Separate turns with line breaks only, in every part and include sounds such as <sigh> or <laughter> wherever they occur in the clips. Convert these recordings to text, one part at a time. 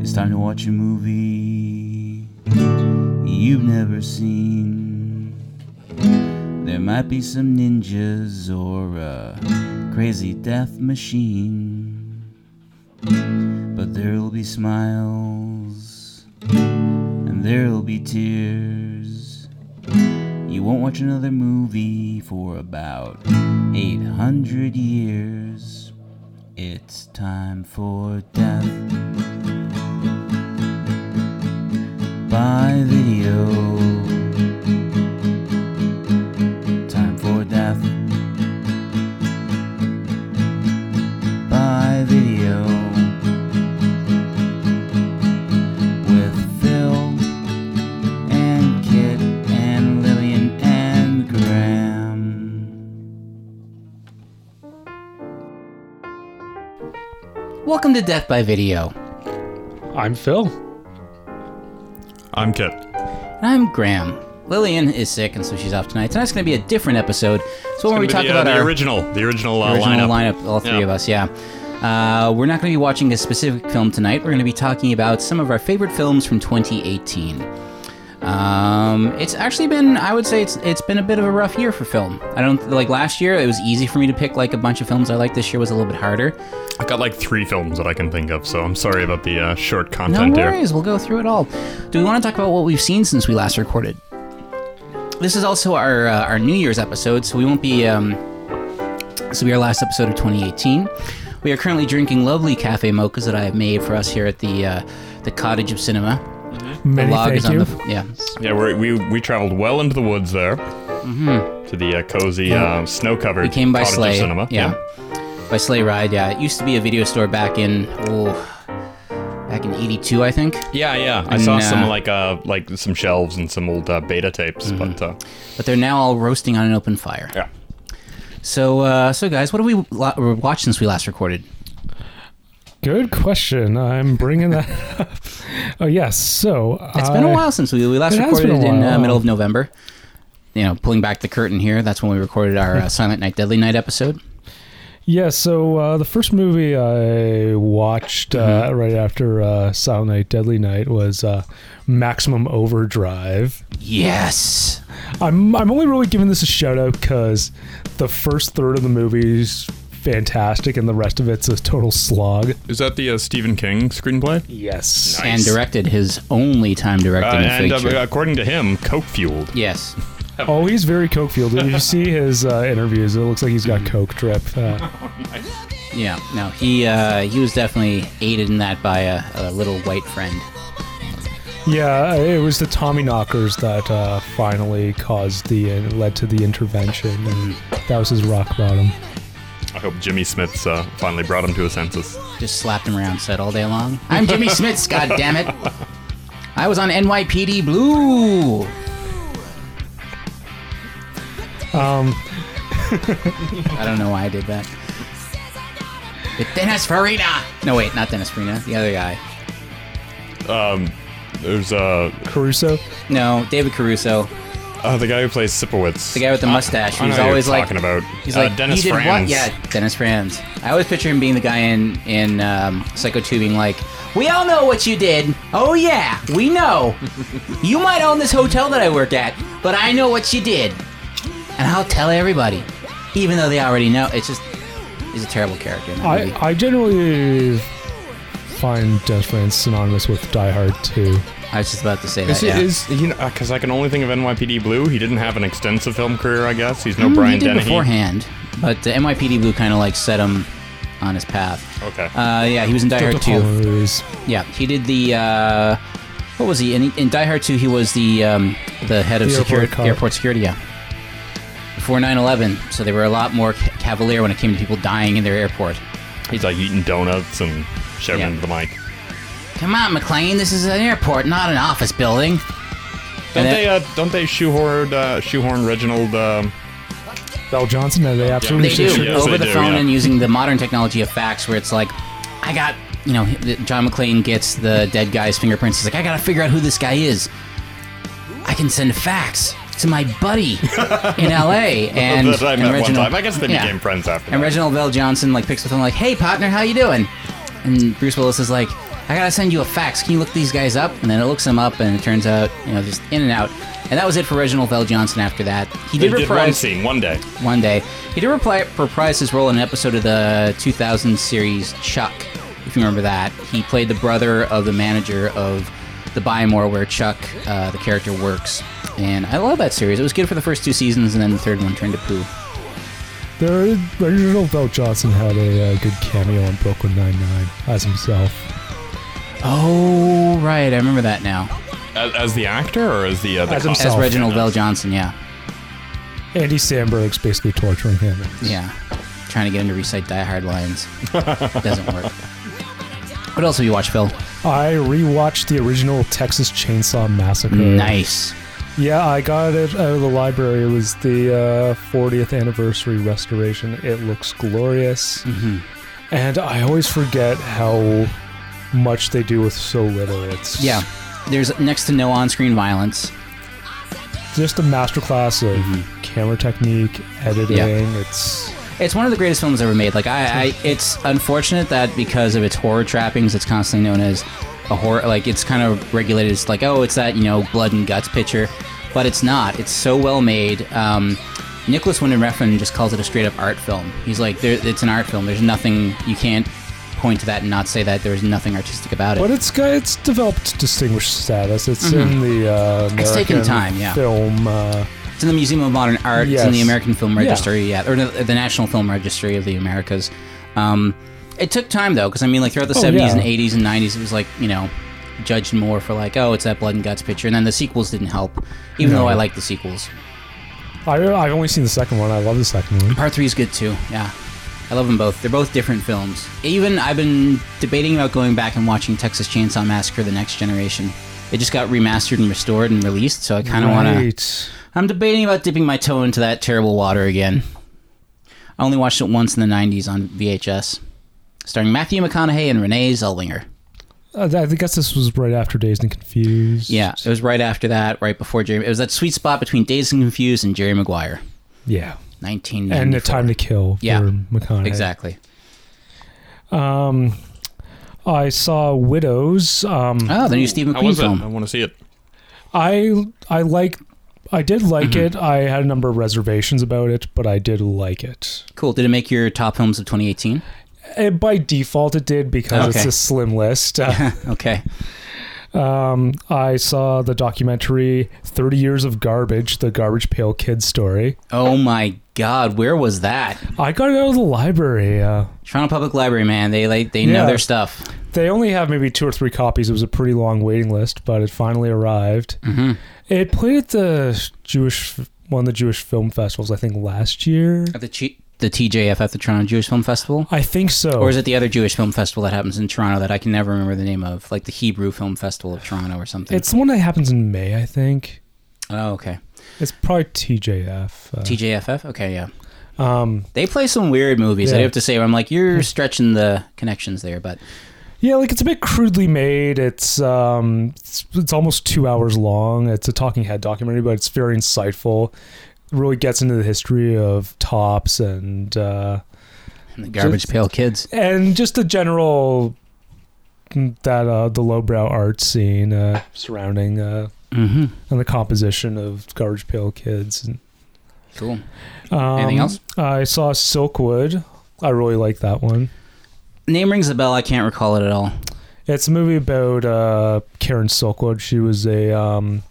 It's time to watch a movie you've never seen. There might be some ninjas or a crazy death machine, but there'll be smiles and there'll be tears. You won't watch another movie for about 800 years. It's time for death by video. Time for death by video with Phil and Kit and Lillian and Graham.
Welcome to Death by Video.
I'm Phil.
I'm Kit.
And I'm Graham. Lillian is sick, and so she's off tonight. Tonight's going to be a different episode. So when we talk
the, uh,
about
the
our
original, the original, uh,
original
lineup.
lineup. all three
Yeah.
of us, yeah. Uh, we're not going to be watching a specific film tonight. We're going to be talking about some of our favorite films from 2018. Um, it's actually been, I would say, it's it's been a bit of a rough year for film. I don't like last year. It was easy for me to pick like a bunch of films I liked. This year was a little bit harder.
I've got like three films that I can think of, so I'm sorry about the uh, short
No
content there.
worries. We'll go through it all. Do we want to talk about what we've seen since we last recorded? This is also our uh, our New Year's episode, so we won't be. Um, this will be our last episode of 2018. We are currently drinking lovely cafe mochas that I have made for us here at the uh, the Cottage of Cinema. The
Many
log
thank
is on
you.
the yeah.
Yeah, we're, we we traveled well into the woods there to the uh, cozy, uh, snow-covered
Mm-hmm. We came by
cottage of
sleigh.
cinema.
Yeah. by sleigh ride. Yeah, it used to be a video store back in oh, back in '82, I think.
yeah, yeah. I
And,
saw
uh,
some like uh like some shelves and some old uh, beta
Mm-hmm.
tapes, but uh,
But they're now all roasting on an open fire.
yeah.
So, uh, so guys, what have we lo- watched since we last recorded?
Good question. I'm bringing that up. Oh, yes. So
It's been a while since we, we last
Uh, It has been
recorded
a
in uh,
while.
middle of November. You know, pulling back the curtain here. That's when we recorded our uh, Silent Night, Deadly Night episode.
Yeah, so uh, the first movie I watched
Mm-hmm.
uh, right after uh, Silent Night, Deadly Night was uh, Maximum Overdrive.
Yes,
I'm, I'm only really giving this a shout out because the first third of the movie's fantastic and the rest of it's a total slog.
Is that the uh, Stephen King screenplay?
Yes.
and directed his only time
Uh,
directing
and
a
uh,
feature.
according to him, coke fueled.
yes,
Oh, he's very coke fueled. Did you see his <laughs> uh, interviews? It looks like he's got coke drip. Uh,
yeah. No, he uh, he was definitely aided in that by a, a little white friend.
Yeah, it was the Tommy knockers that uh, finally caused the uh, led to the intervention, and that was his rock bottom.
I hope Jimmy Smith's uh, finally brought him to his senses.
Just slapped him around, said all day long. I'm Jimmy Smits. God damn it! I was on NYPD Blue.
Um,
<laughs> I don't know why I did that. With Dennis Farina. No, wait, not Dennis Farina. The other guy.
There's uh,
Caruso.
No, David Caruso,
uh the guy who plays Sipowicz.
the guy with the mustache.
I know
who's
who you're
always like
talking about.
He's
Uh,
like
Dennis
you did What?
Franz.
Yeah, Dennis Franz. I always picture him being the guy in in um, Psycho Two, being like, "We all know what you did. Oh yeah, we know. <laughs> you might own this hotel that I work at, but I know what you did, and I'll tell everybody, even though they already know." It's just. He's a terrible character in that
I
movie.
I generally find Dennis Franz synonymous with Die Hard 2.
I was just about to say
Is,
that. yeah.
it, is uh, you know because I can only think of NYPD Blue. He didn't have an extensive film career, I guess. He's no Brian
Mm, he did
Dennehy.
beforehand, but the NYPD Blue kind of like set him on his path.
Okay.
Uh, yeah, he was in Die
Don't
Hard 2.
call them movies.
Yeah, he did the. Uh, what was he in, in Die Hard 2? He was the um, the head of
The airport
security
cop.
airport security. Yeah. Before 9/11, so they were a lot more ca- cavalier when it came to people dying in their airport.
He's like eating donuts and shouting
Yeah.
into the mic.
Come on, McLean, this is an airport, not an office building. And
Don't
that-
they? Uh, don't they shoehorn uh, shoehorn Reginald? Um,
Bell Johnson, no, they absolutely
They
should-
do
Yes,
over
they
the
do,
phone
yeah.
and using the modern technology of fax, where it's like, I got, you know, the- John McClane gets the dead guy's fingerprints. He's like, I gotta figure out who this guy is. I can send a fax to my
<laughs>
buddy in L.A. and,
that I
and
met one
Reginald.
time. I guess they
yeah.
became friends after.
And
that.
Reginald Bell Johnson like picks up the phone like, Hey, partner, how you doing? And Bruce Willis is like, I gotta send you a fax. Can you look these guys up? And then it looks them up, and it turns out, you know, just in and out. And that was it for Reginald L. Johnson. After that, he
They
did,
did one
reprise
scene one day.
one, day. He did repli- reprise his role in an episode of the 2000 series Chuck. If you remember that, he played the brother of the manager of the Bymore, where Chuck, uh, the character, works. And I love that series. It was good for the first two seasons, and then the third one turned to poo.
There, Reginald Bell Johnson had a uh, good cameo on Brooklyn Nine-Nine as himself.
Oh right, I remember that now.
As, as the actor or as the uh, the
As
cop?
himself.
As
Oh,
Reginald Bell Johnson, yeah,
Andy Samberg's basically torturing him.
yeah, trying to get him to recite Die Hard lines <laughs> doesn't work. What else have you watched, Phil?
I rewatched the original Texas Chainsaw Massacre.
Nice.
Yeah, I got it out of the library. It was the uh, 40th anniversary restoration. It looks glorious.
Mm-hmm.
And I always forget how much they do with so little. It's
Yeah, there's next to no on-screen violence.
just a masterclass of
Mm-hmm.
camera technique, editing. It's
It's one of the greatest films ever made. Like I, I, it's unfortunate that because of its horror trappings, it's constantly known as a horror. Like it's kind of regulated. It's like oh, it's that you know blood and guts picture, but it's not. It's so well made. Um, Nicholas Winden Refn just calls it a straight up art film. He's like, there, it's an art film. There's nothing you can't point to that and not say that there's nothing artistic about it.
but it's got it's developed distinguished status. It's in the uh, American
Mm-hmm. It's taken time, yeah.
film. Uh,
It's in the Museum of Modern Art. It's in the
Yes.
American Film
Yeah.
Registry, yeah, or the, the National Film Registry of the Americas. Um, it took time though, because I mean, like throughout the
Oh,
seventies
yeah.
and eighties and nineties, it was like you know judged more for like, oh, it's that blood and guts picture, and then the sequels didn't help. Even
No.
though I like the sequels,
I I've only seen the second one. I love the second one.
part three is good too. Yeah, I love them both. They're both different films. Even I've been debating about going back and watching Texas Chainsaw Massacre: The Next Generation. It just got remastered and restored and released, so I kind of want to.
Right.
I'm debating about dipping my toe into that terrible water again. I only watched it once in the 90s on VHS, starring Matthew McConaughey and Renee Zellweger.
Uh, I guess this was right after Dazed and Confused.
Yeah, it was right after that, right before Jerry. It was that sweet spot between Dazed and Confused and Jerry Maguire.
Yeah.
1994.
and a time to kill for
Yeah,
McConaughey.
Exactly.
Um, I saw Widows. Um,
Oh, the new Steve
How was
McQueen
it? I
film.
want to see it.
I I like. I did like
Mm-hmm.
it. I had a number of reservations about it, but I did like it.
Cool. Did it make your top films of 2018?
And by default, it did because it's
Okay.
a slim
<laughs>
list. Uh,
Okay.
um, I saw the documentary "30 Years of Garbage: The Garbage Pail Kid Story."
Oh my God, where was that?
I got it out of the library. Uh,
Toronto Public Library, man. They like they know
Yeah.
their stuff.
they only have maybe two or three copies. It was a pretty long waiting list, but it finally arrived.
hmm
It played at the Jewish one of the Jewish film festivals, I think last year.
At the T- the TJF at the Toronto Jewish Film Festival.
I think so.
Or is it the other Jewish film festival that happens in Toronto that I can never remember the name of, like the Hebrew Film Festival of Toronto or something?
It's the one that happens in May, I think.
oh, okay.
It's probably TJF. Uh,
TJFF? Okay, yeah.
um,
They play some weird movies, I do
Yeah.
have to say. where I'm like, you're stretching the connections there, but
yeah, like it's a bit crudely made. It's um, it's, it's almost two hours long. It's a talking head documentary, but it's very insightful. It really gets into the history of tops and uh,
and the Garbage Pail Kids.
and just the general that uh, the lowbrow art scene uh, surrounding uh,
Mm-hmm.
and the composition of Garbage Pail Kids. And,
Cool.
um,
Anything else?
I saw Silkwood. I really like that one.
Name rings a bell. I can't recall it at all.
It's a movie about uh, Karen Silkwood. She was a um,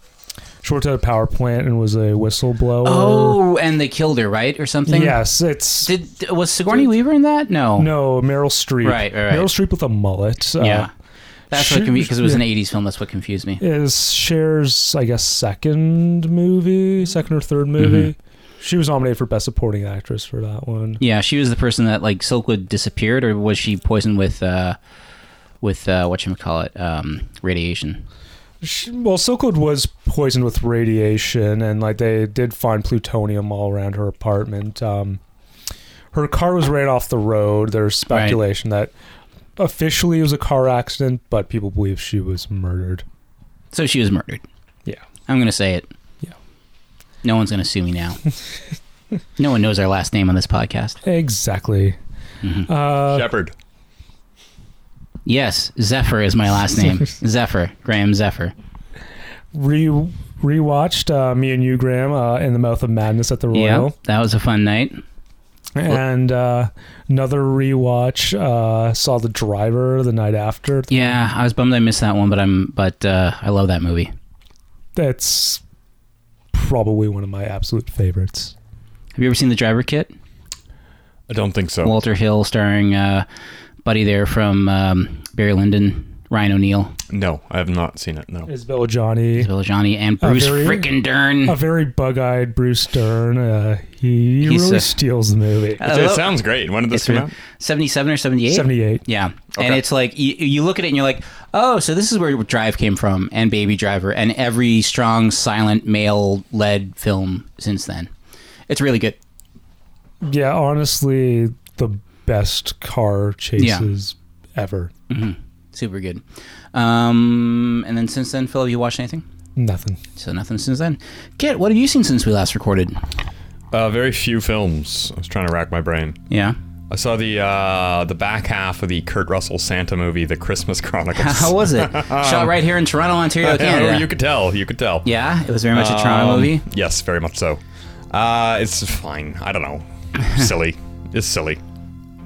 she worked at a power plant and was a whistleblower.
Oh, and they killed her, right, or something?
yes, it's
Did was Sigourney Weaver in that? No.
no Meryl Streep.
Right, right, right.
Meryl Streep with a mullet. uh,
Yeah. That's what
she-
confused because it was an '80s film. That's what confused me.
is Cher's, I guess, second
Mm-hmm.
movie, second or third movie. She was nominated for Best Supporting Actress for that one.
Yeah, she was the person that like Silkwood disappeared, or was she poisoned with uh, with uh, what you call it, um, radiation?
She, well, Silkwood was poisoned with radiation, and like they did find plutonium all around her apartment. Um, her car was ran off the road. There's
Right.
speculation that officially it was a car accident, but people believe she was murdered.
So she was murdered.
Yeah.
I'm gonna say it.
Yeah.
No one's gonna sue me
<laughs>
now. no one knows our last name on this podcast.
Exactly.
Mhm.
Uh,
Shepherd.
Yes, Zephyr is my last
<laughs>
name. Zephyr, Graham Zephyr.
Re rewatched uh, me and you, Graham, uh, in the Mouth of Madness at the Royal,
Yep, that was a fun night.
and uh, another rewatch uh, saw The Driver the night after.
Yeah, I was bummed I missed that one, but I'm but uh, I love that movie.
That's probably one of my absolute favorites.
Have you ever seen The Driver Kit?
I don't think so.
Walter Hill starring uh, buddy there from um, Barry Lyndon, Ryan O'Neal,
no, I have not seen it. No.
Isabel Johnny,
Bill Johnny, and
Uh,
Bruce
very-
frickin' Dern.
a very bug-eyed Bruce Dern. Uh, he
He's
really
a-
steals the movie.
I
it
love-
sounds great. When did this
It's
come
real-
out?
77 or 78?
Seventy-eight.
Yeah. And
Okay.
it's like, you, you look at it and you're like, oh, so this is where Drive came from and Baby Driver and every strong, silent, male led film since then. It's really good.
Yeah, honestly, the best car chases ever.
Super good. Um, and then since then, Phil, have you watched anything?
Nothing.
So nothing since then. Kit, what have you seen since we last recorded?
Uh, very few films. I was trying to rack my brain.
Yeah.
I saw the uh, the back half of the Kurt Russell Santa movie, The Christmas <laughs> Chronicles.
How was
<laughs>
it? Shot right here in Toronto, Ontario,
Um, Oh, Yeah,
Canada.
you could tell. You could tell.
yeah, it was very much a Toronto
Um,
movie.
Yes, very much so. Uh, it's fine. I
<laughs>
don't know. silly. It's silly.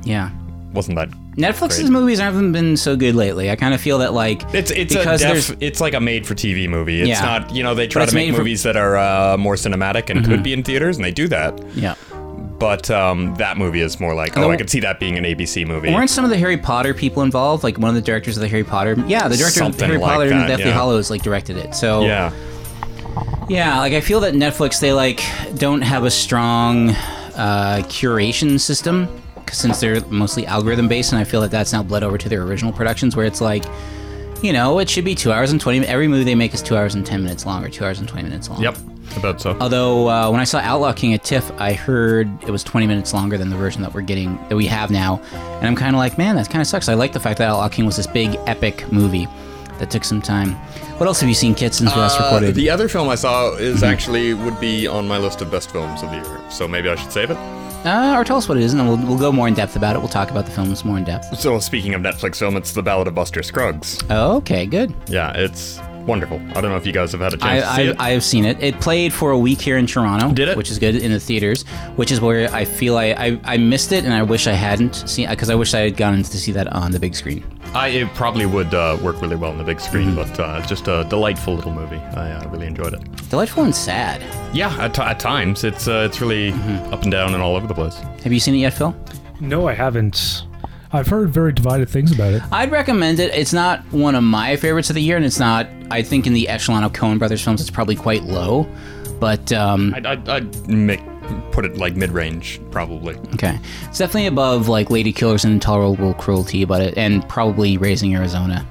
Yeah.
Wasn't that?
Netflix's
Great.
movies haven't been so good lately. I kind of feel that like
It's it's
Because
a
there's-
def, it's like a made for TV movie. It's
Yeah.
not you know they try
it's
to make
made for- Mm-hmm.
movies that are uh, more cinematic and could be in theaters and they do that.
yeah.
But um, that movie is more like oh
The-
I could see that being an ABC movie.
Weren't some of the Harry Potter people involved? Like one of the directors of the Harry Potter. Yeah, the director of
Something
Harry
like
Potter and
that,
Deathly
yeah.
Hollows like directed it. So
Yeah.
yeah, like I feel that Netflix they like don't have a strong uh, curation system 'cause since they're mostly algorithm based, and I feel that that's now bled over to their original productions where it's like. You know, it should be two hours and twenty. mi- Every movie they make is two hours and ten minutes long, or two hours and twenty minutes long.
Yep. About so.
Although uh, when I saw Outlaw King at TIFF, I heard it was 20 minutes longer than the version that we're getting that we have now, and I'm kind of like, man, that kind of sucks. I like the fact that Outlaw King was this big epic movie that took some time. What else have you seen, Kit, since we last
Uh,
recorded?
the other film I saw is actually would be on my list of best films of the year, so maybe I should save it.
Uh, or tell us what it is, and then we'll, we'll go more in depth about it. We'll talk about the films more in depth.
So speaking of Netflix film, it's The Ballad of Buster Scruggs.
Okay, good.
Yeah, it's wonderful. I don't know if you guys have had a
I,
chance to see
I,
it.
I have seen it. It played for a week here in Toronto.
Did it?
Which is good in the theaters, which is where I feel I, I, I missed it and I wish I hadn't seen because I wish I had gone to see that on the big screen.
I, it probably would uh, work really well on the big screen, but uh, it's just a delightful little movie. I uh, really enjoyed it.
Delightful and sad.
Yeah, at, t- at times it's uh, it's really
Mm-hmm.
up and down and all over the place.
Have you seen it yet, Phil?
No, I haven't. I've heard very divided things about it.
I'd recommend it. It's not one of my favorites of the year, and it's not. I think in the echelon of Coen Brothers films, it's probably quite low. But um,
I'd, I'd, I'd make, put it like mid range probably.
okay, it's definitely above like Lady Killers and Intolerable Cruelty, but it, and probably Raising Arizona.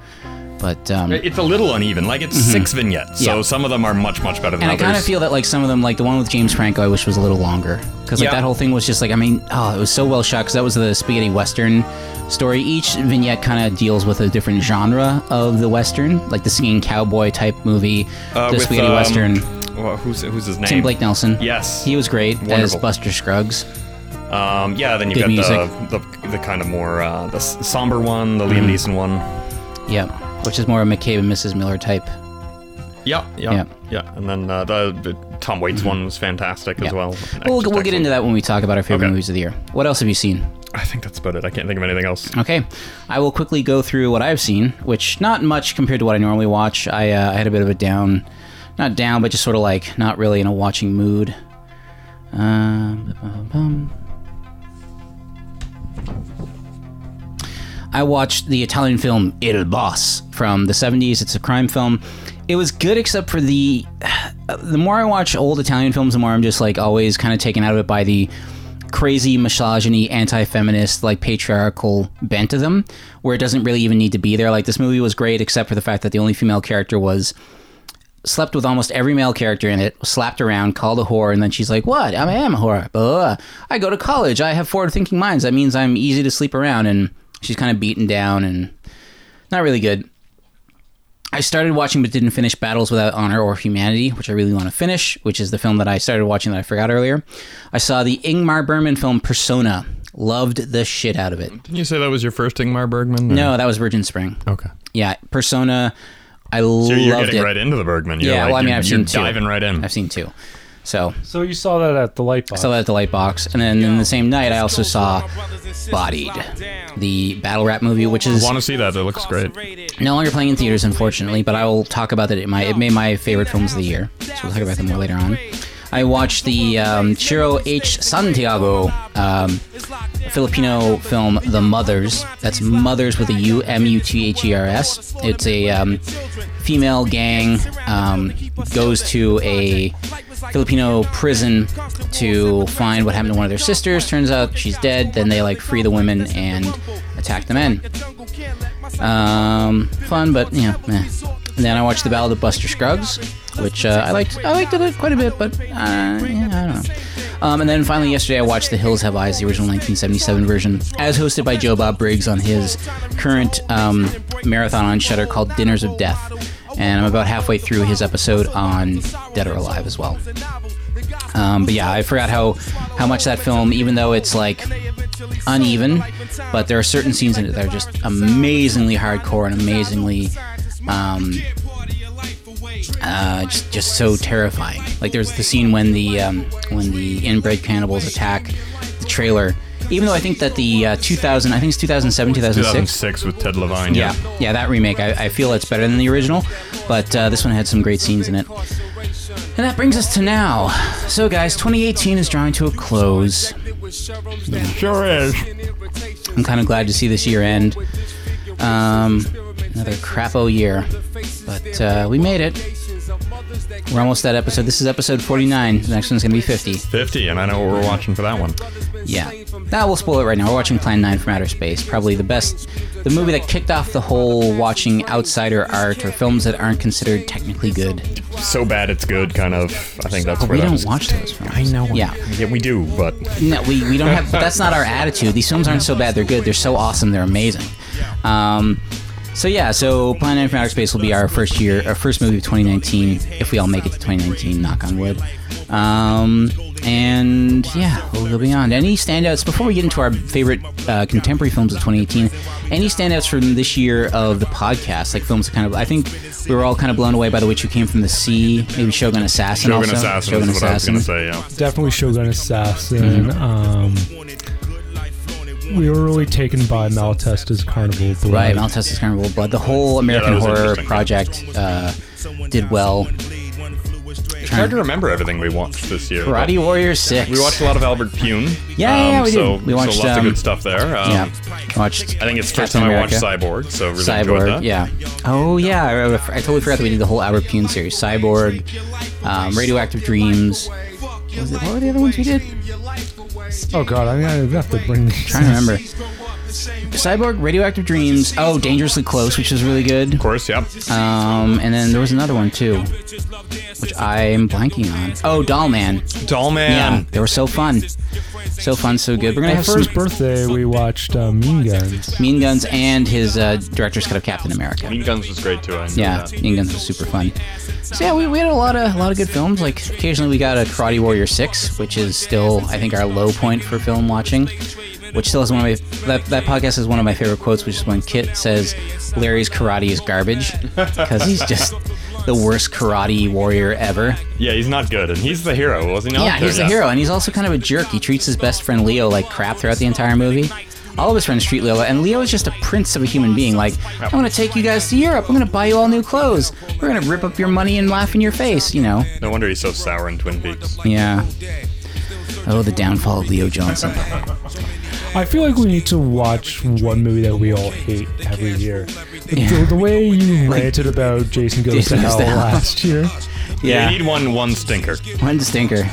But um,
It's a little uneven. Like it's six vignettes, so
Mm-hmm. Yeah.
some of them are much much better than
and I
others.
kind of feel that like some of them, like the one with James Franco, I wish was a little longer because like
Yeah.
that whole thing was just like I mean, oh, it was so well shot because that was the spaghetti western story. Each vignette kind of deals with a different genre of the western, like the singing cowboy type movie,
uh,
the
with,
spaghetti
um,
western.
well, who's who's his name?
Tim Blake Nelson.
Yes.
He was great as
Wonderful.
Buster Scruggs.
Um, yeah, then you've got
Good
the, the the kind of more uh, the s- somber one, the
Mm-hmm.
Liam Neeson one.
Yep. Which is more a McCabe and Mrs. Miller type.
Yeah, yeah,
Yeah. Mm-hmm.
yeah. And then uh, the, the Tom Waits one was fantastic as
Yeah.
well.
We'll,
Just
we'll get
excellent.
into that when we talk about our favorite
Okay.
movies of the year. What else have you seen?
I think that's about it. I can't think of anything else.
Okay, I will quickly go through what I've seen, which not much compared to what I normally watch. I, uh, I had a bit of a down, not down, but just sort of like not really in a watching mood. Um, bum, bum, bum. I watched the Italian film Il Boss from the 70s. It's a crime film. It was good except for the the more I watch old Italian films, the more I'm just like always kind of taken out of it by the crazy misogyny, anti-feminist, like patriarchal bent of them, where it doesn't really even need to be there. Like this movie was great except for the fact that the only female character was slept with almost every male character in it, slapped around, called a whore, and then she's like, "What? I am a whore. Blah, blah, blah. I go to college. I have forward-thinking minds. That means I'm easy to sleep around." And she's kind of beaten down and not really good. I started watching but didn't finish Battles Without Honor or Humanity, which I really want to finish, which is the film that I started watching that I forgot earlier. I saw the Ingmar Bergman film Persona Loved the shit out of it.
Didn't you say that was your first Ingmar Bergman? or-
Mm-hmm. No, that was Virgin Spring.
Mm-hmm. Okay.
Yeah, Persona. I
So
loved
you're getting
it.
right into the Bergman. You're
yeah,
like,
well, I mean,
you're,
I've
you're
seen two.
diving right in.
I've seen two. So
So you saw that at the light box.
saw that at the light box, and then in the same night, I also saw Bodied, the battle rap movie, which is
Want to see that? It looks great.
no longer playing in theaters, unfortunately. But I will talk about that. It my it made my favorite films of the year, so we'll talk about them more later on. I watched the um, Chiro H. Santiago um, Filipino film, The Mothers. That's Mothers with a U M U T H E R S. It's a um, female gang um, goes to a Filipino prison to find what happened to one of their sisters. Turns out she's dead. Then they like free the women and attack the men. Um, fun, but you know. meh. And then I watched the Ballad of Buster Scruggs, which uh, I liked. I liked it quite a bit, but uh, yeah, I don't know. Um, and then finally, yesterday I watched The Hills Have Eyes, the original 1977 version, as hosted by Joe Bob Briggs on his current um, marathon on Shutter called Dinners of Death. And I'm about halfway through his episode on Dead or Alive as well. Um, but yeah, I forgot how how much that film, even though it's like uneven, but there are certain scenes in it that are just amazingly hardcore and amazingly um, uh, just just so terrifying. Like there's the scene when the um, when the inbred cannibals attack the trailer. Even though I think that the uh, 2000, I think it's 2007, 2006.
2006 with Ted Levine.
Yeah, yeah, that remake. I, I feel it's better than the original, but uh, this one had some great scenes in it. And that brings us to now. So, guys, 2018 is drawing to a close.
Sure is.
I'm kind of glad to see this year end. Um, another crapo year, but uh, we made it. We're almost at episode. This is episode 49. The next one's gonna be 50.
50, and I know what we're watching for that one.
Yeah, that we'll spoil it right now. We're watching Plan 9 from Outer Space. Probably the best, the movie that kicked off the whole watching outsider art or films that aren't considered technically good.
So bad it's good, kind of. I think that's where
Oh, We
that
don't
was-
watch those films.
I know.
Yeah.
Yeah, we do, but
No, we, we don't have. But that's not our attitude. These films aren't so bad. They're good. They're so awesome. They're amazing. Um, so yeah. So Planet Nine from Outer Space will be our first year, our first movie of 2019, if we all make it to 2019. Knock on wood. Um, and yeah, we'll go beyond. Any standouts before we get into our favorite uh, contemporary films of 2018? Any standouts from this year of the podcast? Like films that kind of. I think we were all kind of blown away by the witch who came from the sea. Maybe Shogun Assassin.
Shogun
also.
Assassin
Shogun
is what
Assassin.
I was going to say, yeah.
Definitely Shogun Assassin.
Mm-hmm.
Um, we were really taken by Malatesta's Carnival Blood.
Right, Maltese Carnival Blood. The whole American
was
Horror
interesting.
Project uh, did well.
It's hard to remember everything we watched this year. but
Karate Warrior Six.
We watched a lot of Albert Pune.
Yeah, yeah, yeah, we did.
so,
We watched,
so
um,
lots of good stuff there. Um,
Yeah, watched.
I think it's the first
Captain
time
America.
I watched Cyborg, so really enjoyed
Cyborg.
that.
Yeah. Oh yeah, I, I totally forgot that we did the whole Albert Pune series. Cyborg, um, Radioactive Dreams. What Was it, what were the other ones we did?
Oh god, I'm gonna have to bring.
<laughs> trying to remember. Cyborg, Radioactive Dreams. Oh, Dangerously Close, which was really good.
Of course, yep.
Um, and then there was another one too, which I'm blanking on. Oh, Doll Man.
Doll
Yeah,
Man.
they were so fun. So fun, so good. We're gonna
My
have some
first birthday, we watched uh, Mean Guns.
Mean Guns and his uh, director's cut of Captain America.
Mean Guns was great too. I enjoyed
Yeah,
that.
Mean Guns was super fun. So yeah, we, we had a lot of a lot of good films. Like occasionally we got a Karate Warrior Six, which is still I think our low point for film watching. Which still is one of my that, that podcast is one of my favorite quotes, which is when Kit says Larry's karate is garbage because he's just the worst karate warrior ever.
Yeah, he's not good, and he's the hero, was he not?
Yeah, he's
Or-
the hero, and he's also kind of a jerk. He treats his best friend Leo like crap throughout the entire movie. All of his friends treat Leo, and Leo is just a prince of a human being. Like, I'm gonna take you guys to Europe. I'm gonna buy you all new clothes. We're gonna rip up your money and laugh in your face. You know?
No wonder he's so sour in Twin Peaks.
Yeah. Oh, the downfall of Leo Johnson.
I feel like we need to watch one movie that we all hate every year. The, the, the way you ranted about Jason Goes
Jason
to
Goes
Hell
to Hell.
last year.
We need one one stinker.
One stinker.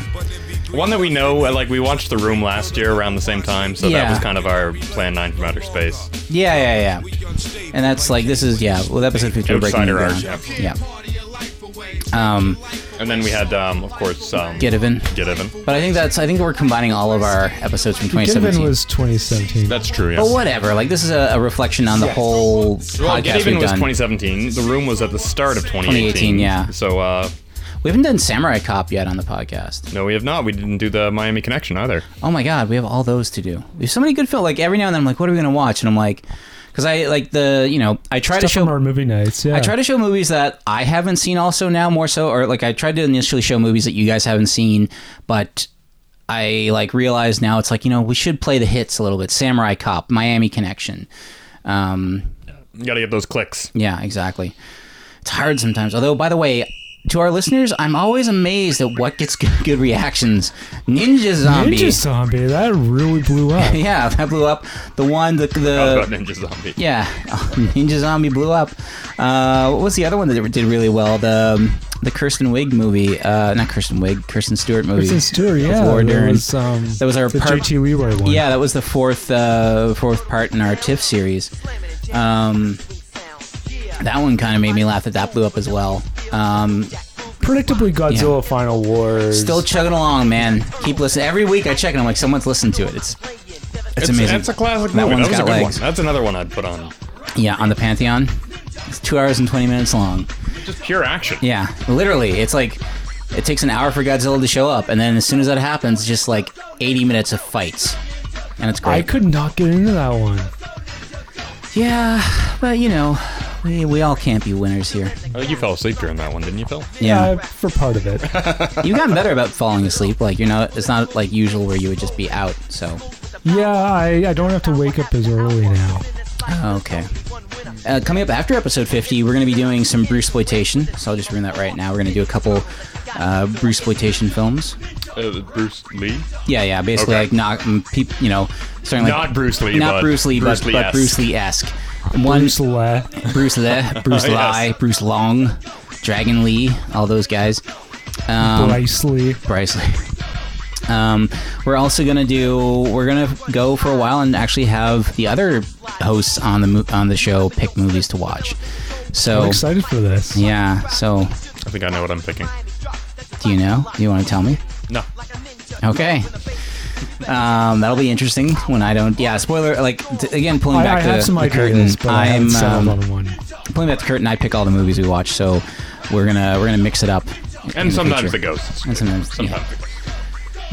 One that we know, uh, like we watched The Room last year around the same time, so
Yeah.
that was kind of our Plan 9 from Outer Space.
Yeah, yeah, yeah. And that's like this is yeah. Well, episode 50 we're breaking
Outsider
it
art,
down. Yeah. Um,
And then we had, um, of course, um,
get even.
Get Even.
But I think that's I think we're combining all of our episodes from
Given
2017.
was 2017.
That's true, yes.
But whatever. Like this is a, a reflection on the whole
Well,
podcast
Get Even
we've
was
done.
2017. The Room was at the start of 2018.
2018, yeah.
So, uh,
We haven't done Samurai Cop yet on the podcast.
No, we have not. We didn't do the Miami Connection either.
Oh my god, we have all those to do. We have so many good films. Like every now and then, I'm like, what are we gonna watch? And I'm like, because I like the you know I try to
Stuff
show
from our movie nights. Yeah.
I try to show movies that I haven't seen also now more so or like I tried to initially show movies that you guys haven't seen but I like realize now it's like you know we should play the hits a little bit Samurai Cop Miami Connection um
You gotta get those clicks.
yeah exactly it's hard sometimes although by the way to our listeners I'm always amazed at what gets good, good reactions Ninja Zombie
Ninja Zombie. That really blew
<laughs>
up.
yeah that blew up the one the
How
the
about Ninja Zombie?
yeah, <laughs> Ninja Zombie blew up. Uh, what was the other one that did really well? The um, the Kirsten Wig movie, uh, not Kirsten Wig, Kirsten Stewart movie.
Kristen Stewart,
With
yeah.
Laura
that
Dern.
was, um,
That was our
the
part-
JT Leroy one.
yeah, that was the fourth uh, fourth part in our TIFF series. Um, that one kind of made me laugh that that blew up as well. Um,
Predictably, Godzilla Final War.
still chugging along, man. Keep listening. Every week I check and I'm like, someone's listened to it. It's it's, amazing.
That's a classic
That
movie.
one's
that was
got
a good
legs.
one. That's another one I'd put on.
yeah, on the Pantheon. It's two hours and twenty minutes long.
Just pure action.
Yeah, literally. It's like it takes an hour for Godzilla to show up, and then as soon as that happens, it's just like 80 minutes of fights, and it's
I
great.
could not get into that one.
yeah, but you know, we we all can't be winners here.
I think you fell asleep during that one, didn't you, Phil?
Yeah,
Uh, for part of it.
you've gotten better about falling asleep. Like you're not. It's not like usual where you would just be out. So
yeah, I, I don't have to wake up as early now.
okay. Uh, coming up after episode 50, we're going to be doing some Bruce exploitation. So I'll just ruin that right now. We're going to do a couple uh, Bruce exploitation films.
Uh, Bruce Lee.
Yeah, yeah. Basically,
Okay.
like not um, peop, you know, starting like
Not Bruce Lee,
not
but
Bruce Lee,
Bruce
but,
Lee-esque.
but Bruce Lee esque. One
Bruce Le.
Bruce
<laughs>
Le, Bruce
Yes.
Lai, Bruce Long, Dragon Lee, all those guys. Um,
Bryce Lee.
Bryce Lee. <laughs> Um, we're also gonna do. We're gonna go for a while and actually have the other hosts on the mo- on the show pick movies to watch.
I'm
So
excited for this.
yeah. So
I think I know what I'm picking.
do you know? Do you want to tell me?
No.
Okay. Um, that'll be interesting when I don't. Yeah, spoiler. Like t- again, pulling
I,
back
I
the,
have some
the curtain.
ideas, but I haven't
I'm um,
settled on one.
pulling back the curtain. I pick all the movies we watch, so we're gonna we're gonna mix it up. in
And sometimes
future.
the ghosts.
And sometimes, yeah.
Sometimes the ghosts.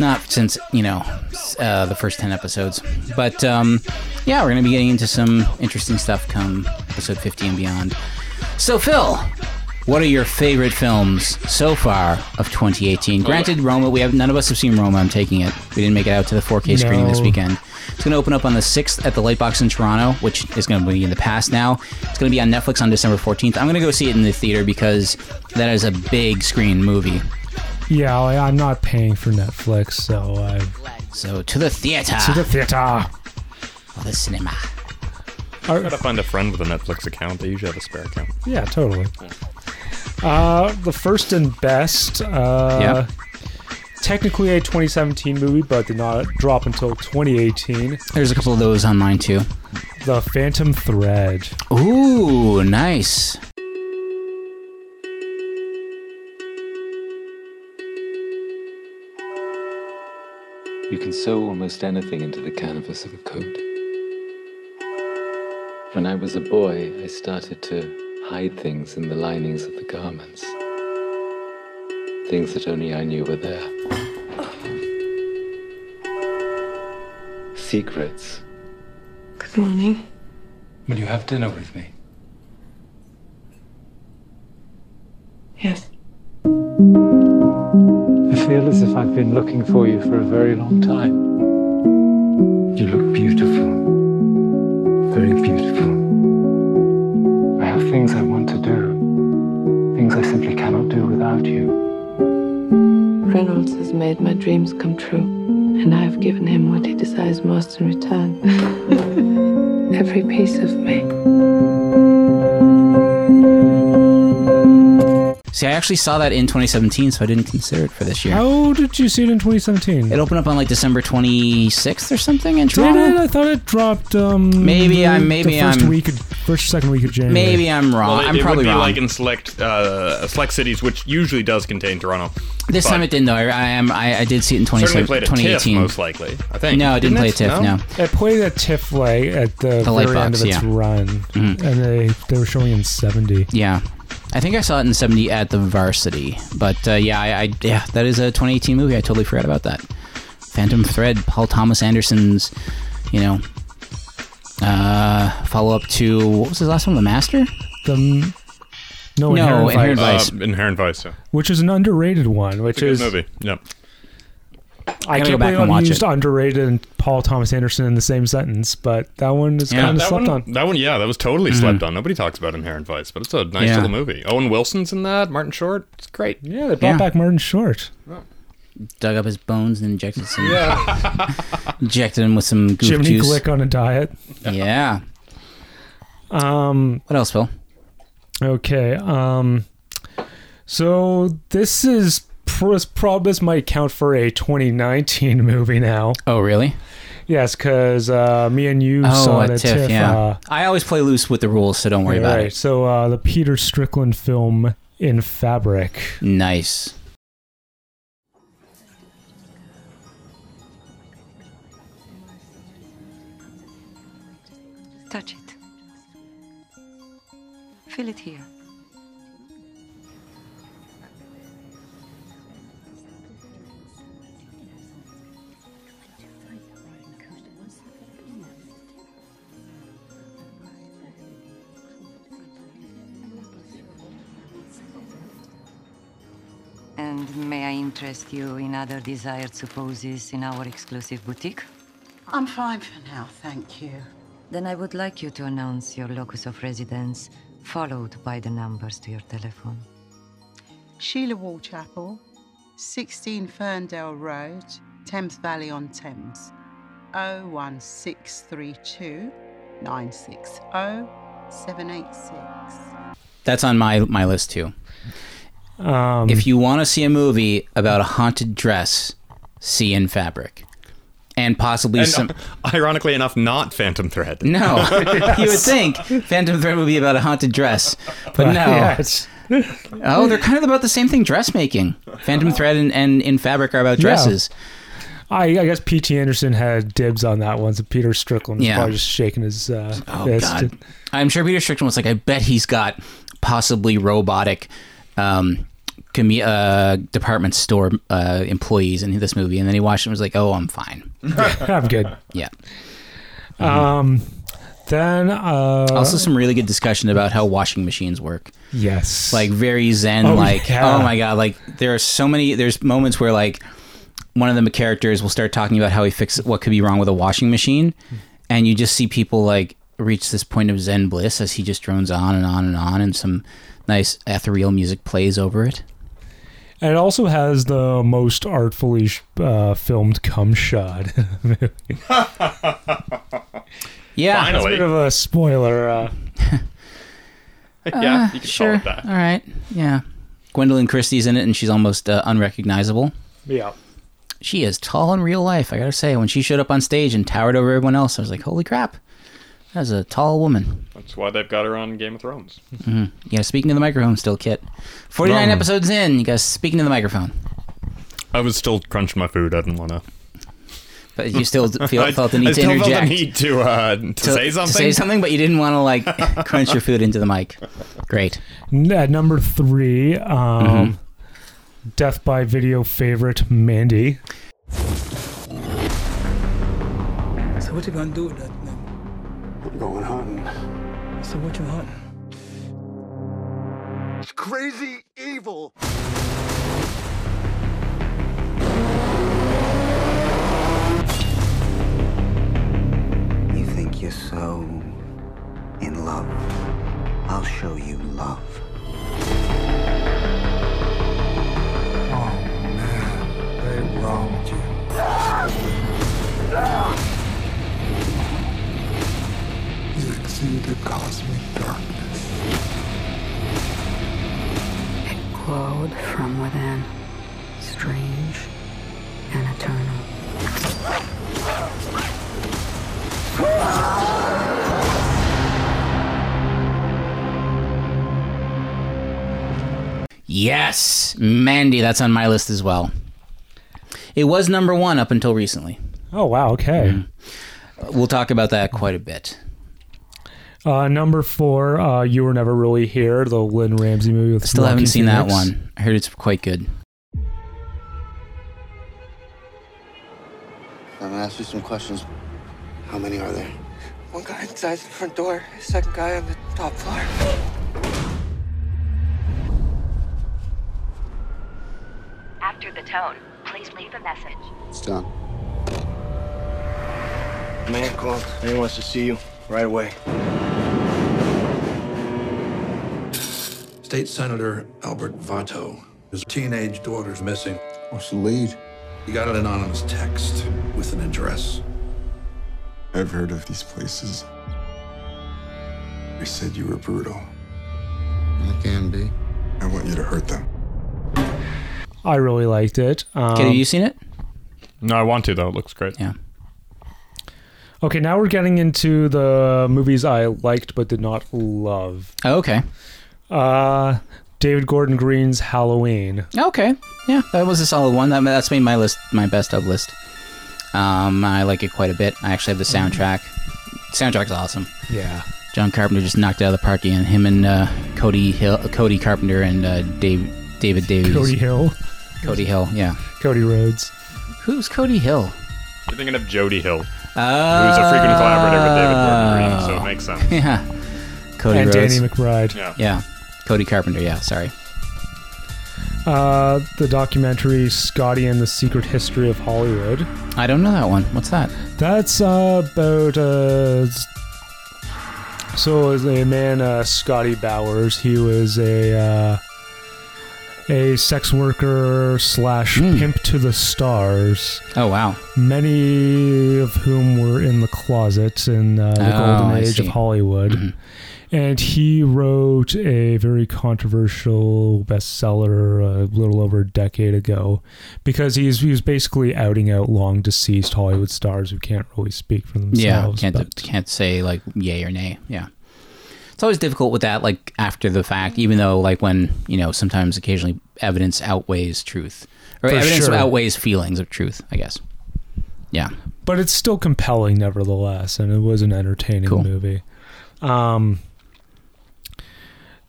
not since you know s- uh, the first ten episodes, but um, yeah, we're gonna be getting into some interesting stuff come episode fifty and beyond. So Phil, what are your favorite films so far of
Oh,
2018? Granted, Roma, we have none of us have seen Roma. I'm taking it. We didn't make it out to the 4K screening this
No.
weekend. It's gonna open up on the sixth at the Lightbox in Toronto, which is gonna be in the past now. It's gonna be on Netflix on December 14th. I'm gonna go see it in the theater because that is a big screen movie.
Yeah, I, I'm not paying for Netflix, so I.
So to the theater.
To the theater.
of the cinema.
Gotta find a friend with a Netflix account. They usually have a spare account.
Yeah, totally. Uh, the first and best. Uh,
Yeah.
Technically a 2017 movie, but did not drop until 2018.
There's a couple of those on mine too.
The Phantom Thread.
Ooh, nice.
You can sew almost anything into the canvas of a coat. When I was a boy, I started to hide things in the linings of the garments. Things that only I knew were there. Secrets.
Good morning.
Will you have dinner with me?
Yes.
I feel as if I've been looking for you for a very long time. You look beautiful. Very beautiful. I have things I want to do. Things I simply cannot do without you.
Reynolds has made my dreams come true, and I have given him what he desires most in <laughs> return. Every piece of me.
See, I actually saw that in 2017, so I didn't consider it for this year.
How did you see it in 2017?
It opened up on like December 26th or something in
did it?
Toronto.
I thought it dropped. Um,
Maybe I'm-
the
maybe
first
I'm-
week, of, first second week of January.
Maybe I'm wrong.
Well, it,
I'm
it
probably
would be
wrong.
like in select uh, select cities, which usually does contain Toronto.
this
but
time it didn't though. I, I am. I, I did see it in
certainly
27
played at TIFF
2018.
most likely. I think.
no, it didn't play a TIFF. No.
It played at Tiflay at the,
The Lightbox,
very
Mm-hmm.
end of its
yeah.
run, and they they were showing in 70.
Yeah. I think I saw it in '70 at the Varsity, but uh, yeah, I, I yeah, that is a 2018 movie. I totally forgot about that. Phantom Thread, Paul Thomas Anderson's, you know, uh, follow up to what was his last one, The Master?
The m- no,
No, Inherent
Inherent Vice,
Vice.
Uh, Inherent Vice. Yeah.
which is an underrated one. Which
It's a good
is
movie. Yeah.
Gotta
I
go
can't
back
believe
and
I'm
watch
used
it.
underrated and Paul Thomas Anderson in the same sentence, but that one is
Yeah.
kind of
That
slept
one,
on.
that one, yeah, that was totally slept on. Nobody talks about Inherent Vice, but it's a nice
Mm-hmm. Yeah.
little movie. Owen Wilson's in that. Martin Short. It's great.
Yeah, they brought
Yeah.
back Martin Short.
Dug up his bones and injected some, injected him with some goof
Jiminy
juice.
Glick on a diet.
Yeah.
Um,
What else, Phil?
okay. Um, so this is pr- this probably this might count for a 2019 movie now.
Oh, really?
Yes, because uh, me and you
Oh,
saw
at
the
TIFF,
TIFF.
yeah.
uh,
I always play loose with the rules, so don't worry about
right.
it.
So uh, the Peter Strickland film in Fabric.
Nice.
Touch it. Feel it here. And may I interest you in other desired supposes in our exclusive boutique?
I'm fine for now, thank you.
Then I would like you to announce your locus of residence, followed by the numbers to your telephone.
Sheila Wallchapel, 16 Ferndale Road, Thames Valley on Thames, 01632 960 786.
That's on my my list too.
Um,
If you want to see a movie about a haunted dress, see in fabric, and possibly
And
some.
uh, <laughs> ironically enough, not Phantom
<laughs>
Thread.
No, you would think Phantom Thread would be about a haunted dress, but no.
<laughs> yes.
Oh, they're kind of about the same thing: dressmaking. Phantom Thread and, and in fabric are about
Yeah.
dresses.
I, I guess P.T. Anderson had dibs on that one, so Peter Strickland was
Yeah.
probably just shaking his uh,
Oh
fist.
God, I'm sure Peter Strickland was like, I bet he's got possibly robotic. Um, commu- uh, department store uh, employees in this movie, and then he watched it and was like, "Oh, I'm fine."
<laughs> I'm good.
Yeah. Mm-hmm.
Um, then, uh,
Also, some really good discussion about how washing machines work.
yes,
Like very zen.
Oh,
like
yeah.
oh my god. Like there are so many. There's moments where like one of the characters will start talking about how he fixes what could be wrong with a washing machine, and you just see people like reach this point of zen bliss as he just drones on and on and on, and some nice ethereal music plays over it.
and it also has the most artfully sh- uh, filmed cum shot. <laughs>
Yeah.
Finally.
Bit of a spoiler. Uh,
yeah, you can
Uh, Sure.
call it that.
All right. Yeah. Gwendolyn Christie's in it, and she's almost uh, unrecognizable.
yeah,
she is tall in real life. I gotta say, when she showed up on stage and towered over everyone else, I was like, "Holy crap, that's a tall woman."
That's why they've got her on Game of Thrones.
Yeah, speaking to the microphone, still Kit. Forty-nine
Wrong.
episodes in, you guys speaking to the microphone,
I was still crunching my food. I didn't want to.
but you
<laughs>
still feel,
I,
felt the need
I
to
still
interject,
felt the need to, uh, to,
to-
say something.
to say something, but you didn't want to like <laughs> crunch your food into the mic. Great.
N- at number three, um, Death by Video favorite Mandy.
So what you gonna do with that thing?
I'm going hunting.
So what you hunting?
It's crazy evil.
You think you're so in love? I'll show you love.
Oh man, they wronged you. You exceed the cosmic darkness.
It glowed from within, strange and eternal.
Yes, Mandy, that's on my list as well. It was number one up until recently.
Oh wow, okay.
We'll talk about that quite a bit.
Uh, number four, uh, You Were Never Really Here, the Lynn Ramsey movie with
Still haven't
Joaquin
seen that
Phoenix.
one. I heard it's quite good.
I'm gonna ask you some questions. How many are there?
One guy inside the front door, second guy on the top floor.
After the tone, please leave a message.
It's done. Man called. He wants to see you right away.
State Senator Albert Vato. His teenage daughter's missing. What's the lead? He got an anonymous text with an address.
I've heard of these places. They said you were brutal. I can be. I want you to hurt them.
I really liked it. Um,
Kid, have you seen it?
No, I want to though. It looks great.
Yeah.
Okay, now we're getting into the movies I liked but did not love.
Oh, okay.
Uh, David Gordon Green's Halloween.
Okay. Yeah, that was a solid one. That, that's made my list, my best of list. Um, I like it quite a bit. I actually have the soundtrack. Soundtrack's awesome.
Yeah.
John Carpenter just knocked it out of the park again. Him and uh, Cody Hill, Cody Carpenter and uh, Dave, David Davies.
Cody Hill.
Cody Hill. Yeah.
Cody Rhodes.
Who's Cody Hill?
You're thinking of Jody Hill,
Uh,
who's a frequent collaborator with David Gordon Green, so
Ah.
it makes sense.
<laughs> Yeah. Cody
And
Rhodes.
Danny McBride.
Yeah.
Yeah. Cody Carpenter. Yeah. Sorry.
Uh, the documentary Scotty and the Secret History of Hollywood.
I don't know that one. What's that?
That's uh, about uh, s- so is a man uh, Scotty Bowers. He was a uh, a sex worker slash
Hmm.
pimp to the stars.
Oh wow.
Many of whom were in the closet in uh, the
Oh,
golden
I
age of
see. Mm-hmm.
Hollywood. And he wrote a very controversial bestseller a little over a decade ago because he's, he was basically outing out long deceased Hollywood stars who can't really speak for
Yeah.
themselves.
Can't
but-
can't say like yay or nay. Yeah. It's always difficult with that, like after the fact, even though like when you know sometimes occasionally evidence outweighs truth, or
For
evidence
sure.
outweighs feelings of truth. I guess. Yeah.
but it's still compelling nevertheless and it was an entertaining movie um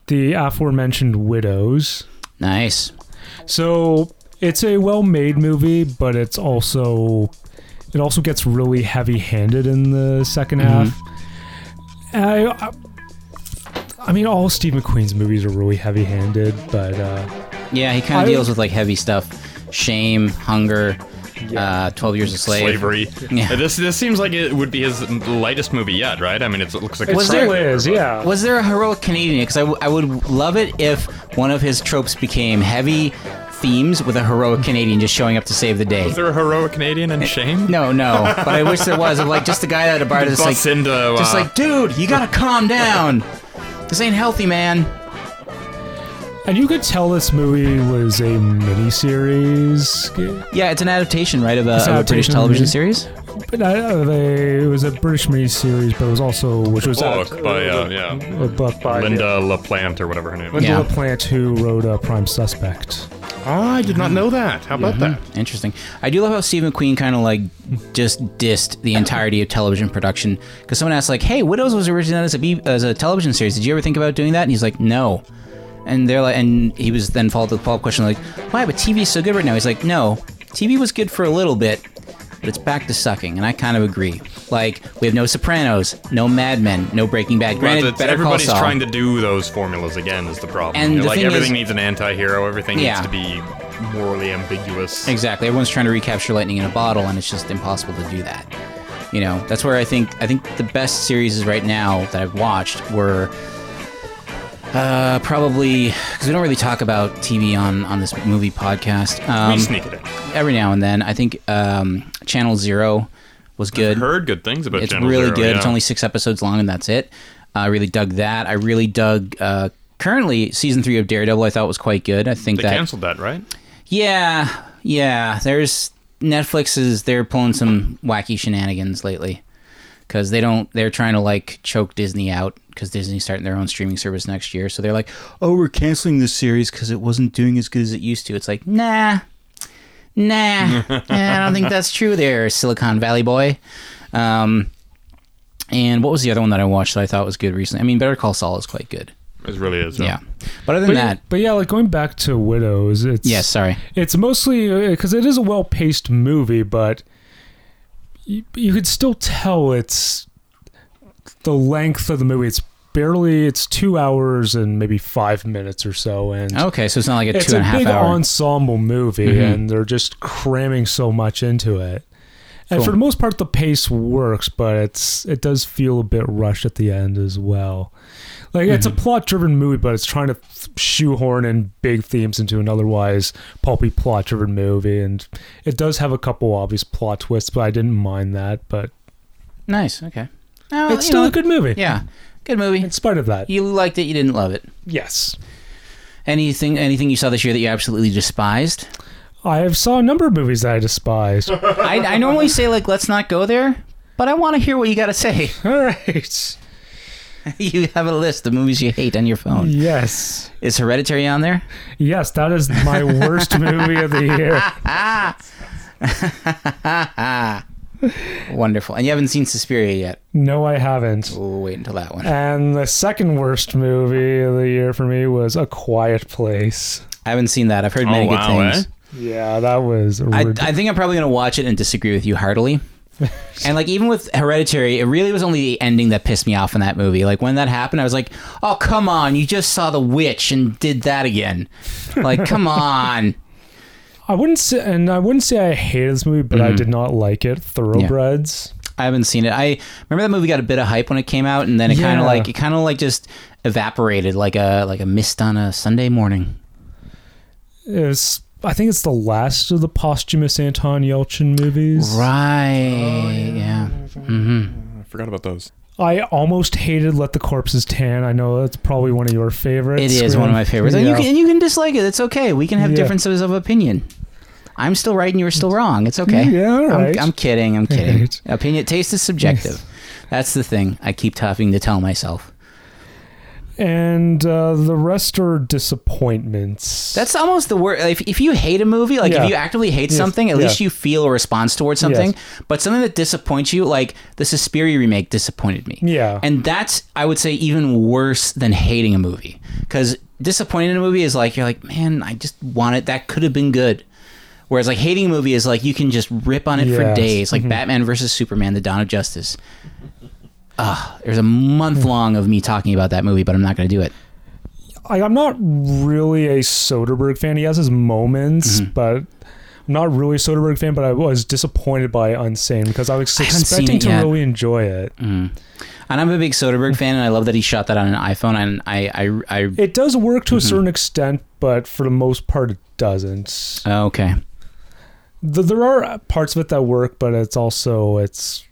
the aforementioned widows
nice
so it's a well-made movie but it's also it also gets really heavy-handed in the 2nd half
Mm-hmm.
I, I i mean all steve mcqueen's movies are really heavy-handed but uh
Yeah, he kind
I-
of deals with like heavy stuff, shame, hunger, uh, Twelve Years a Slave,
Slavery. Uh,
Yeah.
This this seems like it would be his lightest movie yet, right? I mean, it's, it looks like
Was
it's
there
is, yeah.
Was there a heroic Canadian? Because I, w- I would love it if one of his tropes became heavy themes with a heroic Canadian just showing up to save the day.
Was there a heroic Canadian in shame?
No, no. But I wish there was. I'm like just the guy at a bar that's
Busts
like,
into, uh,
just like, dude, you gotta calm down. This ain't healthy, man.
and you could tell this movie was a mini-series
Yeah, it's an adaptation, right, of a,
It's an
of a British
adaptation of a
television
movie.
series.
But uh, they, it was a British miniseries, but it was also which was
book by uh,
a
yeah,
book by
Linda LaPlante or whatever her name.
Linda
is.
LaPlante, who wrote uh, Prime Suspect.
Oh, I did
Mm-hmm.
not know that. How about that?
Interesting. I do love how Steve McQueen kind of like just dissed the entirety of television production because someone asked like, "Hey, Widows was originally as a B- as a television series. Did you ever think about doing that?" And he's like, "No." And they're like, and he was then followed with a follow-up question like, "Why? But TV's so good right now." He's like, "No, TV was good for a little bit." But it's back to sucking, and I kind of agree. Like we have no Sopranos, no Mad Men, no Breaking Bad.
Well,
Granted,
that's-
Better Call
everybody's
Saul.
trying to do those formulas again is the problem.
And
You're
the
like
thing is-
everything needs an anti-hero, everything
Yeah.
needs to be morally ambiguous.
Exactly. Everyone's trying to recapture lightning in a bottle, and it's just impossible to do that. You know, that's where I think I think the best series right now that I've watched were uh, probably because we don't really talk about TV on on this movie podcast. Um,
sneak it in.
every now and then. I think um, Channel Zero was good.
heard good things about
it's
Channel
really
Zero,
good.
yeah.
It's only six episodes long, and that's it. I really dug that. I really dug uh, currently season three of Daredevil. I thought was quite good. I think
They
that
canceled that, right?
yeah, yeah. There's Netflix is they're pulling some wacky shenanigans lately because they don't they're trying to like choke Disney out because Disney's starting their own streaming service next year. So they're like, oh, we're canceling this series because it wasn't doing as good as it used to. It's like, nah,
<laughs>
nah, nah, I don't think that's true. There, Silicon Valley boy. Um, And what was the other one that I watched that I thought was good recently? I mean, Better Call Saul is quite good.
It really
Oh.
is.
Yeah. But other than
But-
that,
but yeah, like going back to Widows, it's
Yeah, sorry.
It's mostly because it is a well-paced movie, but you, you could still tell it's the length of the movie. It's barely it's two hours and maybe five minutes or so, and
okay, so it's not like a
it's
two and a half
big
hour.
ensemble movie,
Mhm.
and they're just cramming so much into it. And
Cool.
for the most part, the pace works, but it's it does feel a bit rushed at the end as well. Like it's
Mm-hmm.
a plot-driven movie, but it's trying to f- shoehorn in big themes into an otherwise pulpy plot-driven movie, and it does have a couple obvious plot twists, but I didn't mind that. But
nice. Okay. Well,
it's
you
still
know,
a good movie.
Yeah. Good movie. In
spite of that.
You liked it, you didn't love it.
Yes.
Anything anything you saw this year that you absolutely despised?
I have saw a number of movies that
<laughs>
I despised.
I, I normally say like let's not go there, but I want to hear what you got to say. <laughs>
All right.
you have a list of movies you hate on your phone.
Yes.
Is Hereditary on there?
Yes, that is my worst movie of the year.
Wonderful. And you haven't seen Suspiria yet.
No, I haven't.
We'll wait until that one.
And the second worst movie of the year for me was A Quiet Place.
I haven't seen that. I've heard many good things.
Yeah, that was.
I,
rid-
I think I'm probably going to watch it and disagree with you heartily. and like even with Hereditary, it really was only the ending that pissed me off in that movie. Like when that happened, I was like, "Oh come on, you just saw the witch and did that again." Like come on.
I wouldn't say, and I wouldn't say I hated this movie, but I
Mhm.
did not like it. Thoroughbreds.
I haven't seen it. I remember that movie got a bit of hype when it came out, and then it kind
Yeah.
of like it kind of like just evaporated like a like a mist on a Sunday morning.
It was, I think it's the last of the posthumous Anton Yelchin movies.
Right. yeah. Mm-hmm.
I forgot about those.
I almost hated Let the Corpses Tan. I know that's probably one of your favorites.
It is one of my favorites, and you can and you can dislike it. It's okay. We can have
Yeah.
differences of opinion. I'm still right and you're still wrong. It's okay.
Yeah, all
I'm-
right.
I'm, kidding. I'm kidding.
Right.
Opinion taste is subjective. That's the thing I keep having to tell myself.
and uh, the rest are disappointments.
That's almost the word. If, if you hate a movie, like
Yeah.
if you actively hate
Yes,
something, at
yeah.
least you feel a response towards something.
Yes.
But something that disappoints you, like the Suspiria remake, disappointed me.
Yeah.
And that's, I would say, even worse than hating a movie. Because disappointed in a movie is like, you're like, man, I just want it. That could have been good. Whereas, like, hating a movie is like, you can just rip on it for
Yes.
days. Like
Mhm.
Batman versus Superman, The Dawn of Justice. Ah, there's a
Mm.
month long of me talking about that movie, but I'm not going to do it.
I, I'm not really a Soderbergh fan. He has his moments,
Mm-hmm.
but I'm not really a Soderbergh fan. But I was disappointed by Unsane because I was
I haven't seen
expecting
it
to
yet.
really enjoy it.
Mm. And I'm a big Soderbergh fan, and I love that he shot that on an iPhone. And I, I, I
It does work to a
Mhm.
certain extent, but for the most part, it doesn't.
Oh, okay,
Th there are parts of it that work, but it's also it's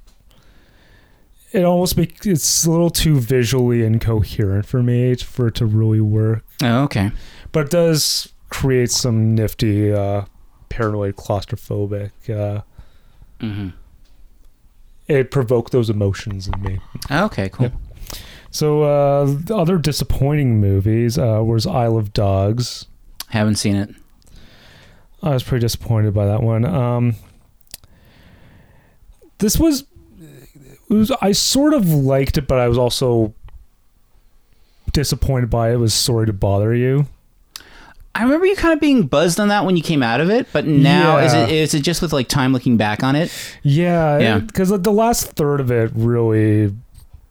it almost be, it's a little too visually incoherent for me for it to really work.
oh, okay.
but it does create some nifty uh, paranoid claustrophobic uh, it provoked those emotions in me
Okay, cool.
so uh, the other disappointing movies uh, was isle of dogs
Haven't seen it.
i was pretty disappointed by that one um, this was, it was i sort of liked it but i was also disappointed by it It was sorry to bother you
I remember you kind of being buzzed on that when you came out of it, but now is
Yeah.
it is it just with like time looking back on it? Yeah.
Yeah, because the last third of it really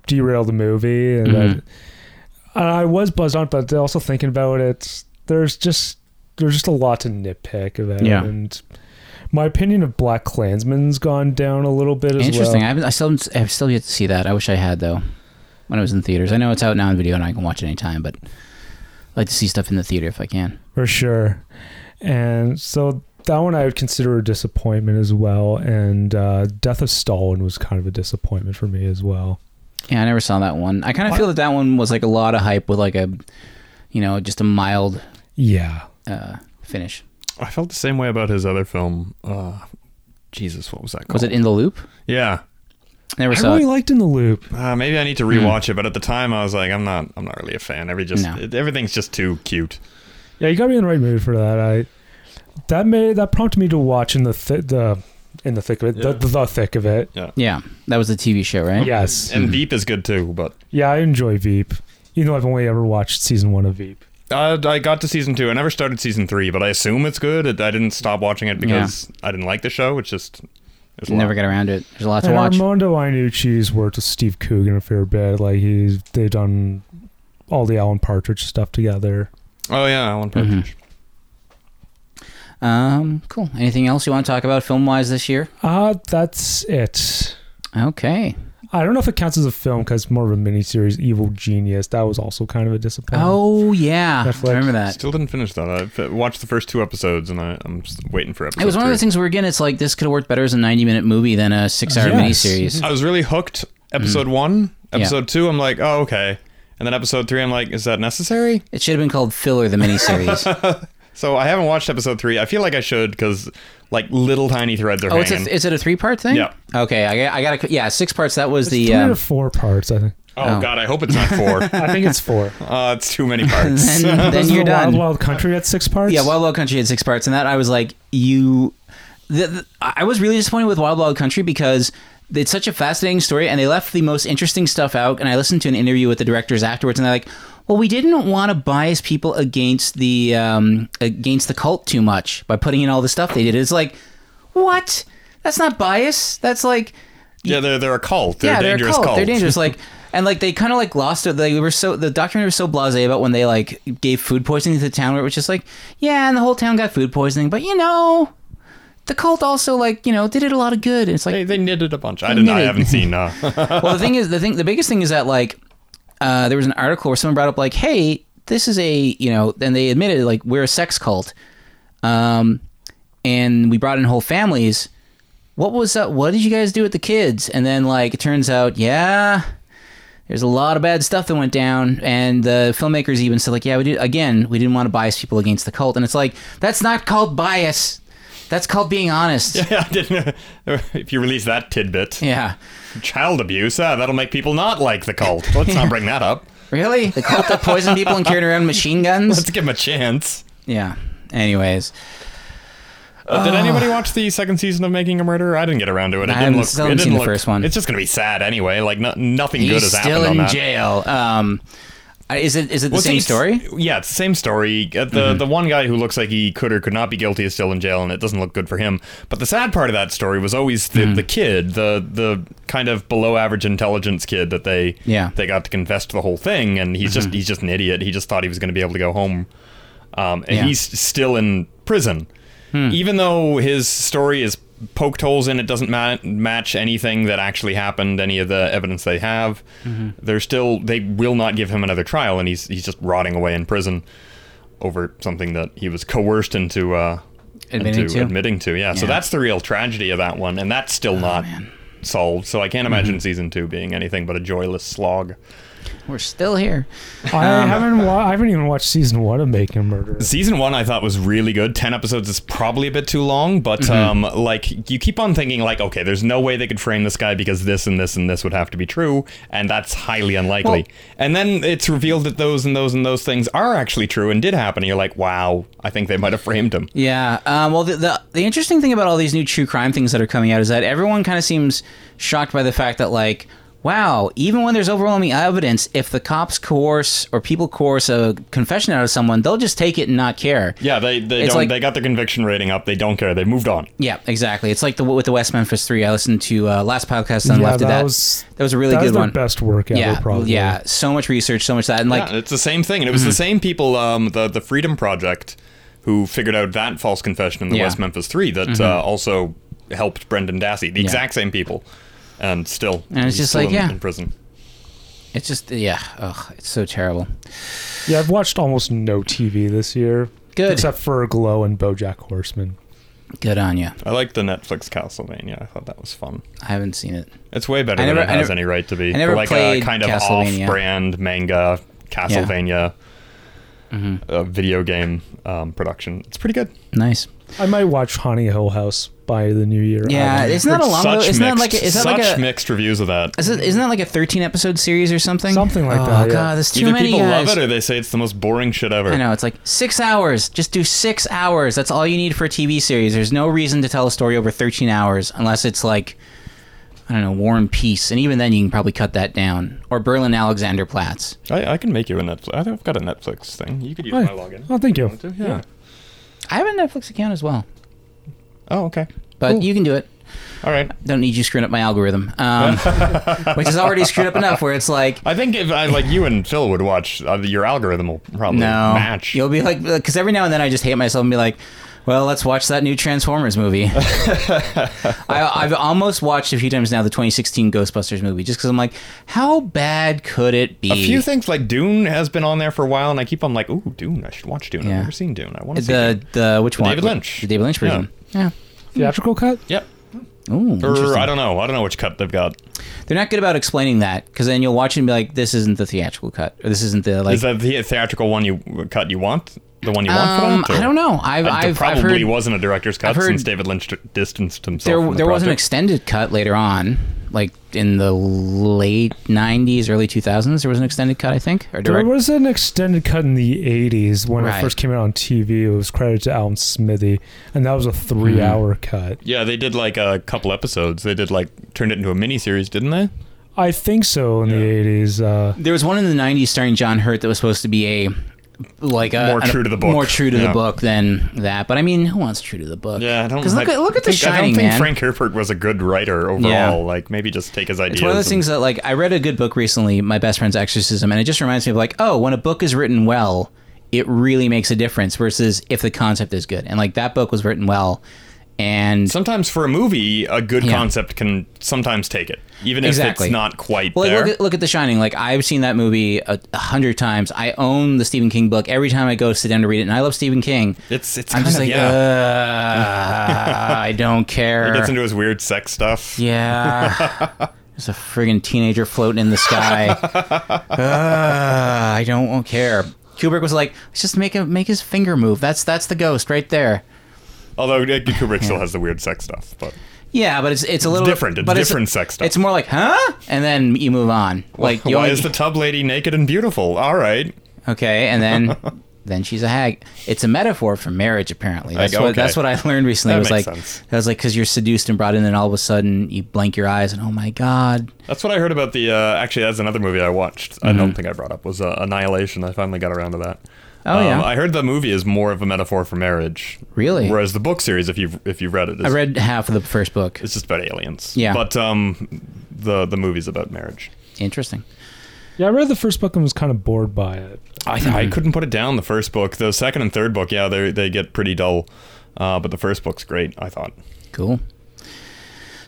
derailed the movie, and
Mhm.
I, and I was buzzed on, it, but also thinking about it, there's just there's just a lot to nitpick about.
Yeah.
and my opinion of Black Klansman's gone down a little bit as
Interesting. I, haven't,
well.
I still haven't- I've still yet to see that. I wish I had though. When I was in theaters, I know it's out now on video and I can watch it anytime, but I like to see stuff in the theater if I can.
for sure. And so that one I would consider a disappointment as well. And uh, Death of Stalin was kind of a disappointment for me as well.
Yeah, I never saw that one. I kind of feel that that one was like a lot of hype with like a, you know, just a mild
Yeah.
uh, finish.
I felt the same way about his other film. Uh, Jesus, what was that called?
Was it In the Loop?
Yeah.
Never
I
saw
really
it.
liked In the Loop.
Uh, maybe I need to
Hmm.
rewatch it, but at the time I was like, I'm not, I'm not really a fan. Every just,
No.
it- everything's just too cute.
Yeah, you got me in the right mood for that. I that made that prompted me to watch in the th- the in the thick of it. The, the thick of it.
Yeah.
Yeah, that was a TV show, right?
Yes.
Mm-hmm.
And Veep is good too, but
Yeah, I enjoy Veep. Even though I've only ever watched season one of Veep.
uh, I got to season two. I never started season three, but I assume it's good. It, I didn't stop watching it because I didn't like the show. It's just it's
never got around it. There's a lot to
and
watch.
Armando Iannucci's worked with Steve Coogan a fair bit. Like he's they've done all the Alan Partridge stuff together.
Oh yeah, Alan
Mm-hmm.
Partridge.
Um, cool. Anything else you want to talk about film wise this year?
Uh, that's it.
Okay.
I don't know if it counts as a film because it's more of a miniseries. Evil Genius that was also kind of a disappointment.
Oh yeah, I remember that.
Still didn't finish that. I f- watched the first two episodes, and I, I'm just waiting for episode.
It was one of those things where again, it's like this could have worked better as a 90 minute movie than a six hour miniseries.
I was really hooked. Episode
Mhm.
one,
Yeah.
episode two. I'm like, oh okay, and then episode three, I'm like, is that necessary?
It should have been called filler the
<laughs>
miniseries.
so I haven't watched episode three. I feel like I should because like little tiny threads are
Oh, it's
hanging.
a, is it a three part thing?
Yeah.
Okay, I, I gotta yeah six parts. That was the
three
um,
or four parts. I think.
oh,
oh.
god, I hope it's not four.
I think it's
<laughs>
four.
Uh, it's too many
<laughs>
<laughs>
parts.
Then- then
Wasn't
you're
the Wild
done.
Wild Country at six parts.
Yeah, Wild Wild Country had six parts, and that I was like, you. The, the- I was really disappointed with Wild Wild Country because it's such a fascinating story, and they left the most interesting stuff out. And I listened to an interview with the directors afterwards, and they're like, "Well, we didn't want to bias people against the um, against the cult too much by putting in all the stuff they did." It's like, what? That's not bias. That's like
yeah, they're they're a cult. They're
yeah,
a dangerous
they're a
cult.
cult. They're dangerous.
<laughs>
Like, and like they kind of like lost it. They were so the documentary was so blasé about when they like gave food poisoning to the town, where it was just like, yeah, and the whole town got food poisoning. But you know, the cult also like you know did it a lot of good. It's like
they, they knitted a bunch. I didn't. I
knitted.
haven't seen.
<laughs>
Uh, <laughs>
well, the thing is, the thing, the biggest thing is that like uh, there was an article where someone brought up like, hey, this is a you know, and they admitted like we're a sex cult, um, and we brought in whole families. What was that? What did you guys do with the kids? And then like it turns out, yeah. There's a lot of bad stuff that went down, and the filmmakers even said, like, yeah, we did again. We didn't want to bias people against the cult, and it's like that's not called bias. That's called being honest.
yeah, I didn't. <laughs> If you release that tidbit,
Yeah.
child abuse. Ah, that'll make people not like the cult. Let's not bring
<laughs>
that up.
Really? The cult that poisoned people and carried around machine guns?
Let's give them a chance.
Yeah. Anyways,
Uh, did anybody watch the second season of Making a Murderer? I didn't get around to it. It
I
didn't
haven't-
look.
still
it
haven't
didn't
seen the
look,
first one.
It's just gonna be sad anyway. Like no, nothing
he's
good has happened
still
on
in
that.
jail. Um, I- is it is it the
Well,
same
it's-
story? Mm-hmm.
Yeah, it's the same story. Uh, The the one guy who looks like he could or could not be guilty is still in jail, and it doesn't look good for him. But the sad part of that story was always the,
Mm.
the kid, the the kind of below average intelligence kid that they
Yeah. Mm-hmm.
they got to confess to the whole thing, and he's just he's just an idiot. He just thought he was going to be able to go home, um, and
Yeah.
he's still in prison, even though his story is poked holes in. It doesn't ma- match anything that actually happened, any of the evidence they have they're still they will not give him another trial and he's he's just rotting away in prison over something that he was coerced into uh
Admitting
into
to?
admitting to yeah. so
Yeah. Oh,
that's the real tragedy of that one and that's still not solved so i can't imagine
Mm-hmm.
season two being anything but a joyless slog
We're still here.
I
Um,
haven't. Wa- I haven't even watched season one of Making a Murderer.
Season one, I thought was really good. Ten episodes is probably a bit too long, but
Mm-hmm.
um, like you keep on thinking, like, okay, there's no way they could frame this guy because this and this and this would have to be true, and that's highly unlikely.
Well-
and then it's revealed that those and those and those things are actually true and did happen. And you're like, wow, I think they might have framed him.
Yeah. Um, well, the, the the interesting thing about all these new true crime things that are coming out is that everyone kind of seems shocked by the fact that like, wow, even when there's overwhelming evidence, if the cops coerce or people coerce a confession out of someone, they'll just take it and not care.
Yeah, they they
It's
don't.
like-
they got their conviction rating up. They don't care. They moved on.
Yeah, exactly. It's like the with the West Memphis Three. I listened to uh, last podcast on
Yeah,
left of
that
that.
was-
that was a really
that was
good
their
one.
best work ever,
Yeah,
probably.
yeah. So much research, so much that, and like
yeah, it's the same thing, and it was
Mm-hmm.
the same people, um, the the Freedom Project, who figured out that false confession in the
Yeah.
West Memphis Three that
Mhm.
uh, also helped Brendan Dassey. The
Yeah.
exact same people, and still,
And it's
he's
just
still
like,
in,
yeah.
in prison.
It's just yeah, ugh, it's so terrible.
Yeah, I've watched almost no TV this year.
Good.
Except for Glow and BoJack Horseman.
Good on you.
I like the Netflix Castlevania. I thought that was fun.
I haven't seen it.
It's way better
I
than
never-
it
I
has
never-
any right to be.
I never
like
played
a kind of
Castlevania.
off-brand manga Castlevania
Mm-hmm.
uh, video game um, production. It's pretty good.
Nice.
I might watch Honey Hill House. by the new year.
Yeah,
album.
it's not a long.
such
It's
mixed,
not like a, it's not
such
like a.
mixed reviews of that.
Isn't, isn't that like a 13 episode series or something? Something
like
oh,
that,
Oh
yeah.
god, there's too
Either
many
people
guys.
love it or they say it's the most boring shit ever.
I know it's like six hours. Just do six hours. That's all you need for a TV series. There's no reason to tell a story over 13 hours unless it's like, I don't know, War and Peace, and even then you can probably cut that down. Or Berlin Alexanderplatz.
I, I can make you a Netflix. I've got a Netflix thing. You could use
Hi.
my login.
Oh, thank you.
Want to? Yeah.
I have a Netflix account as well.
Oh, okay.
But you can do it.
All right.
Don't need you screwing up my algorithm,
<laughs>
um, which is already screwed up enough. Where it's like
I think if I like you and Phil would watch, uh, your algorithm will probably
no
match.
You'll be like, because every now and then I just hate myself and be like, well, let's watch that new Transformers
<laughs>
movie. I, I've almost watched a few times now the 2016 Ghostbusters movie just because I'm like, how bad could it be?
A few things like Dune has been on there for a while, and I keep on like, ooh, Dune. I should watch Dune. I've never seen Dune. I want to see
the the which
The
one?
David Lynch.
The David Lynch
Yeah.
version. Yeah.
Theatrical cut?
Yep.
Ooh,
Or
interesting.
I don't know. I don't know which cut they've got.
They're not good about explaining that because then you'll watch it and be like, this isn't the theatrical cut or this isn't the like.
Is that the theatrical one you cut you want? The one you want
Um,
for that?
I
or-
don't know. I've-
Uh, there
I've- I've
probably
heard-
wasn't a director's cut
I've heard-
since David Lynch d- distanced himself.
there
from the
there was an
project.
extended cut later on, like in the late 90s, early 2000s. There was an extended cut, I think, or
There
direct.
was an extended cut in the 80s when
Right.
it first came out on TV. It was credited to Alan Smithy, and that was a three
Hmm.
hour cut.
Yeah, they did like a couple episodes. They did like turned it into a miniseries, didn't they?
I think so in the 80s. Uh,
There was one in the '90s starring John Hurt that was supposed to be a like a
More
an-
true to the book.
more true to
Yeah.
the book than that. But I mean, who wants true to the book?
Yeah, I don't.
'Cause look
I
at- look at The
think- I don't
Shining,
think
man.
Frank Herbert was a good writer overall.
Yeah.
Like maybe just take his ideas.
It's one of those
and-
things that like I read a good book recently, My Best Friend's Exorcism, and it just reminds me of like, oh, when a book is written well, it really makes a difference versus if the concept is good. And like that book was written well and
sometimes for a movie, a good
Yeah.
concept can sometimes take it, even if
Exactly.
it's not quite
Well, like,
there.
look at, look at The Shining. Like I've seen that movie a, a hundred times. I own the Stephen King book. Every time I go sit down to read it, and I love Stephen King.
It's it's
I'm just
kind
like,
of-
"Ugh, I
<laughs>
don't care.
he gets into his weird sex
<laughs>
stuff. <laughs>
yeah. There's a friggin' teenager floating in the sky. Ugh, I don't, won't care. Kubrick was like, let's just make him make his finger move. That's that's the ghost right there.
Although uh, Kubrick still has the weird sex stuff, but
Yeah, but it's it's a little
different. It's
but
different sex stuff.
It's more like, huh? And then you move on. Like you
why
only-
is the tub lady naked and beautiful? All right,
Okay, and
<laughs>
then then she's a hag. It's a metaphor for marriage, apparently.
Like,
That's, what,
okay.
that's what I learned recently.
That
It was
makes
like
sense.
I was like, because you're seduced and brought in, and all of a sudden you blink your eyes, and oh my god,
that's what I heard about the. Uh, actually, that's another movie I watched. I
Mm-hmm.
don't think I brought up was uh, Annihilation. I finally got around to that. Um,
Oh, yeah.
I heard the movie is more of a metaphor for marriage.
Really?
Whereas the book series, if you've if you've read it, is
I read half of the first book.
It's just about aliens.
Yeah.
But um, the the movie's about marriage.
Interesting.
yeah, I read the first book and was kind of bored by it.
I,
Mm-hmm.
I couldn't put it down. The first book, the second and third book, yeah, they they get pretty dull. Uh, but the first book's great. I thought.
Cool.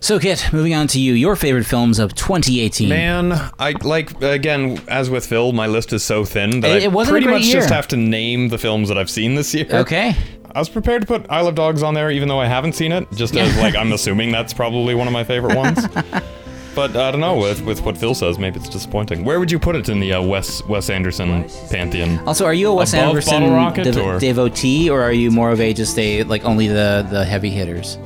So, Kit, moving on to you, your favorite films of 2018.
Man, I like again as with Phil, my list is so thin that
It- it wasn't a
I pretty
great
much just
year.
have to name the films that I've seen this year.
Okay.
I was prepared to put Isle of Dogs on there, even though I haven't seen it. Just as like I'm assuming that's probably one of my favorite ones.
<laughs>
But I don't know. With with what Phil says, maybe it's disappointing. Where would you put it in the uh, Wes Wes Anderson pantheon?
Also, are you a Wes
Above
Anderson
Bottle Rocket,
dev-
or-
devotee, or are you more of a just a like only the the heavy hitters?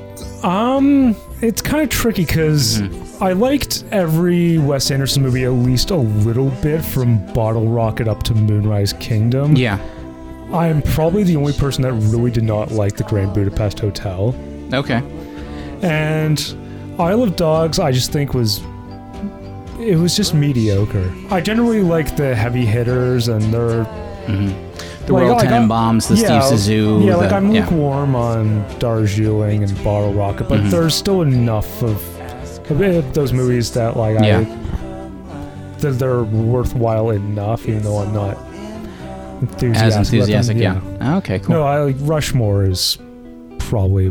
Um, it's kind of tricky because I liked every Wes Anderson movie at least a little bit from Bottle Rocket up to Moonrise Kingdom.
Yeah.
I'm probably the only person that really did not like the Grand Budapest Hotel.
Okay.
And Isle of Dogs, I just think was. It was just mediocre. I generally like the heavy hitters and their.
Mm-hmm. The Royal Tenenbaums, the Steve Zissou,
Yeah, like
the-
I'm
yeah.
lukewarm on Darjeeling and Bottle Rocket, but
Mhm.
there's still enough of, of it- those movies that like
Yeah.
I that they're worthwhile enough, even though I'm not enthusiastic. about them,
enthusiastic, yeah. Okay, cool.
No, I like Rushmore is probably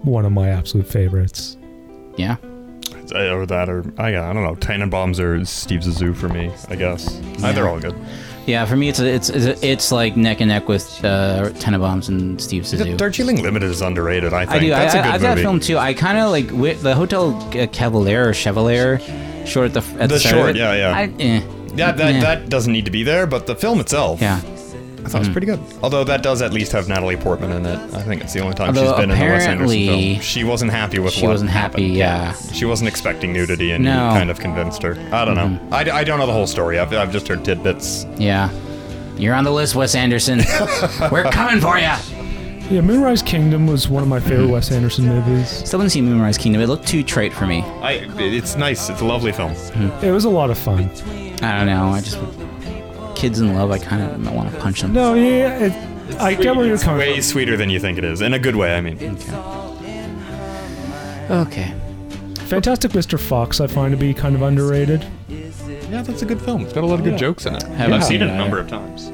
one of my absolute favorites.
Yeah.
Or that, or I, I don't know. Tannenbaums or Steve Zissou for me, I guess.
Yeah.
They're all good.
Yeah, for me, it's it's it's, it's like neck and neck with uh, Tenenbaums and Steve Zissou.
Darjeeling Limited is underrated. I think
I do.
that's
I,
a good
I, I've
movie.
that film too. I kind of like with the Hotel uh, Cavalier or Chevalier, short at the f- at the,
the
start of
short,
it.
yeah, yeah.
I, eh.
Yeah, that,
Yeah.
that doesn't need to be there, but the film itself.
Yeah.
I thought it was pretty good. Although that does at least have Natalie Portman in it. I think it's the only time
Although
she's been in the Wes Anderson
apparently
film. She wasn't happy with
she
what
wasn't happy,
happened.
yeah.
She wasn't expecting nudity, and
No. Mm-hmm.
he kind of convinced her. I don't know. I, I don't know the whole story. I've, I've just heard tidbits.
Yeah. You're on the list, Wes
<laughs>
Anderson. We're coming for you.
Yeah, Moonrise Kingdom was one of my favorite Wes Anderson movies.
Still haven't seen Moonrise Kingdom. It looked too trite for me.
I, it's nice. It's a lovely <laughs> film.
It was a lot of fun.
I don't know. I just kids in love. I kind of want to punch them.
No, yeah, it, I get where you're coming.
Way sweeter than you think it is, in a good way. I mean,
Okay.
Fantastic Mr. Fox, I find to be kind of underrated.
yeah, that's a good film. It's got a lot of good jokes in it.
Haven't
I've
seen
seen it
it
a number of times.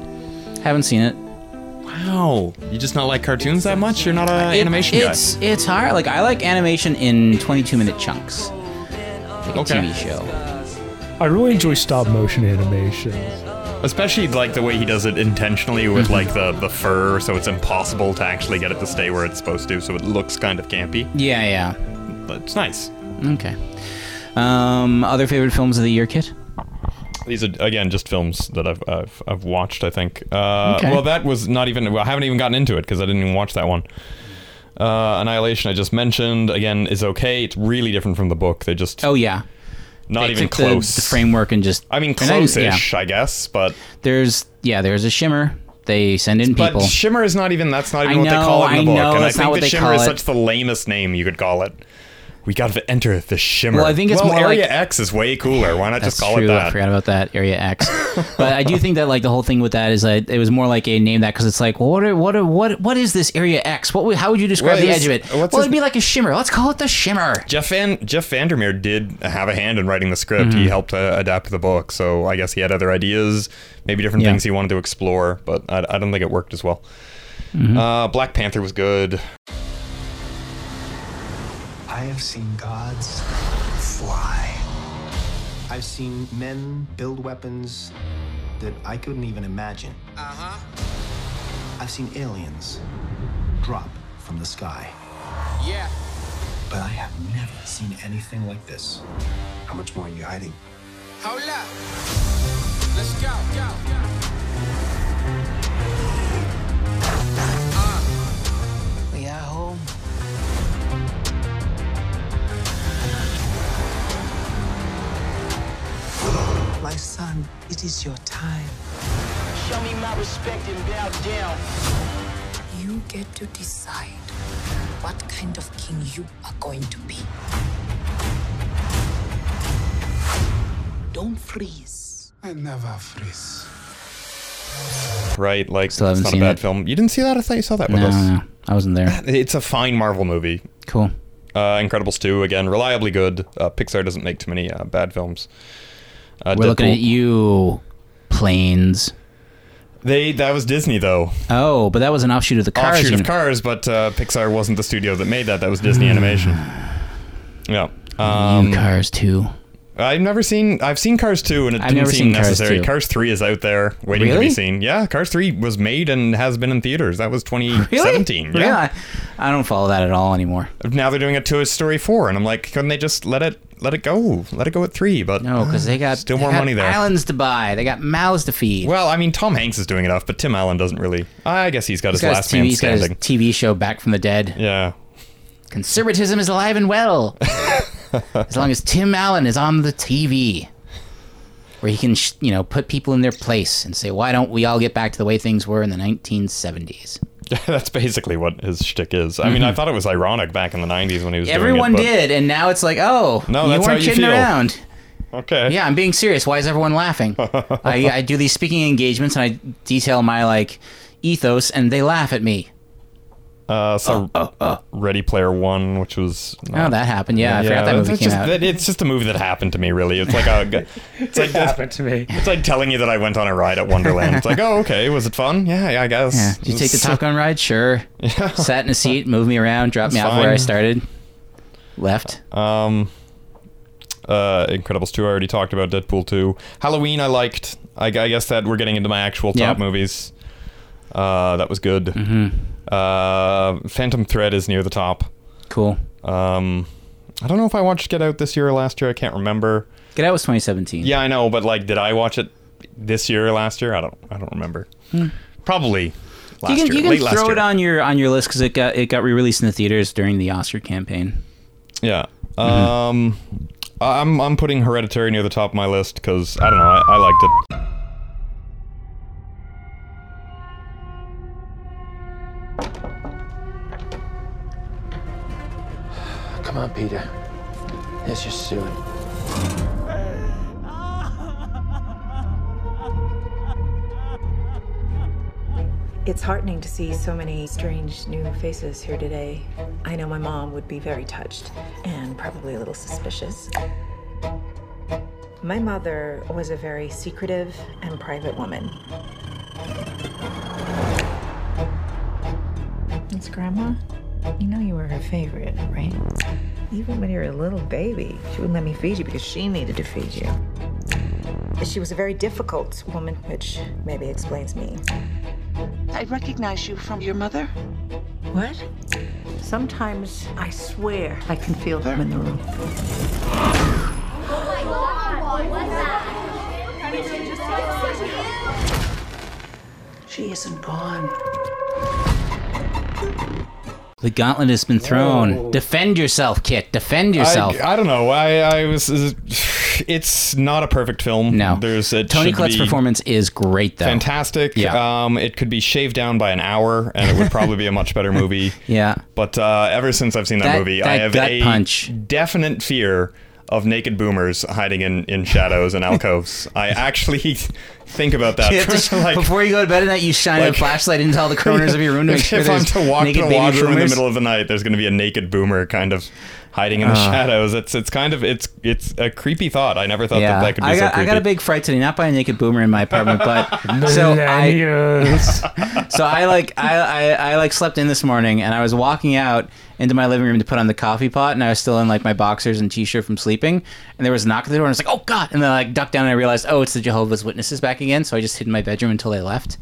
Haven't seen it.
Wow, you just not like cartoons that much? You're not an
It-
animation
it's, It's hard. Like I like animation in 22 minute chunks, like a TV show.
I really enjoy stop motion animation.
guy, especially like the way he does it intentionally
Mhm.
with like the the fur, so it's impossible to actually get it to stay where it's supposed to, so it looks kind of campy.
Yeah, yeah.
But it's nice.
Okay. Um, other favorite films of the year, Kit?
These are again just films that I've I've, I've watched. I think. Uh,
Okay.
Well, that was not even. Well, I haven't even gotten into it because I didn't even watch that one. Uh, Annihilation, I just mentioned again, is okay. It's really different from the book. They just
Oh yeah.
not
They
even
took the-
close.
The, framework and just.
I mean,
and I-
close-ish, I guess, but
there's yeah, there's a shimmer. They send in people.
But Shimmer is not even that's not even
I
what they
know,
call it in the
I
book.
know,
and I
that's not
think
what
that
they
Shimmer
call
is
it.
such the lamest name you could call it. We gotta enter the Shimmer.
Well, I think it's more
Area
like-
X is way cooler. Why not
That's
just call
true.
it
I
that?
forgot about that area
<laughs>
X. but I do think that like the whole thing with that is that it was more like a name that because it's like, well, what are, what are, what what is this area X? What would- how would you describe
What
the
is-
edge of it? Well,
what's
it'd
his-
be like a shimmer. Let's call it the shimmer.
Jeff Van Jeff Vandermeer did have a hand in writing the script.
Mm-hmm.
He helped uh, adapt the book, so I guess he had other ideas, maybe different
Yeah.
things he wanted to explore. But I, I don't think it worked as well.
Mm-hmm.
Uh, Black Panther was good.
I have seen gods fly. I've seen men build weapons that I couldn't even imagine. Uh
Uh-huh.
huh. I've seen aliens drop from the sky.
Yeah.
But I have never seen anything like this. How much more are you hiding?
Hold up. Let's go. go, go.
We are home.
My son, it is your time. Show me my respect and bow down. You get to decide what kind of king you are going to be. Don't freeze. I never freeze.
Right, like it's
haven't
not
seen
a bad
it.
film. You didn't see that? I thought you saw that
No,
with us.
no, I wasn't there.
<laughs> It's a fine Marvel movie.
Cool.
Uh, Incredibles 2, again, reliably good. Uh, Pixar doesn't make too many uh, bad films. Uh,
We're looking
Deadpool-
at E- you, planes.
They that was Disney though.
Oh, but that was an offshoot of the cars.
Offshoot of
unit.
Cars, but uh, Pixar wasn't the studio that made that. That was
<sighs>
Disney Animation. Yeah. Um,
you cars too.
I've never seen. I've seen Cars 2, and it
I've
didn't
never
seem
seen Cars
necessary.
2.
Cars 3 is out there waiting to
Really?
be seen. Yeah, Cars 3 was made and has been in theaters. That was 2017.
<laughs> Really?
Yeah. Uh,
I don't follow that at all anymore.
Now they're doing a Toy Story 4, and I'm like, couldn't they just let it let it go? Let it go at three, but
No, because they got
still
they
more
got
money there.
Islands to buy. They got mouths to feed.
Well, I mean, Tom Hanks is doing enough, but Tim Allen doesn't really. I guess he's got
He's
his
got his
last
TV
man
he's got his
standing.
TV show Back from the
<laughs>
Dead.
Yeah.
Conservatism is alive and
<laughs>
well. as long as Tim Allen is on the TV, where he can, sh- you know, put people in their place and say, "Why don't we all get back to the way things were in the 1970s?"
That's basically what his shtick is. I mean, I thought it was ironic back in the '90s when he was. doing it,
Mm-hmm. Everyone
but-
did, and now it's like, "Oh,
No,
you
that's
weren't
how you
kidding
feel.
around."
Okay.
Yeah, I'm being serious. Why is everyone
<laughs>
laughing? I, I do these speaking engagements and I detail my like ethos, and they laugh at me.
Uh, so Ready Player One, which was
Oh, that happened. Yeah, I forgot that
it's
movie came
just,
out.
that- it's just a movie that happened to me. Really, it's like
<laughs>
a. It's like happened
to me.
It's like telling you that I went on a ride at
<laughs>
Wonderland. It's like, oh, okay, was it fun? Yeah, yeah I guess. <laughs>
Yeah. Did you take the Top Gun ride? Sure. Sat in a seat, moved me around, dropped me
It's
off where I
fine.
started. Left.
Um, uh, Incredibles 2, I already talked about Deadpool 2. Halloween, I liked. I, I guess that we're getting into my actual top
Yep.
movies. Uh, that was good.
Mm-hmm.
Uh, Phantom Thread is near the top.
Cool.
Um, I don't know if I watched Get Out this year or last year. I can't remember.
Get Out was 2017.
Yeah, I know, but like, did I watch it this year or last year? I don't. I don't remember. probably last
Hmm. you can,
year.
you can
late last
throw
year.
it on your on your list because it got it got re released in the theaters during the Oscar campaign.
Yeah.
Mm-hmm.
Um, I- I'm I'm putting Hereditary near the top of my list because I don't know I, I liked it.
Come on, Peter. Let's just do it.
It's heartening to see so many strange new faces here today. I know my mom would be very touched and probably a little suspicious. My mother was a very secretive and private woman. It's Grandma. You know you were her favorite, right? Even when you were a little baby, she wouldn't let me feed you because she needed to feed you. She was a very difficult woman, which maybe explains me.
I recognize you from your mother.
What?
Sometimes I swear I can feel them in the room.
She isn't gone.
The gauntlet has been thrown. Defend yourself, Kit. Defend yourself.
I, I don't know. I I was. <sighs> It's not a perfect film. No. There's a
Tony Collette's performance is great though.
Fantastic.
Yeah.
Um, it could be shaved down by an hour, and it would probably be a much better movie.
<laughs>
<laughs>
Yeah.
But uh, ever since I've seen that,
That-
movie,
that
I have
gut
a
punch.
definite fear of naked boomers hiding in, in shadows and alcoves. I actually <laughs> think
<laughs>
about that.
You have to- before you go to bed at night, you shine
like-
a flashlight into all the corners of your
<laughs>
room to make
if
sure
if I'm
there's
to walk to
naked
the
baby
washroom in the
boomers.
middle of the night, there's going to be a naked boomer kind of hiding in the
Ah.
shadows. It's it's kind of it's it's a creepy thought. I never thought
yeah,
that that could be
I
so
got,
creepy.
I got a big fright today, not by a naked boomer in my apartment, but so I
<laughs>
so I like I, I I like slept in this morning, and I was walking out into my living room to put on the coffee pot, and I was still in like my boxers and t-shirt from sleeping, and there was a knock at the door, and I was like, oh god, and then I like ducked down, and I realized, oh, it's the Jehovah's Witnesses back again, so I just hid in my bedroom until they left.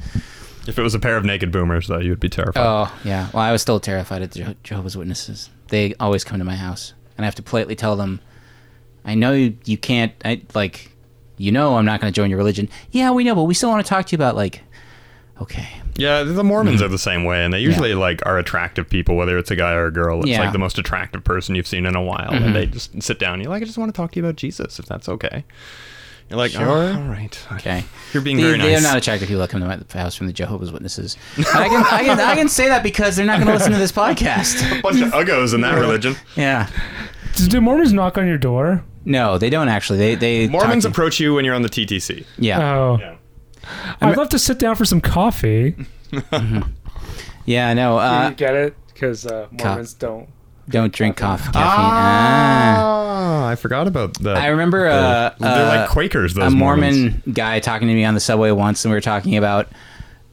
if it was a pair of naked boomers, though, you'd be terrified.
Oh yeah, well I was still terrified of the Je- Jehovah's Witnesses. They always come to my house, and I have to politely tell them, I know you, you can't. I like, you know, I'm not going to join your religion. Yeah, we know, but we still want to talk to you about like, okay.
Yeah, the
Mm-hmm.
Mormons are the same way, and they usually like are attractive people, whether it's a guy or a girl. It's
Yeah.
like the most attractive person you've seen in a while,
Mhm.
and they just sit down. And you're like, I just want to talk to you about Jesus, if that's okay. You're like,
Sure.
"Oh, all right,
okay.
You're being
they,
very
They are
nice.
not attractive people that come to my house from the Jehovah's Witnesses. I can, I can, I can say that because they're not going to listen to this podcast.
<laughs> a bunch of uggos in that religion.
Yeah.
Do Mormons knock on your door?
No, they don't actually. They they
Mormons approach you when you're on the TTC.
Yeah.
Oh. I'd love to sit down for some coffee.
Yeah, I know. Uh,
you get it? Because uh,
Co-
Mormons don't.
don't drink coffee. Caffeine. Ah.
Ah, I forgot about that.
I remember
They're-
uh,
they're
uh,
like Quakers. Those
a Mormon
Mormons.
guy talking to me on the subway once, and we were talking about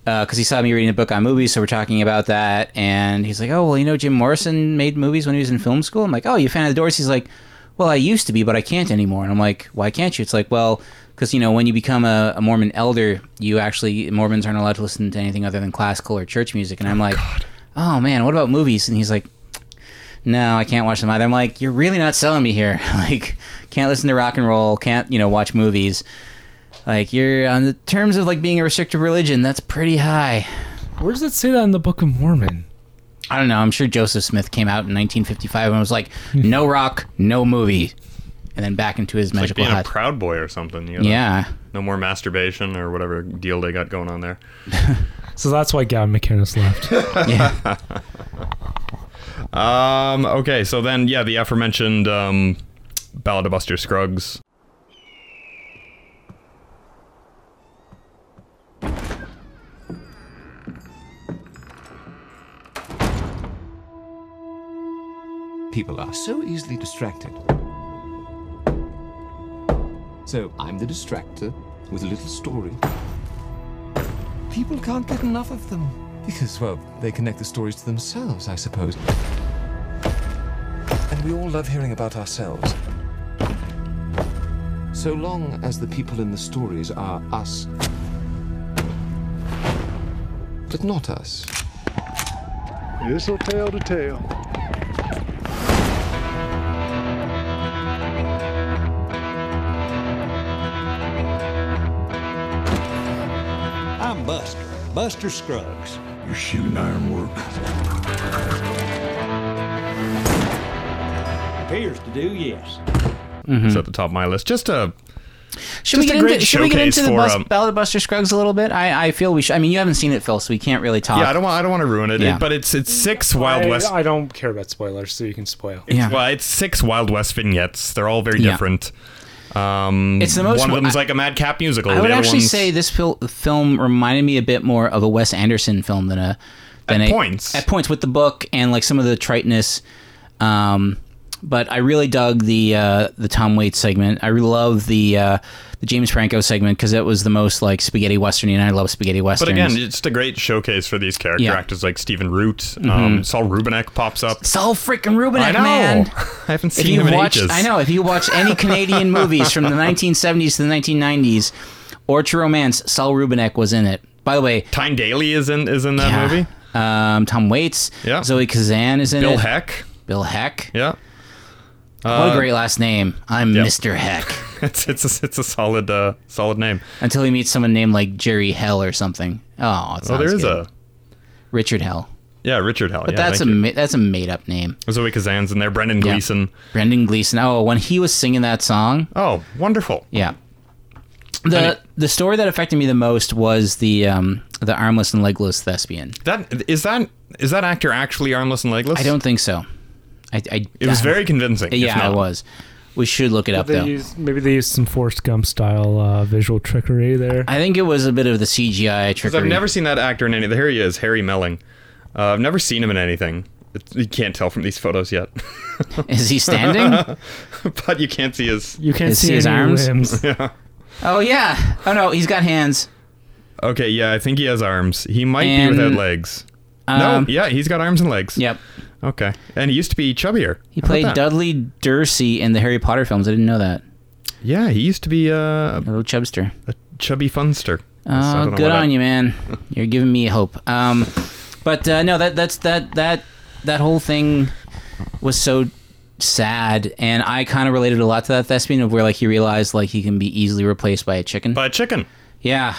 because he saw me reading a book on movies, so we're talking about that, and he's like, "Oh, well, you know, Jim Morrison made movies when he was in film school." I'm like, "Oh, you a fan of the Doors?" He's like, "Well, I used to be, but I can't anymore." And I'm like, "Why can't you?" It's like, "Well, because you know, when you become a, a Mormon elder, you actually Mormons aren't allowed to listen to anything other than classical or church music." And I'm like, "Oh man, what about movies?" And he's like, no, I can't watch them either. I'm like, you're really not selling me here. <laughs> like, can't listen to rock and roll, can't, you know, watch movies. Like, you're on the terms of like being a restrictive religion, that's pretty high.
Where does it say that in the Book of Mormon?
I don't know. I'm sure Joseph Smith came out in 1955 and was like, no rock, no movie. And then back into his
Hmm. It's like
magical
being a
hut.
proud boy or something. You
Yeah.
No more masturbation or whatever deal they got going on there.
So that's why Gavin McInnes <laughs> left.
um. Okay. So then, yeah, the aforementioned um, Ballad of Buster Scruggs.
People are so easily distracted. So I'm the distractor with a little story. People can't get enough of them. Because, well, they connect the stories to themselves, I suppose. And we all love hearing about ourselves. So long as the people in the stories are us, but not us.
This'll tell the tale.
I'm Buster, Buster Scruggs.
You're shooting iron work.
Appears to do, yes.
It's
Mm-hmm.
at the top of my list. Just uh, a
Should we
just
get
a great
into should we get
showcase
into the
for
bus,
um,
Ballad of Buster Scruggs a little bit? I, I feel we should. I mean, you haven't seen it, Phil, so we can't really talk.
Yeah, I don't want I don't want to ruin it.
Yeah.
But it's it's six Wild
I,
West.
I don't care about spoilers, so you can spoil.
It's, Well, it's six Wild West vignettes. They're all very
Yeah.
different. Um,
It's the most-
One of them's
I-
like a madcap musical.
I
the
would
other
actually
one's-
say this fil- film reminded me a bit more of a Wes Anderson film than a than
At
a,
points.
at points with the book and like some of the triteness. Um, but I really dug the uh, the Tom Waits segment. I really love the uh, the James Franco segment because it was the most like spaghetti western, and I love spaghetti
But
westerns.
again, it's just a great showcase for these character
Yeah.
actors like Stephen Root.
Mhm.
Um, Saul Rubinek pops up.
Saul freaking Rubinek,
I know.
man.
<laughs> I haven't
if
seen
you
him in
watch,
ages.
I know if you watch any Canadian movies from the 1970s to the 1990s, or True Romance, Saul Rubinek was in it. By the way,
Tyne Daly is in is in that movie.
Um, Tom Waits, yeah. Zoe Kazan is in
Bill
it.
Heck.
Bill Heck.
Yeah.
what
Uh,
a great last name. I'm
yeah.
Mr. Heck.
<laughs> it's it's a, it's a solid uh, solid name.
Until he meets someone named like Jerry Hell or something. Oh, it's
Oh, there is a
Richard Hell.
yeah Richard Hell.
But
yeah,
that's a
thank you.
ma- that's a made up name.
Zoe Kazan's in there. Brendan
Yeah.
Gleeson.
Brendan Gleeson. Oh, when he was singing that song.
Oh, wonderful.
Yeah. The
Any-
the story that affected me the most was the um, the armless and legless thespian.
That is that is that actor actually armless and legless?
I don't think so. I, I
It was very convincing.
<laughs>
if
Yeah,
not.
it was. We should look it up
They
though.
used, maybe they used some Forrest Gump style uh, visual trickery there.
I think it was a bit of the CGI
Because
trickery.
I've never seen that actor in any. Here he is, Harry Melling. Uh, I've never seen him in anything. It's you can't tell from these photos yet. <laughs>
Is he standing?
but you can't see his.
You
can't Is see his any arms? <laughs> limbs.
yeah.
<laughs> Oh yeah. Oh no, he's got hands.
Okay. Yeah, I think he has arms. He might
And,
be without legs.
um,
no. Yeah, he's got arms and legs.
Yep.
Okay. And he used to be chubbier.
He played
Doug.
Dudley Dursey in the Harry Potter films. I didn't know that.
Yeah, he used to be uh, a
little chubster,
a chubby funster. So I
Oh,
don't know
good
what I-
on you,
<laughs>
man. You're giving me hope. Um, but uh, no, that that's that that that whole thing was so sad, and I kind of related a lot to that thespian of where like he realized like he can be easily replaced by a chicken. By
a chicken.
Yeah,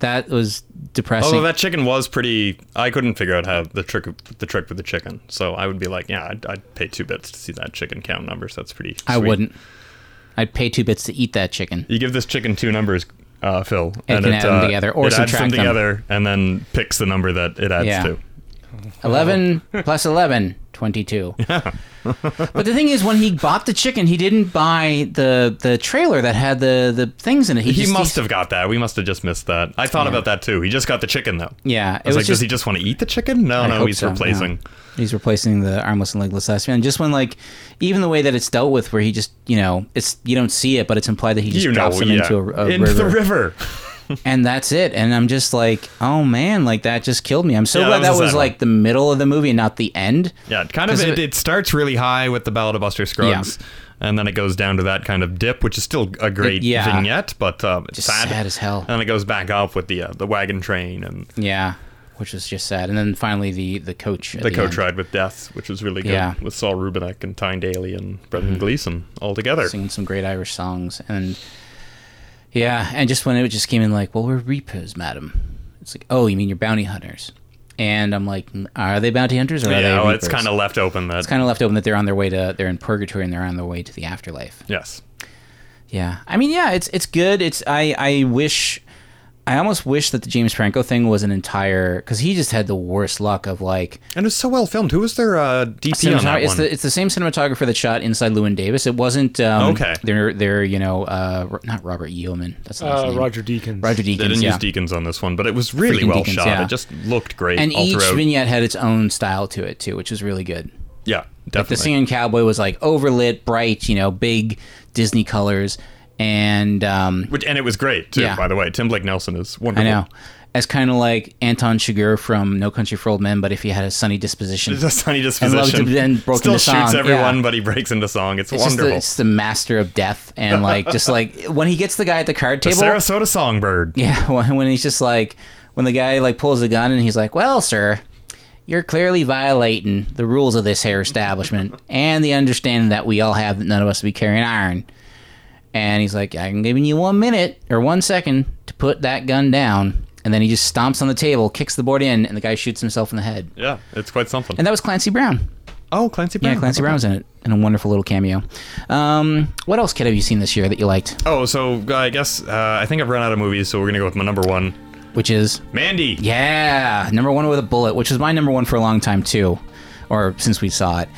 that was
Oh,
depressing.
Although that chicken was pretty, I couldn't figure out how the trick the trick with the chicken. So I would be like, yeah, I'd, I'd pay two bits to see that chicken count numbers. That's pretty.
I
sweet.
wouldn't. I'd pay two bits to eat that chicken.
You give this chicken two numbers, uh, Phil,
And can add them together or
it adds
subtract them.
together, and then picks the number that it adds
Yeah.
to.
11
Uh-huh.
<laughs> plus 11
<laughs>
22 but the thing is when he bought the chicken he didn't buy the the trailer that had the the things in it
He,
he, just,
must have got that. We must have just missed that. I thought
Yeah.
about that too. He just got the chicken though.
Yeah,
I
it
was
was
like, does
just-
he just want to eat the chicken? No,
I
no,
hope
oh, he's
so, yeah.
replacing.
he's replacing the armless and legless last man just when like even the way that it's dealt with where he just you know it's you don't see it but it's implied that he just
You
drops
know,
him
yeah.
into a, a
Into the river.
and that's it and i'm just like oh man like that just killed me i'm so
Yeah,
glad
that
that
was
was,
a sad one.
like the middle of the movie and not the end
Yeah, it kind of.
'Cause if
It, it starts really high with the Ballad of Buster Scruggs, and then it goes down to that kind of dip, which is still a great
It- yeah.
vignette, but uh, it's sad.
sad as hell.
And then it goes back up with the uh, the wagon train and
yeah which was just sad and then finally the the coach at
the coach
end.
ride with death, which was really good
Yeah.
with Saul Rubinek and Tyne Daly and Brendan
Mhm.
Gleeson all together.
Singing some great Irish songs. And yeah, and just when it just came in, like, well, we're repos, madam. It's like, oh, you mean you're bounty hunters? And I'm like, "N- are they bounty hunters or are
yeah,
they?
oh, it's
reapers?"
kind of left open that.
It's kind of left open that they're on their way to they're in purgatory and they're on their way to the afterlife.
yes.
Yeah, I mean, yeah, it's it's good. It's I I wish, I almost wish that the James Franco thing was an entire because he just had the worst luck of like
And it's so well filmed. Who was their uh, DP
Cinematog-
on that
it's
one?
the it's the same cinematographer that shot Inside Llewyn Davis. It wasn't um,
Okay.
They're they're you know uh, Ro- not Robert Yeoman. That's not his
Uh,
name.
Roger Deakins.
Roger
they
Deakins.
didn't
yeah.
use Deacons on this one, but it was really
Freaking
well
Deakins,
shot.
yeah.
It just looked great.
And
all
each
throughout.
vignette had its own style to it too, which was really good.
yeah,
Like
definitely.
the singing cowboy was like overlit, bright, you know, big Disney colors, and um,
Which and it was great too.
Yeah.
By the way, Tim Blake Nelson is
I
wonderful. <laughs>
know. As kind of like Anton Chigurh from No Country for Old Men, but if he had a sunny disposition,
It's a sunny
and loved to-
disposition.
and broke
Still
into song,
shoots
yeah.
everyone, but he breaks into song. It's,
It's just the,
wonderful.
it's the master of death, and like just like when he gets the guy at the card
The
table,
Sarasota songbird.
Yeah, <laughs> when, when he's just like, when the guy like pulls the gun and he's like, "Well, sir, you're clearly violating the rules of this hair establishment and the understanding that we all have that none of us be carrying iron." And he's like, "I'm giving you one minute or one second to put that gun down." and then he just stomps on the table, kicks the board in, and the guy shoots himself in the head.
Yeah, it's quite something.
And that was Clancy Brown.
Oh, Clancy
Yeah, Clancy Brown was in it, in a wonderful little cameo. Um, what else, kid, have you seen this year that you liked?
Oh, so uh, I guess uh, I think I've run out of movies, so we're gonna go with my number one,
which is
Mandy.
Yeah, number one with a bullet, which was my number one for a long time too, or since we saw it.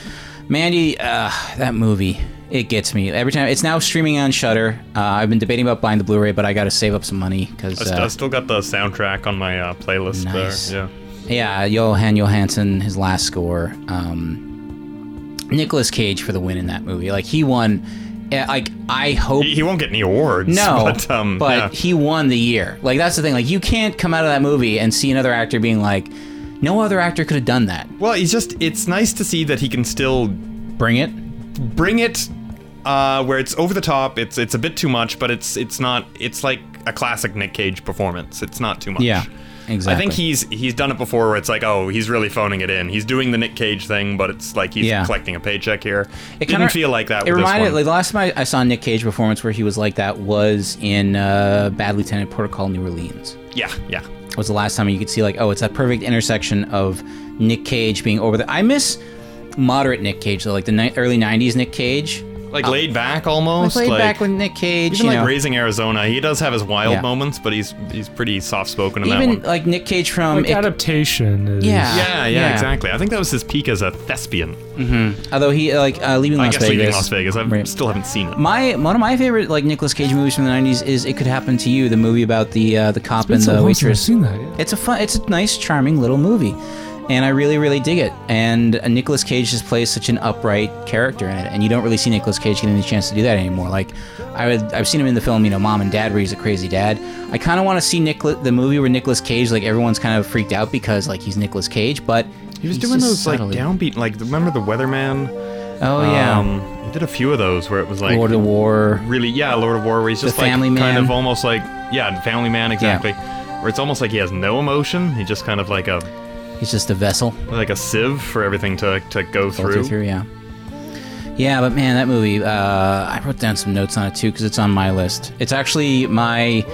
Mandy, uh, that movie, it gets me every time. It's now streaming on Shutter. Uh, I've been debating about buying the Blu-ray, but I got to save up some money uh,
I,
because
st- I still got the soundtrack on my uh, playlist
Nice.
there.
yeah,
Yeah.
Johan Johansson, his last score. Um, Nicolas Cage for the win in that movie. Like he won. eh, Like I hope
He, he won't get any awards.
No,
<laughs> but, um,
but
yeah.
he won the year. Like that's the thing. Like you can't come out of that movie and see another actor being like, no other actor could have done that.
Well, he's just. It's nice to see that he can still
bring it.
Bring it. Uh, where it's over the top, it's it's a bit too much, but it's it's not. It's like a classic Nick Cage performance. It's not too much.
Yeah,
I
exactly.
think he's he's done it before, where it's like, oh, he's really phoning it in. He's doing the Nick Cage thing, but it's like he's
Yeah.
collecting a paycheck here. It
kinda-
didn't feel like that.
It
with this
reminded
one.
like the last time I, I saw a Nick Cage performance where he was like that was in uh, Bad Lieutenant Protocol New Orleans.
Yeah, yeah.
Was the last time you could see like oh it's that perfect intersection of Nick Cage being over the I miss moderate Nick Cage though like the ni- early '90s Nick Cage
like laid back almost.
laid back with Nick Cage
Even
you
like
know.
raising Arizona, he does have his wild
Yeah.
moments, but he's he's pretty soft spoken in that
even uh,
one.
like Nick Cage from
Like
Ic-
adaptation is
Yeah.
Yeah, yeah,
Yeah.
exactly. I think that was his peak as a thespian.
Mhm. Although he like uh, leaving
I
Las
guess
Vegas.
leaving Las Vegas. I still haven't seen it.
My one of my favorite like Nicolas Cage movies from the '90s is "It Could Happen to You," the movie about the uh, the cop
been
and
so
the
long since I've
waitress.
seen that, yeah.
It's a fun, it's a nice, charming little movie, and I really, really dig it. And uh, Nicolas Cage just plays such an upright character in it, and you don't really see Nicolas Cage getting the chance to do that anymore. Like I would, I've seen him in the film, you know, Mom and Dad, where he's a crazy dad. I kind of want to see Nick the movie where Nicolas Cage, like everyone's kind of freaked out because like he's Nicolas Cage, but
He was
he's
doing
just
those like
subtly-
downbeat, like remember the Weatherman?
Oh, yeah.
he did a few of those where it was Um, like
Lord of War.
Really, yeah, Lord of War, where he's
The
just like
Family
kind
Man.
of almost like yeah, Family Man, exactly. Where it's almost like he has no emotion. He's just kind of like a
He's just a vessel.
like a sieve for everything to to go
Filter
through.
through, yeah. Yeah, but man, that movie. Uh, I wrote down some notes on it too because it's on my list. It's actually my.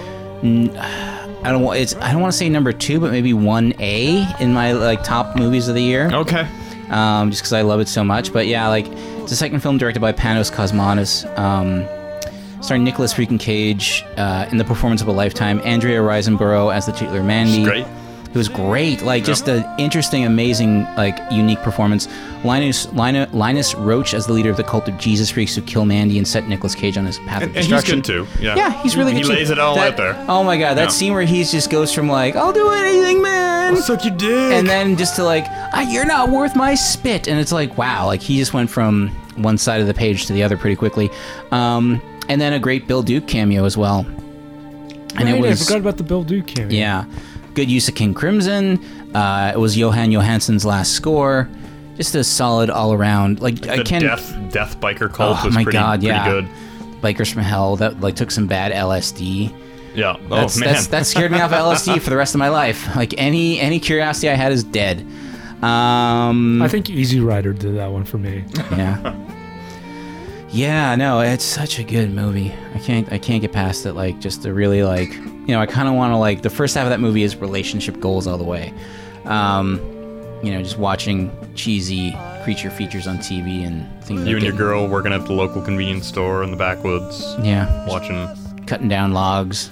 n- <sighs> I don't. wa- It's. I don't want to say number two, but maybe one A in my like top movies of the year.
Okay.
Um, just because I love it so much. But yeah, like it's the second film directed by Panos Cosmanos, um, starring Nicholas freaking Cage uh, in the performance of a lifetime. Andrea Riseborough as the titular Mandy.
She's great.
It was great. Like just an interesting, amazing, like unique performance. Linus Lina, Linus Roach as the leader of the cult of Jesus freaks who kill Mandy and set Nicolas Cage on his path of
And, and he's
destruction.
good too. Yeah.
Yeah, he's really
He
good too.
lays it all
That-
out there.
Oh my god, that
Yeah.
scene where he just goes from like, I'll do anything, man. I'll
suck your dick.
And then just to like, "Ah, you're not worth my spit. And it's like, wow, like he just went from one side of the page to the other pretty quickly. Um, and then a great Bill Duke cameo as well. And
Right,
it was
I forgot about the Bill Duke cameo.
yeah. Good use of King Crimson. Uh, it was Johan Johansson's last score. Just a solid all around. Like I
the
can't.
death death biker cult
oh
was
my
pretty,
god!
pretty
Yeah.
good.
Bikers from Hell that like took some bad LSD.
Yeah. Oh
That's,
man.
that's- that scared me off LSD for the rest of my life. Like any any curiosity I had is dead. Um,
I think Easy Rider did that one
<laughs>
for me.
yeah. Yeah, no, it's such a good movie. I can't I can't get past it like just to really like, you know, I kind of want to like the first half of that movie is relationship goals all the way. Um, you know, just watching cheesy creature features on TV and things
You
like
and your
that.
girl working at the local convenience store in the backwoods.
Yeah.
Watching.
cutting down logs.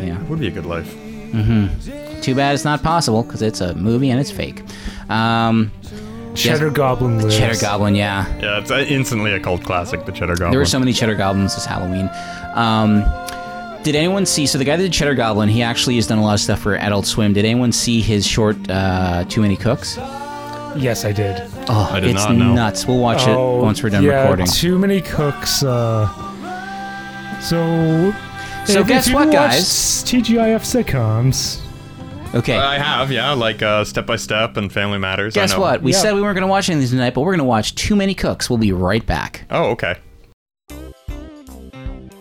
Yeah.
Would be a good life.
Mhm. Too bad it's not possible cuz it's a movie and it's fake. Um
Cheddar
yes-
Goblin lives.
Cheddar Goblin, yeah.
Yeah, it's uh, instantly a cult classic, the Cheddar Goblin.
There were so many Cheddar Goblins this Halloween. Um, did anyone see? So the guy that did Cheddar Goblin, he actually has done a lot of stuff for Adult Swim. Did anyone see his short uh, Too Many Cooks?
Yes, I did.
Oh,
I did
it's
not know.
nuts. We'll watch
Oh,
it once we're done
yeah, <laughs>
recording.
Too many cooks. Uh, so.
So
if-
guess
if you
what,
watch
guys?
TGIF sitcoms.
Okay.
I have, yeah, like uh, Step by Step and Family Matters. I
Guess
know.
what? We said we weren't going to watch any of these tonight, but we're going to watch Too Many Cooks. We'll be right back.
Oh, okay.
It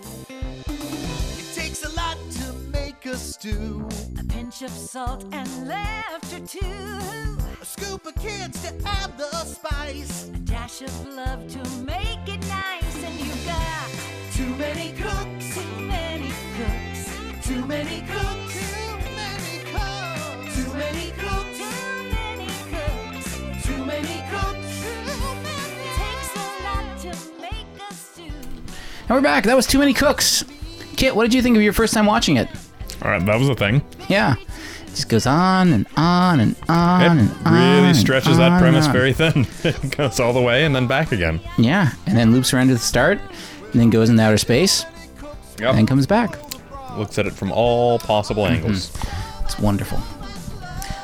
takes a lot to make a stew. A pinch of salt and laughter too. A scoop of kids to add the spice. A dash of love to make it nice. And you got too many cooks. Too many cooks. Too many cooks. Too many cooks.
And we're back. That was Too Many Cooks. Kit, what did you think of your first time watching it?
All right, that was a thing.
Yeah. It just goes on and on and on
It
and on.
really
and
stretches
on
that
and
premise
on.
very thin. <laughs> it goes all the way and then back again.
Yeah, and then loops around to the start, and then goes into outer space,
Yep.
and comes back.
Looks at it from all possible
Mm-hmm.
angles.
It's wonderful.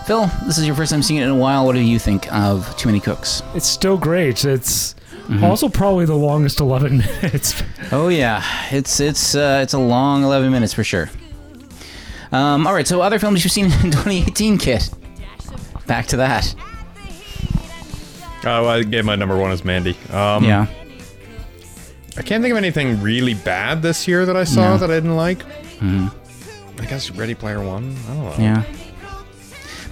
Phil, this is your first time seeing it in a while. What do you think of Too Many Cooks?
It's still great. It's
Mm-hmm.
also probably the longest 11 <laughs> minutes.
Oh yeah, it's it's uh, it's a long 11 minutes for sure. Um, all right, so other films you've seen in <laughs> 2018, Kit. Back to that.
Oh, I gave my number one as Mandy. Um,
Yeah.
I can't think of anything really bad this year that I saw
No.
that I didn't like.
Mhm.
I guess Ready Player One. I don't know.
Yeah.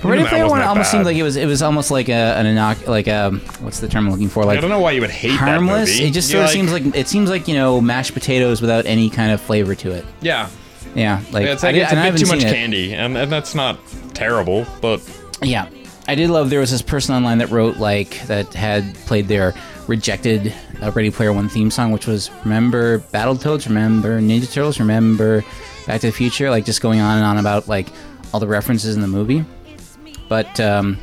But
Even
Ready
that
Player
wasn't
One
that
almost
bad.
seemed like it was it was almost like a, an inoc like um what's the term I'm looking for like
I don't know why you would hate that
harmless.
movie.
It just
You're
sort of seems like it seems like you know mashed potatoes without any kind of flavor to it.
Yeah.
Yeah, like,
Yeah, it's like
I did-
it's
and I
a bit
haven't
too much
seen it.
candy, and, and that's not terrible, but
Yeah. I did love there was this person online that wrote like that had played their rejected uh, Ready Player One theme song, which was remember Battletoads, remember Ninja Turtles, remember Back to the Future, like just going on and on about like all the references in the movie. But um,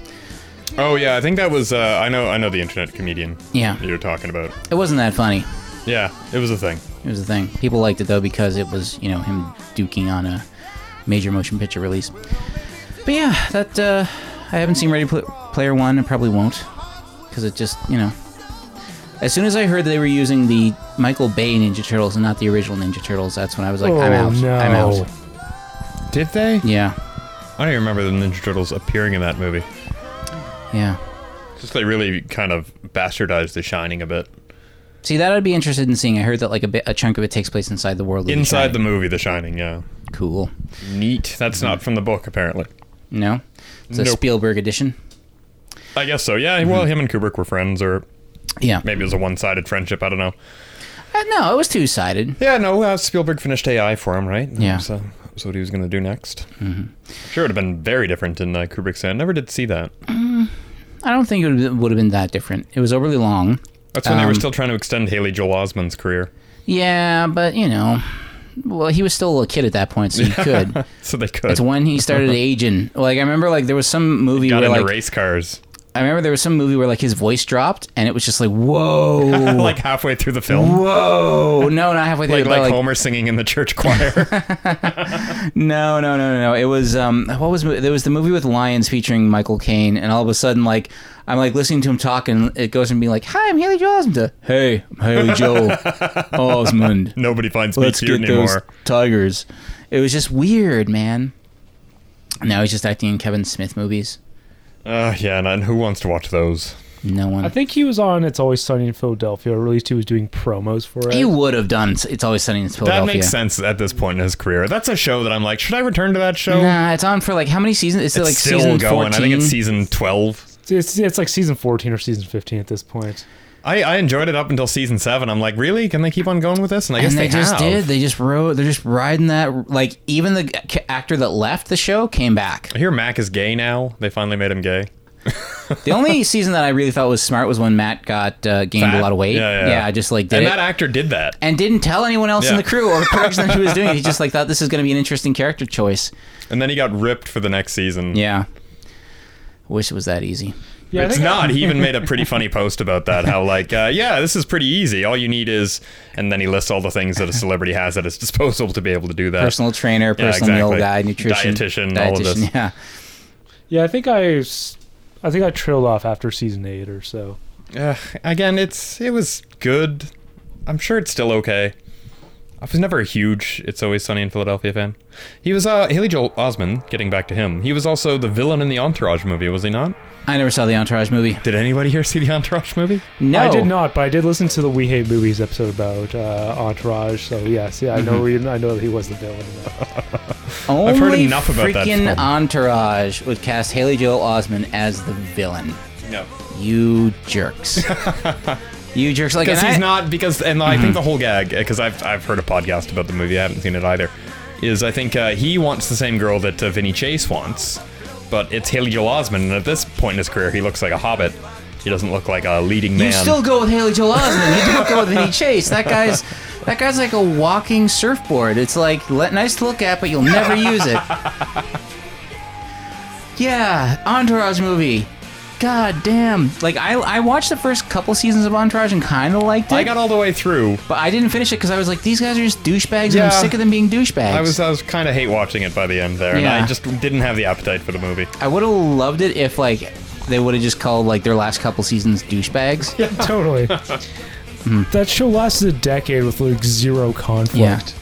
oh yeah, I think that was uh, I know I know the internet comedian.
Yeah.
that you're talking about.
it wasn't that funny.
Yeah, it was a thing.
It was the thing. People liked it though because it was you know him duking on a major motion picture release. But yeah, that uh, I haven't seen Ready Pl- Player One and probably won't because it just you know. As soon as I heard they were using the Michael Bay Ninja Turtles and not the original Ninja Turtles, that's when I was like, I'm
Oh,
out. I'm
no.
out.
Did they?
Yeah,
I don't even remember the Ninja Turtles appearing in that movie.
yeah.
Just they really kind of bastardized The Shining a bit.
See, that I'd be interested in seeing. I heard that like a, bit, a chunk of it takes place inside the world. Of the
Inside
Shining.
the movie The Shining, yeah.
Cool.
Neat. That's not from the book apparently.
No, it's a
Nope.
Spielberg edition.
I guess so. Yeah. Well, him and Kubrick were friends, or
Yeah.
maybe it was a one-sided friendship. I don't know.
Uh, no, it was two sided.
Yeah. No. Uh, Spielberg finished AI for him, right? That
Yeah.
was, uh, that was what he was going to do next. Mm-hmm. Sure, it would have been very different in uh, Kubrick's. I never did see that.
I don't think it would have been that different. It was overly long.
That's when they were
Um,
still trying to extend Haley Joel Osment's career. <laughs>
Yeah, but you know, well, he was still a kid at that point, so you
<laughs>
could.
so they could.
It's when he started aging. Like I remember, like there was some movie
Got
where
into
like
race cars. <laughs>
I remember there was some movie where like his voice dropped, and it was just like whoa,
<laughs> like halfway through the film.
Whoa! No, not halfway through.
<laughs> Like,
but,
like,
like-
Homer singing in the church choir.
<laughs>
<laughs>
No, no, no, no, no. It was um, what was mo- there was the movie with lions featuring Michael Caine, and all of a sudden, like I'm like listening to him talk, and it goes from being like, "Hi, I'm Haley Joel Osmond." to, Hey, I'm Haley
<laughs>
Joel Osmond.
Nobody finds me
Let's
cute
get
anymore.
those tigers. It was just weird, man. Now he's just acting in Kevin Smith movies.
Uh, yeah, and, and who wants to watch those?
No one.
I think he was on It's Always Sunny in Philadelphia, or at least he was doing promos for it.
He would have done. It's always sunny in Philadelphia.
That makes sense at this point in his career. That's a show that I'm like, should I return to that show?
Nah, it's on for like how many seasons? Is
It's
it like
still
season
going. I think it's
14?
season 12.
It's, it's like season 14 or season 15 at this point.
I, I enjoyed it up until season 7. I'm like, really? Can they keep on going with this? And I guess
and they, just
have.
did. They just rode. They're just riding that. Like even the c- actor that left the show came back.
I hear Mac is gay now. They finally made him gay.
The
<laughs>
only season that I really thought was smart was when Matt got uh, gained
Fat.
a lot of weight.
Yeah, yeah.
I just like did
And
it.
that actor did that.
and didn't tell anyone else in
Yeah.
the crew or the production that he was
<laughs>
doing. He just like thought this is going to be an interesting character choice.
And then he got ripped for the next season.
Yeah. Wish it was that easy.
Yeah, I
it's
think-
not. He even made
<laughs>
a pretty funny post about that. How like, uh, yeah, this is pretty easy. All you need is, and then he lists all the things that a celebrity has at his disposal to be able to do that.
Personal trainer,
Uh, Yeah,
personal meal
exactly.
guy, nutrition,
dietitian, all of this.
dietitian, Yeah.
Yeah, I think I, s- I think I trailed off after season eight or so.
Ugh, again, it's it was good. I'm sure it's still okay. I was never a huge It's Always Sunny in Philadelphia fan. He was uh, Haley Joel Osment. Getting back to him, he was also the villain in the Entourage movie, was he not?
I never saw the Entourage movie.
Did anybody here see the Entourage movie?
No.
I did not, but I did listen to the We Hate Movies episode about uh, Entourage. So yes, yeah, I know
Mm-hmm.
he, I know that he was the
<laughs>
villain. in that.
Only
I've heard enough about that
freaking
film.
Entourage would cast Haley Joel Osment as the villain.
No.
You jerks. you jerks. Like,
because
and
he's
I-
not because and I
Mhm.
think the whole gag because I've I've heard a podcast about the movie I haven't seen it either is I think uh, he wants the same girl that uh, Vinny Chase wants but it's Haley Joel Osment and at this point in his career he looks like a hobbit he doesn't look like a leading
You
man <laughs>
still go with Haley Joel Osment. You don't go with Vinny Chase. That guy's That guy's like a walking surfboard. It's like le- nice to look at, but you'll never use
<laughs>
it. Yeah, Entourage movie. God damn! Like I, I watched the first couple seasons of Entourage and kind of liked it.
I got all the way through,
but I didn't finish it because I was like, these guys are just douchebags, and I'm sick of them being douchebags.
I was uh I was kind of hate watching it by the end there, and
Yeah.
I just didn't have the appetite for the movie.
I would have loved it if like they would have just called like their last couple seasons douchebags.
Yeah, totally.
Mm-hmm.
That show lasted a decade with like zero conflict.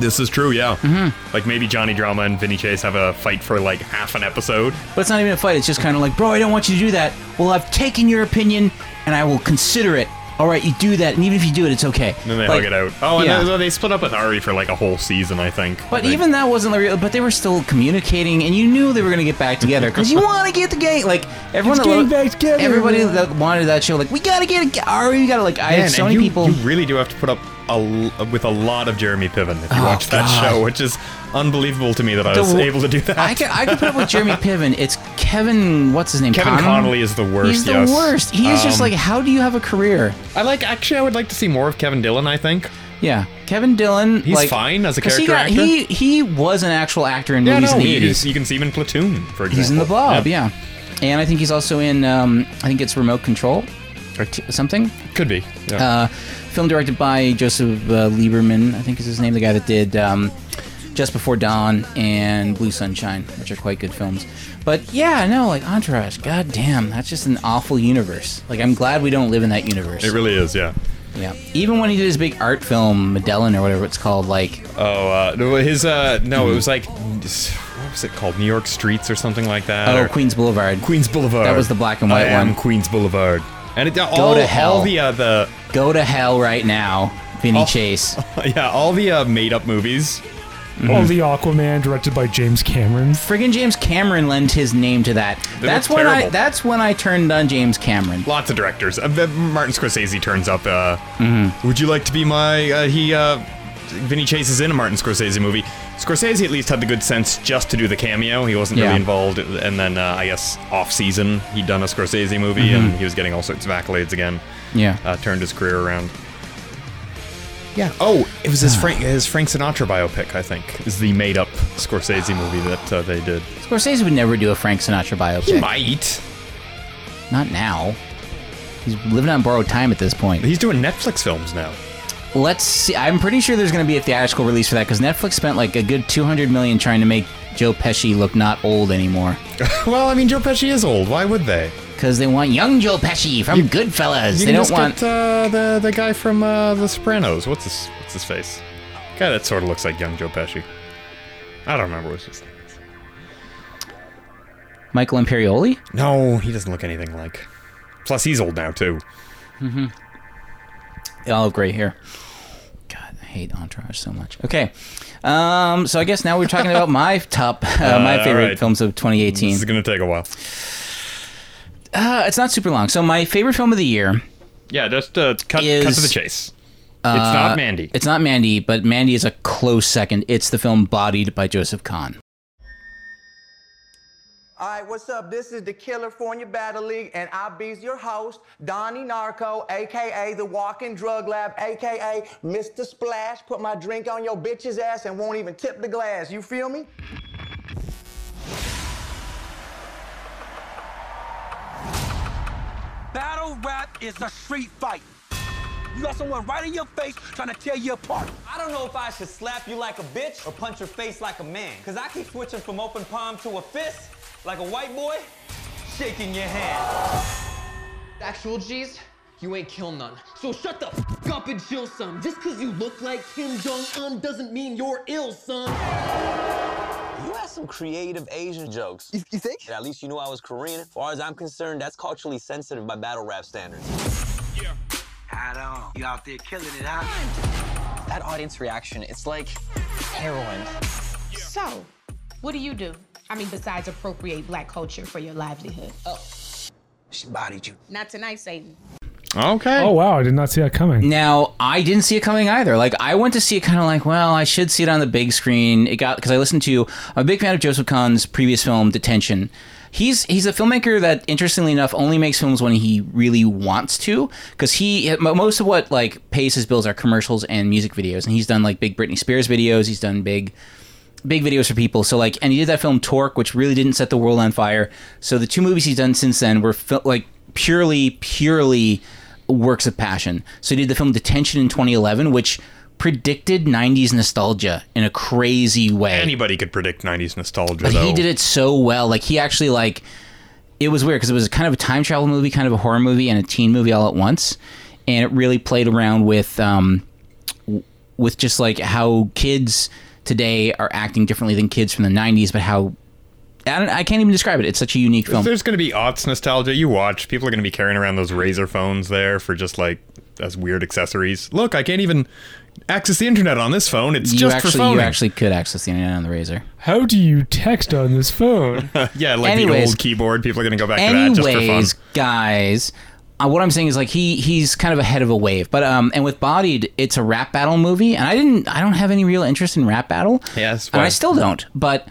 This is true, yeah. Mm-hmm. Like maybe Johnny Drama and Vinny Chase have a fight for like half an episode.
But it's not even a fight. It's just kind of like, bro, I don't want you to do that. Well, I've taken your opinion, and I will consider it. All right, you do that, and even if you do it, it's okay.
And then they
Like,
hug it out. Oh, and
yeah.
they, they split up with Ari for like a whole season, I think.
But
Like-
even that wasn't the real. But they were still communicating, and you knew they were going to get back together because
<laughs>
you want to get the gang. Like everyone, that
It's
lo-
getting back together.
everybody that wanted that show, like we got to get it. Ari, we got to like. I
Man,
had so
and
many
you,
people.
You really do have to put up a l with a lot of Jeremy Piven if you
Oh,
watch that
God.
show, which is unbelievable to me that I was
The-
able to do that.
I could, I could put up with
<laughs>
Jeremy Piven. It's Kevin. What's his name?
Kevin Connolly is the worst,
He's the
yes.
worst. He is just
Um,
like, how do you have a career?
I like. Actually, I would like to see more of Kevin Dillon. I think.
Yeah, Kevin Dillon.
He's
like-
fine as a
'cause he
character
got-
actor.
He he was an actual actor in
Yeah,
movies
no,
in the
he-
eighties.
you can see him in Platoon, for example.
He's in the Blob, yeah. And I think he's also in. Um, I think it's Remote Control or t- something.
Could be. yeah.
Uh, film directed by Joseph uh, Lieberman, I think is his name, the guy that did um, Just Before Dawn and Blue Sunshine, which are quite good films. But yeah, no, like Entourage, goddamn, that's just an awful universe. Like, I'm glad we don't live in that universe.
It really is, yeah.
yeah. Even when he did his big art film, Medellin or whatever it's called, like,
Oh, uh, no, his uh, no, it was like what was it called? New York streets or something like that.
oh,
or-
Queens Boulevard.
Queens Boulevard.
That was the black and
I
white
am
one.
Queens Boulevard. And it, all,
to hell.
all the uh, the <laughs>
Go to hell right now,
Oh.
Vinny Chase.
yeah, all the uh, made up movies.
All the Aquaman directed by James Cameron.
Friggin' James Cameron lent his name to that.
They
that's
look
when I.
terrible.
That's when I turned on James Cameron.
Lots of directors. Uh, the- Martin Scorsese turns up. Uh,
Mm-hmm.
Would you like to be my? Uh, he uh, Vinny Chase is in a Martin Scorsese movie. Scorsese at least had the good sense just to do the cameo. He wasn't
Yeah.
really involved. And then uh, I guess off season he'd done a Scorsese movie and
Mhm.
he was getting all sorts of accolades again.
Yeah.
uh, turned his career around. Yeah. Oh, it was his Frank his Frank Sinatra biopic. I think is the made up Scorsese movie that uh, they did.
Scorsese would never do a Frank Sinatra biopic.
He might.
Not now. He's living on borrowed time at this point.
He's doing Netflix films now.
Let's see. I'm pretty sure there's going to be a theatrical release for that because Netflix spent like a good 200 million trying to make Joe Pesci look not old anymore.
<laughs> well, I mean, Joe Pesci is old. Why would they?
Because they want young Joe Pesci from Goodfellas.
You
They
can
don't
just
want.
get, uh, the the guy from uh, The Sopranos. What's his What's his face? Guy that sort of looks like young Joe Pesci. I don't remember what his name. is.
Michael Imperioli.
No, he doesn't look anything like. Plus, he's old now too.
Mm-hmm. They all have gray hair. God, I hate Entourage so much. Okay, um, so I guess now we're talking about
<laughs>
my top, uh, my
all
favorite
right. Mm-hmm.
films of 2018.
This is gonna take a while.
Uh, it's not super long. So my favorite film of the year
Yeah, just uh, cut cut to
Is-
the chase.
Uh,
it's not Mandy.
It's not Mandy, but Mandy is a close second. It's the film Bodied by Joseph Kahn.
All right, what's up? This is the California Battle League, and I be's your host, Donnie Narco, aka the Walking Drug Lab, aka Mr. Splash. Put my drink on your bitch's ass and won't even tip the glass. You feel me?
Battle rap is a street fight. You got someone right in your face trying to tear you apart.
I don't know if I should slap you like a bitch or punch your face like a man. Cause I keep switching from open palm to a fist, like a white boy shaking your hand.
Actual G's, you ain't kill none. So shut the f up and chill some. Just cause you look like Kim Jong Un doesn't mean you're ill, son.
You had some creative Asian jokes. You, think? at least you knew I was Korean. As far as I'm concerned, that's culturally sensitive by battle rap standards.
I don't. You out there killing it, huh?
That audience reaction, it's like heroin.
So, what do you do? I mean, besides appropriate black culture for your livelihood. Oh.
She bodied you.
Not tonight, Satan.
Okay.
Oh wow, I did not see that coming.
Now, I didn't see it coming either. Like, I went to see it kind of like, well, I should see it on the big screen. It got because I listened to. I'm a big fan of Joseph Kahn's previous film, Detention. He's he's a filmmaker that, interestingly enough, only makes films when he really wants to. Because he mo- most of what like pays his bills are commercials and music videos, and he's done like big Britney Spears videos. He's done big big videos for people. So like, and he did that film Torque, which really didn't set the world on fire. So the two movies he's done since then were fil- like purely, purely works of passion. So he did the film Detention in 2011, which predicted 90s nostalgia in a crazy way.
Anybody could predict 90s nostalgia,
But
though.
he did it so well. Like he actually like it was weird because it was kind of a time travel movie, kind of a horror movie, and a teen movie all at once, and it really played around with um, w- with just like how kids today are acting differently than kids from the '90s, but how I, don't, I can't even describe it. It's such a unique
If
film.
there's going to be aughts nostalgia, you watch. People are going to be carrying around those razor phones there for just like as weird accessories. Look, I can't even access the internet on this phone. It's
you
just
actually
for phoning.
you actually could access the internet on the razor.
How do you text on this phone?
yeah, like the
Anyways-
old keyboard. People are going to go back to that
Anyways,
just for fun.
guys, uh, what I'm saying is like he he's kind of ahead of a wave. But um, and with Bodied, it's a rap battle movie, and I didn't I don't have any real interest in rap battle.
Yes,
and I
why-
still don't. But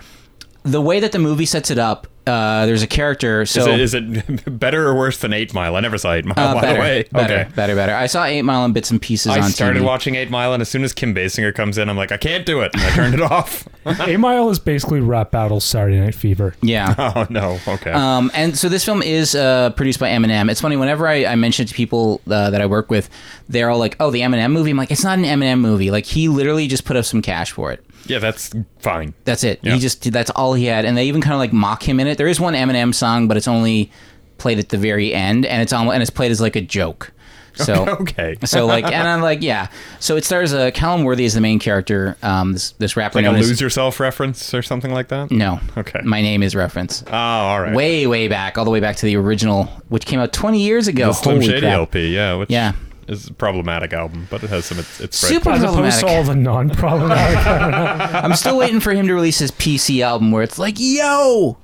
the way that the movie sets it up, uh, there's a character. So
is, it, is it <laughs> better or worse than Eight Mile? I never saw Eight Mile.
uh,
by
better,
the way,
better,
okay.
better, better. I saw Eight Mile in bits and pieces
I
on
started
TV.
watching Eight Mile, and as soon as Kim Basinger comes in, I'm like, I can't do it. And I turned it <laughs> off.
a mile is basically rap battle Saturday Night Fever.
Yeah.
<laughs> Oh no. Okay.
Um, and so this film is uh, produced by Eminem. It's funny whenever I, I mention it to people uh, that I work with, they're all like, "Oh, the Eminem movie." I'm like, "It's not an Eminem movie. Like he literally just put up some cash for it.
yeah, that's fine. <laughs>
That's it.
Yeah.
He just that's all he had." And they even kind of like mock him in it. There is one Eminem song, but it's only played at the very end, and it's almost and it's played as like a
<laughs>
joke. So
Okay.
So like, and I'm like, yeah. So it stars uh, Callum Worthy as the main character. Um, this this rapper
Like a
known as-
lose yourself reference or something like that.
no.
Okay.
My name is reference. Oh,
all right.
Way, way back, all the way back to the original, which came out 20 years ago.
The Slim
Holy
Shady
crap.
LP, yeah, which
Yeah.
is a problematic album, but it has some. It's, it's
Super
right.
As opposed to all the non-problematic. <laughs>
I'm still waiting for him to release his PC album where it's like, yo,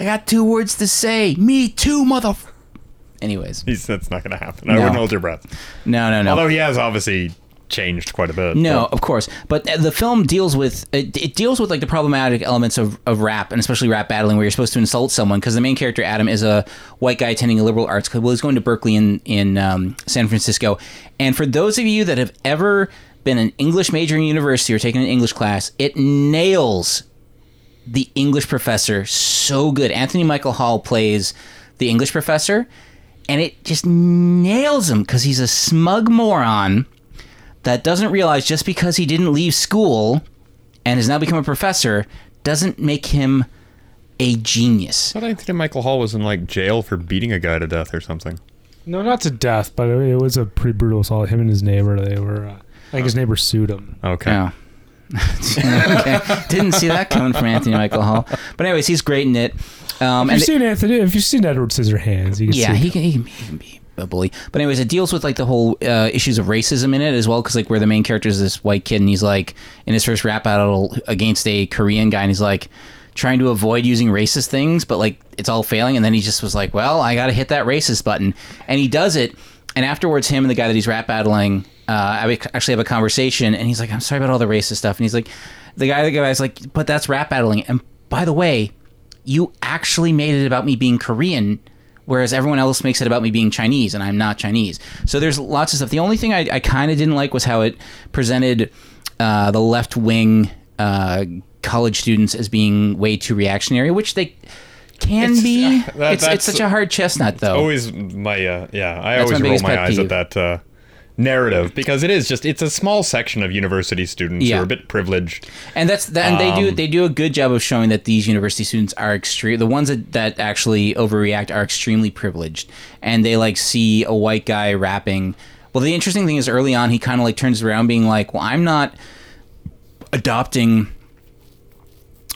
I got two words to say. Me too, mother. Anyways.
He's, that's not going to happen. I
No.
wouldn't hold your breath.
No, no, no.
Although he has obviously changed quite a bit.
No, of course, but the film deals with it, it deals with like the problematic elements of, of rap and especially rap battling, where you're supposed to insult someone because the main character Adam is a white guy attending a liberal arts club. Well, he's going to Berkeley in in um, San Francisco, and for those of you that have ever been an English major in university or taken an English class, it nails the English professor so good. Anthony Michael Hall plays the English professor, and it just nails him because he's a smug moron that doesn't realize just because he didn't leave school and has now become a professor doesn't make him a genius.
But I think that Michael Hall was in like jail for beating a guy to death or something.
no, not to death, but it was a pretty brutal assault. Him and his neighbor, they were. Uh, I think his neighbor sued him.
Okay.
Yeah. <laughs> okay. Didn't see that coming from Anthony Michael Hall. But anyways, he's great in it. Um, and
if you've seen Anthony, if you've seen Edward Scissorhands, you can
yeah,
see
he can, he, can, he can be a bully. But anyways, it deals with like the whole uh, issues of racism in it as well, because like where the main character is this white kid, and he's like in his first rap battle against a Korean guy, and he's like trying to avoid using racist things, but like it's all failing. And then he just was like, "Well, I got to hit that racist button," and he does it. And afterwards, him and the guy that he's rap battling, uh, I would actually have a conversation, and he's like, "I'm sorry about all the racist stuff," and he's like, "The guy, the guy's like, but that's rap battling." And by the way, you actually made it about me being Korean, whereas everyone else makes it about me being Chinese, and I'm not Chinese. So there's lots of stuff. The only thing I, I kind of didn't like was how it presented uh, the left wing uh, college students as being way too reactionary, which they can
It's- uh,
be.
that-
it's, it's
that's-
such a hard chestnut, though.
Always my uh, yeah.
That's
I
my
always roll
biggest
my
pet
eyes
peeve.
at that uh, narrative because it is just it's a small section of university students
Yeah.
who are a bit privileged.
and that's that, and they do
Um,
they do a good job of showing that these university students are extreme the ones that, that actually overreact are extremely privileged and they like see a white guy rapping well the interesting thing is early on he kind of like turns around being like well i'm not adopting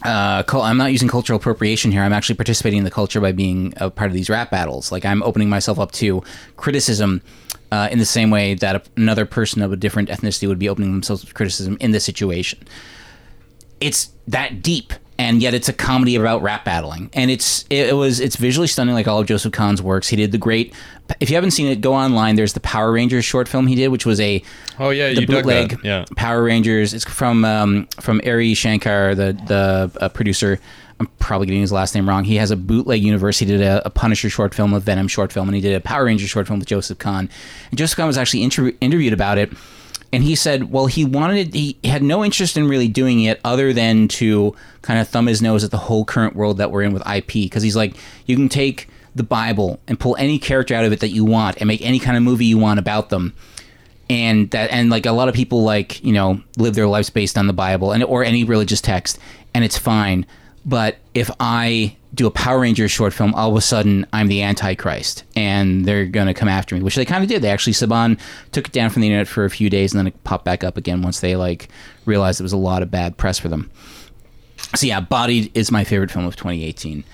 uh, cul- I'm not using cultural appropriation here. I'm actually participating in the culture by being a part of these rap battles. Like I'm opening myself up to criticism uh, in the same way that a- another person of a different ethnicity would be opening themselves to criticism in this situation. It's that deep, and yet it's a comedy about rap battling. And it's it, it was it's visually stunning, like all of Joseph Kahn's works. He did the great. If you haven't seen it, go online. There's the Power Rangers short film he did, which was a
oh yeah,
the
you dug
bootleg
that. Yeah.
Power Rangers. It's from um, from Ari Shankar, the the uh, producer. I'm probably getting his last name wrong. He has a bootleg universe. He did a, a Punisher short film, a Venom short film, and he did a Power Ranger short film with Joseph Kahn. And Joseph Kahn was actually inter- interviewed about it, and he said, well, he wanted he had no interest in really doing it other than to kind of thumb his nose at the whole current world that we're in with IP because he's like, you can take the Bible and pull any character out of it that you want and make any kind of movie you want about them and that and like a lot of people like you know live their lives based on the bible and or any religious text and it's fine but if i do a power rangers short film all of a sudden i'm the antichrist and they're going to come after me which they kind of did they actually saban took it down from the internet for a few days and then it popped back up again once they like realized it was a lot of bad press for them so yeah bodied is my favorite film of 2018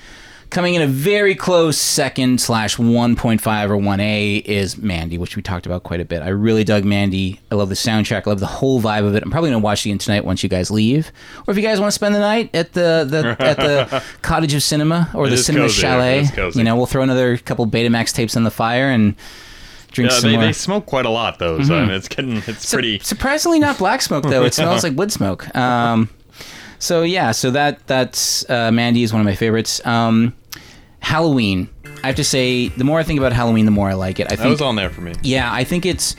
Coming in a very close second slash 1.5 or 1A is Mandy, which we talked about quite a bit. I really dug Mandy. I love the soundtrack. I love the whole vibe of it. I'm probably going to watch it again tonight once you guys leave. Or if you guys want to spend the night at the, the at
<laughs>
the Cottage of Cinema or
It
the
is
Cinema
cozy, yeah, it
Chalet,
is cozy.
you know, we'll throw another couple Betamax tapes on the fire and drink
yeah,
some
they,
more.
they smoke quite a lot though. So
Mhm.
I mean, it's getting it's pretty.
Surprisingly not black smoke though.
<laughs>
It smells like wood smoke. Um, so yeah, so that that's uh, Mandy is one of my favorites. Um, Halloween. I have to say, the more I think about Halloween, the more I like it. I
That
think
was on there for me.
Yeah, I think it's.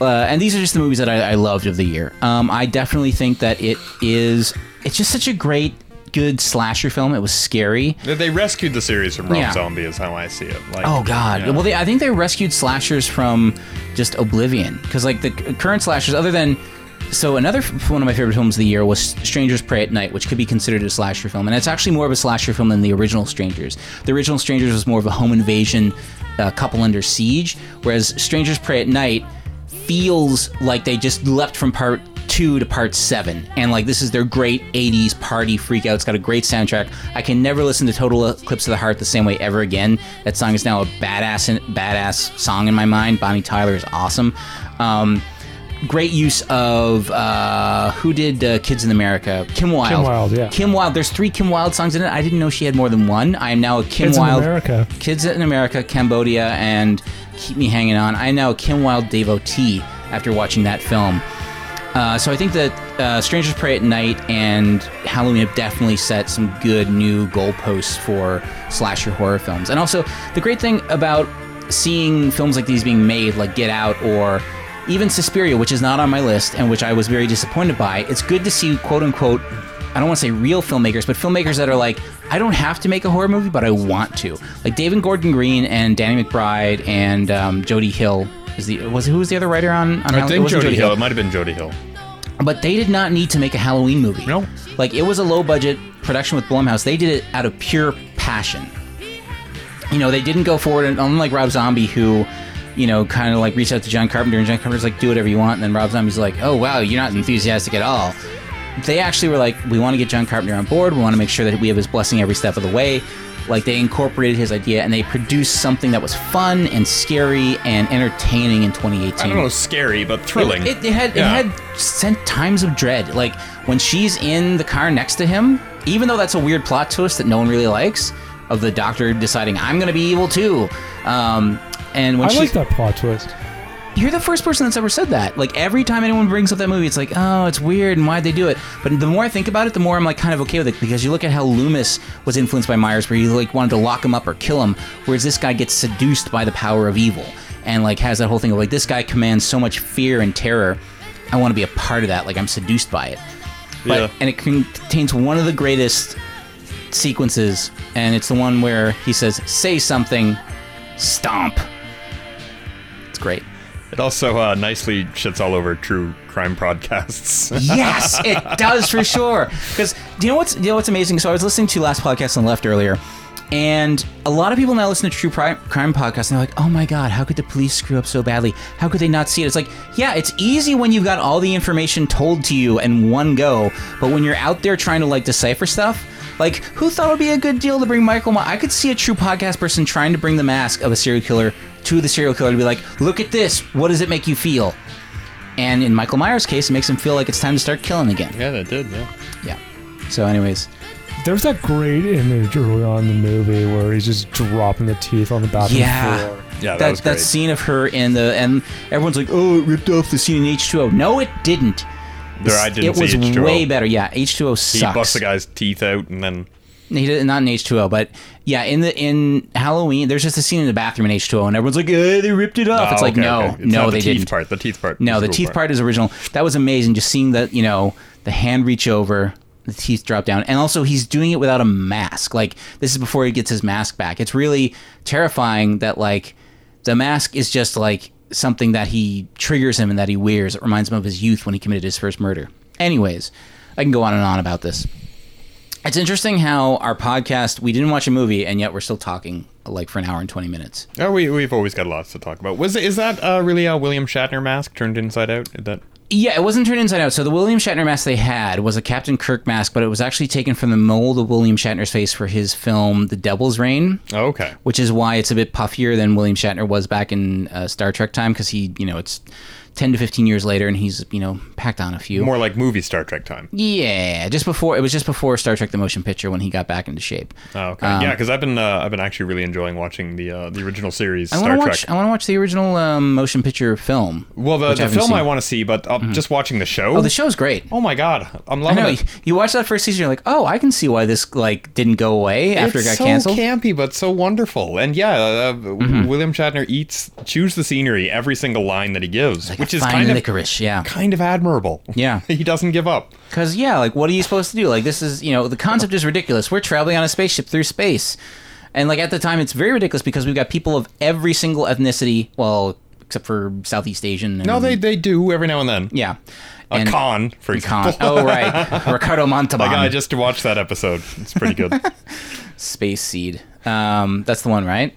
Uh, and these are just the movies that I, I loved of the year. Um, I definitely think that it is. It's just such a great, good slasher film. It was scary.
They- They rescued the series from Rob
Yeah.
Zombie, is how I see it. Like,
oh god.
yeah.
Well, they, I think they rescued slashers from just Oblivion because like the c- current slashers, other than so another f- one of my favorite films of the year was Strangers Pray at Night, which could be considered a slasher film, and it's actually more of a slasher film than the original Strangers. The original Strangers was more of a home invasion, uh, couple under siege, whereas Strangers Pray at Night feels like they just leapt from part two to part seven and like this is their great 80s party freak out it's got a great soundtrack i can never listen to total eclipse of the heart the same way ever again that song is now a badass badass song in my mind bonnie tyler is awesome um, great use of uh, who did uh, kids in america kim wilde
Wilde, yeah.
kim wilde there's three kim wilde songs in it i didn't know she had more than one i am now a kim
Kids in
wilde
America.
Kids in America, Cambodia, and Keep Me Hanging On. I know Kim Wilde devotee after watching that film. Uh, so I think that uh, Strangers Pray at Night and Halloween have definitely set some good new goalposts for slasher horror films. And also, the great thing about seeing films like these being made, like Get Out or even Suspiria, which is not on my list and which I was very disappointed by, it's good to see quote unquote I don't want to say real filmmakers, but filmmakers that are like, I don't have to make a horror movie, but I want to. Like David Gordon Green and Danny McBride and um, Jodie Hill is the was who was the other writer on? on
I
Hall- it
think
wasn't
Jody Hill. It might have been Jody Hill.
but they did not need to make a Halloween movie. No, like it was a low budget production with Blumhouse. They did it out of pure passion. You know, they didn't go forward, and unlike Rob Zombie, who, you know, kind of like reached out to John Carpenter, and John Carpenter's like, "Do whatever you want," and then Rob Zombie's like, "Oh wow, you're not enthusiastic at all." They actually were like, "We want to get John Carpenter on board. We want to make sure that we have his blessing every step of the way." Like they incorporated his idea and they produced something that was fun and scary and entertaining in 2018.
I don't know, scary but thrilling.
It, it, it had
Yeah.
it had sent times of dread. Like when she's in the car next to him, even though that's a weird plot twist that no one really likes, of the doctor deciding I'm gonna be evil too. Um, and when
I
she,
like that plot twist.
you're the first person that's ever said that. Like every time anyone brings up that movie, it's like, oh, it's weird and why'd they do it? But the more I think about it, the more I'm like kind of okay with it because you look at how Loomis was influenced by Myers, where he like wanted to lock him up or kill him, whereas this guy gets seduced by the power of evil and like has that whole thing of like this guy commands so much fear and terror. I want to be a part of that. Like I'm seduced by it. But,
Yeah.
And it contains one of the greatest sequences, and it's the one where he says, "Say something, stomp." It's great.
It also uh, nicely shits all over true crime podcasts. <laughs>
yes, it does for sure. Because do you know what's do you know what's amazing? So I was listening to last podcast on the left earlier, and a lot of people now listen to true pri- crime podcasts and they're like, "Oh my god, how could the police screw up so badly? How could they not see it?" It's like, yeah, it's easy when you've got all the information told to you in one go, but when you're out there trying to like decipher stuff. Like, who thought it would be a good deal to bring Michael? Ma- I could see a true podcast person trying to bring the mask of a serial killer to the serial killer to be like, look at this. What does it make you feel? And in Michael Myers' case, it makes him feel like it's time to start killing again.
Yeah, that did. Yeah.
Yeah. So, anyways,
There's that great image early on in the movie where he's just dropping the teeth on the bathroom
Yeah.
floor.
Yeah, that
that,
was great.
scene of her in the and everyone's like, "Oh, it ripped off the scene in H2O." No, it didn't.
There, I didn't
it
see
was
H2O.
way better. Yeah, H2O
He
sucks.
busts the guy's teeth out and then
He did not in H two O, but yeah, in the in Halloween, there's just a scene in the bathroom in H two O, and everyone's like, eh, "They ripped it off."
Oh,
it's like,
okay,
no,
okay. It's
no,
not the
they
teeth
didn't.
part, the teeth part
No,
is
the
cool
teeth
part.
part is original. That was amazing. Just seeing that, you know, the hand reach over, the teeth drop down, and also he's doing it without a mask. Like this is before he gets his mask back. It's really terrifying that like the mask is just like something that he triggers him and that he wears. It reminds him of his youth when he committed his first murder. Anyways, I can go on and on about this. It's interesting how our podcast we didn't watch a movie and yet we're still talking like for an hour and twenty minutes.
Oh, we we've always got lots to talk about. Was is that uh, really a William Shatner mask turned inside out? Is that
Yeah, it wasn't turned inside out. So the William Shatner mask they had was a Captain Kirk mask, but it was actually taken from the mold of William Shatner's face for his film The Devil's Reign.
Oh, Okay.
Which is why it's a bit puffier than William Shatner was back in uh, Star Trek time because he, you know, it's 10 to 15 years later and he's, you know, packed on a few.
more like movie Star Trek time?
Yeah, just before it was just before Star Trek the motion picture when he got back into shape.
Oh, okay.
Um,
yeah, because I've been uh, I've been actually really enjoying watching the uh, the original series
I
Star
want to
Trek.
watch. I want to watch the original um, motion picture film.
well, the,
which
the
haven't
film
seen. Mm-hmm.
I want to see, but uh, just watching the show.
Oh, the show's great.
Oh my god, I'm
I
loving
know.
it.
You, you watch that first season, you're like, oh, I can see why this like didn't go away after
it's
it got
so
canceled. Mm-hmm.
campy, but so wonderful. And yeah, uh, William Shatner eats chews the scenery every single line that he gives, which is
fine
kind
licorice. Yeah,
kind of admirable.
Yeah,
<laughs> he doesn't give up.
Cause yeah, like what are you supposed to do? Like this is you know the concept is ridiculous. We're traveling on a spaceship through space, and like at the time it's very ridiculous because we've got people of every single ethnicity. Well, except for Southeast Asian. And,
of no, they they do every now and then.
Yeah,
a
Mm-hmm. And-
con for
Con-
example.
Oh right, Ricardo Montalban.
<laughs> Like I just watched that episode. It's
<laughs>
pretty good.
Space Seed. Um, that's the one, right?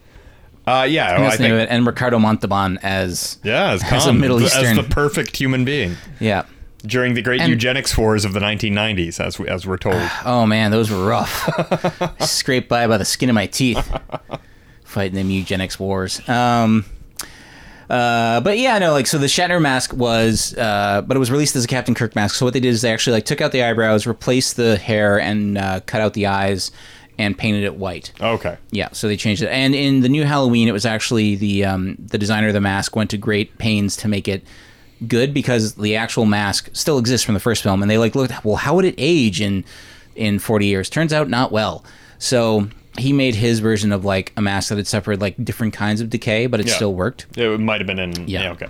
Uh, yeah,
I think
well,
that's
I
the name of
think-
it. And Ricardo Montalban as
yeah, as,
as a
Khan,
Middle
th-
Eastern
as the perfect human being.
Yeah.
During the great
And-
eugenics wars of the 1990s, as we, as we're told.
<sighs> Oh man, those were rough. <laughs> Scraped by by the skin of my teeth, fighting them eugenics wars. Um, uh, but yeah, no, like so the Shatner mask was, uh, but it was released as a Captain Kirk mask. So what they did is they actually like took out the eyebrows, replaced the hair, and uh, cut out the eyes, and painted it white.
Okay.
Yeah, so they changed it. And in the new Halloween, it was actually the um, the designer of the mask went to great pains to make it good because the actual mask still exists from the first film, and they like looked well, how would it age in in forty years? Turns out not well. So he made his version of like a mask that had suffered like different kinds of decay, but it
Yeah.
still worked.
It might have been in. Yeah. okay.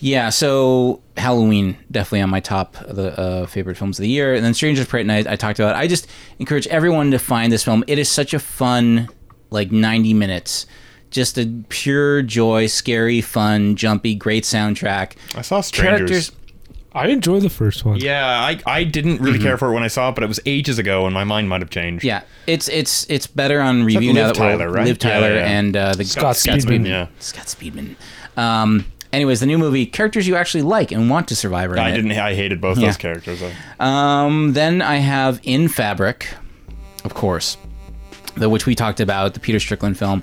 Yeah, so Halloween definitely on my top of the uh, favorite films of the year, and then Strangers Pray at Night I talked about. I just encourage everyone to find this film. It is such a fun, like ninety minutes, just a pure joy, scary, fun, jumpy, great soundtrack.
I saw Strangers.
I enjoy the first one.
Yeah, I, I didn't really care for it when I saw it, but it was ages ago, and my mind might have changed.
Yeah, it's it's it's better on
Is that
review now
Liv
that we're
Tyler, right?
Liv
Yeah,
Tyler
yeah, yeah.
and uh, the
Scott Scott Speedman. Speedman, yeah.
Scott Speedman. Um, anyways, the new movie characters you actually like and want to survive. Are in
I
it.
didn't. I hated both
Yeah.
those characters. though.
Um, then I have In Fabric, of course, the which we talked about, the Peter Strickland film.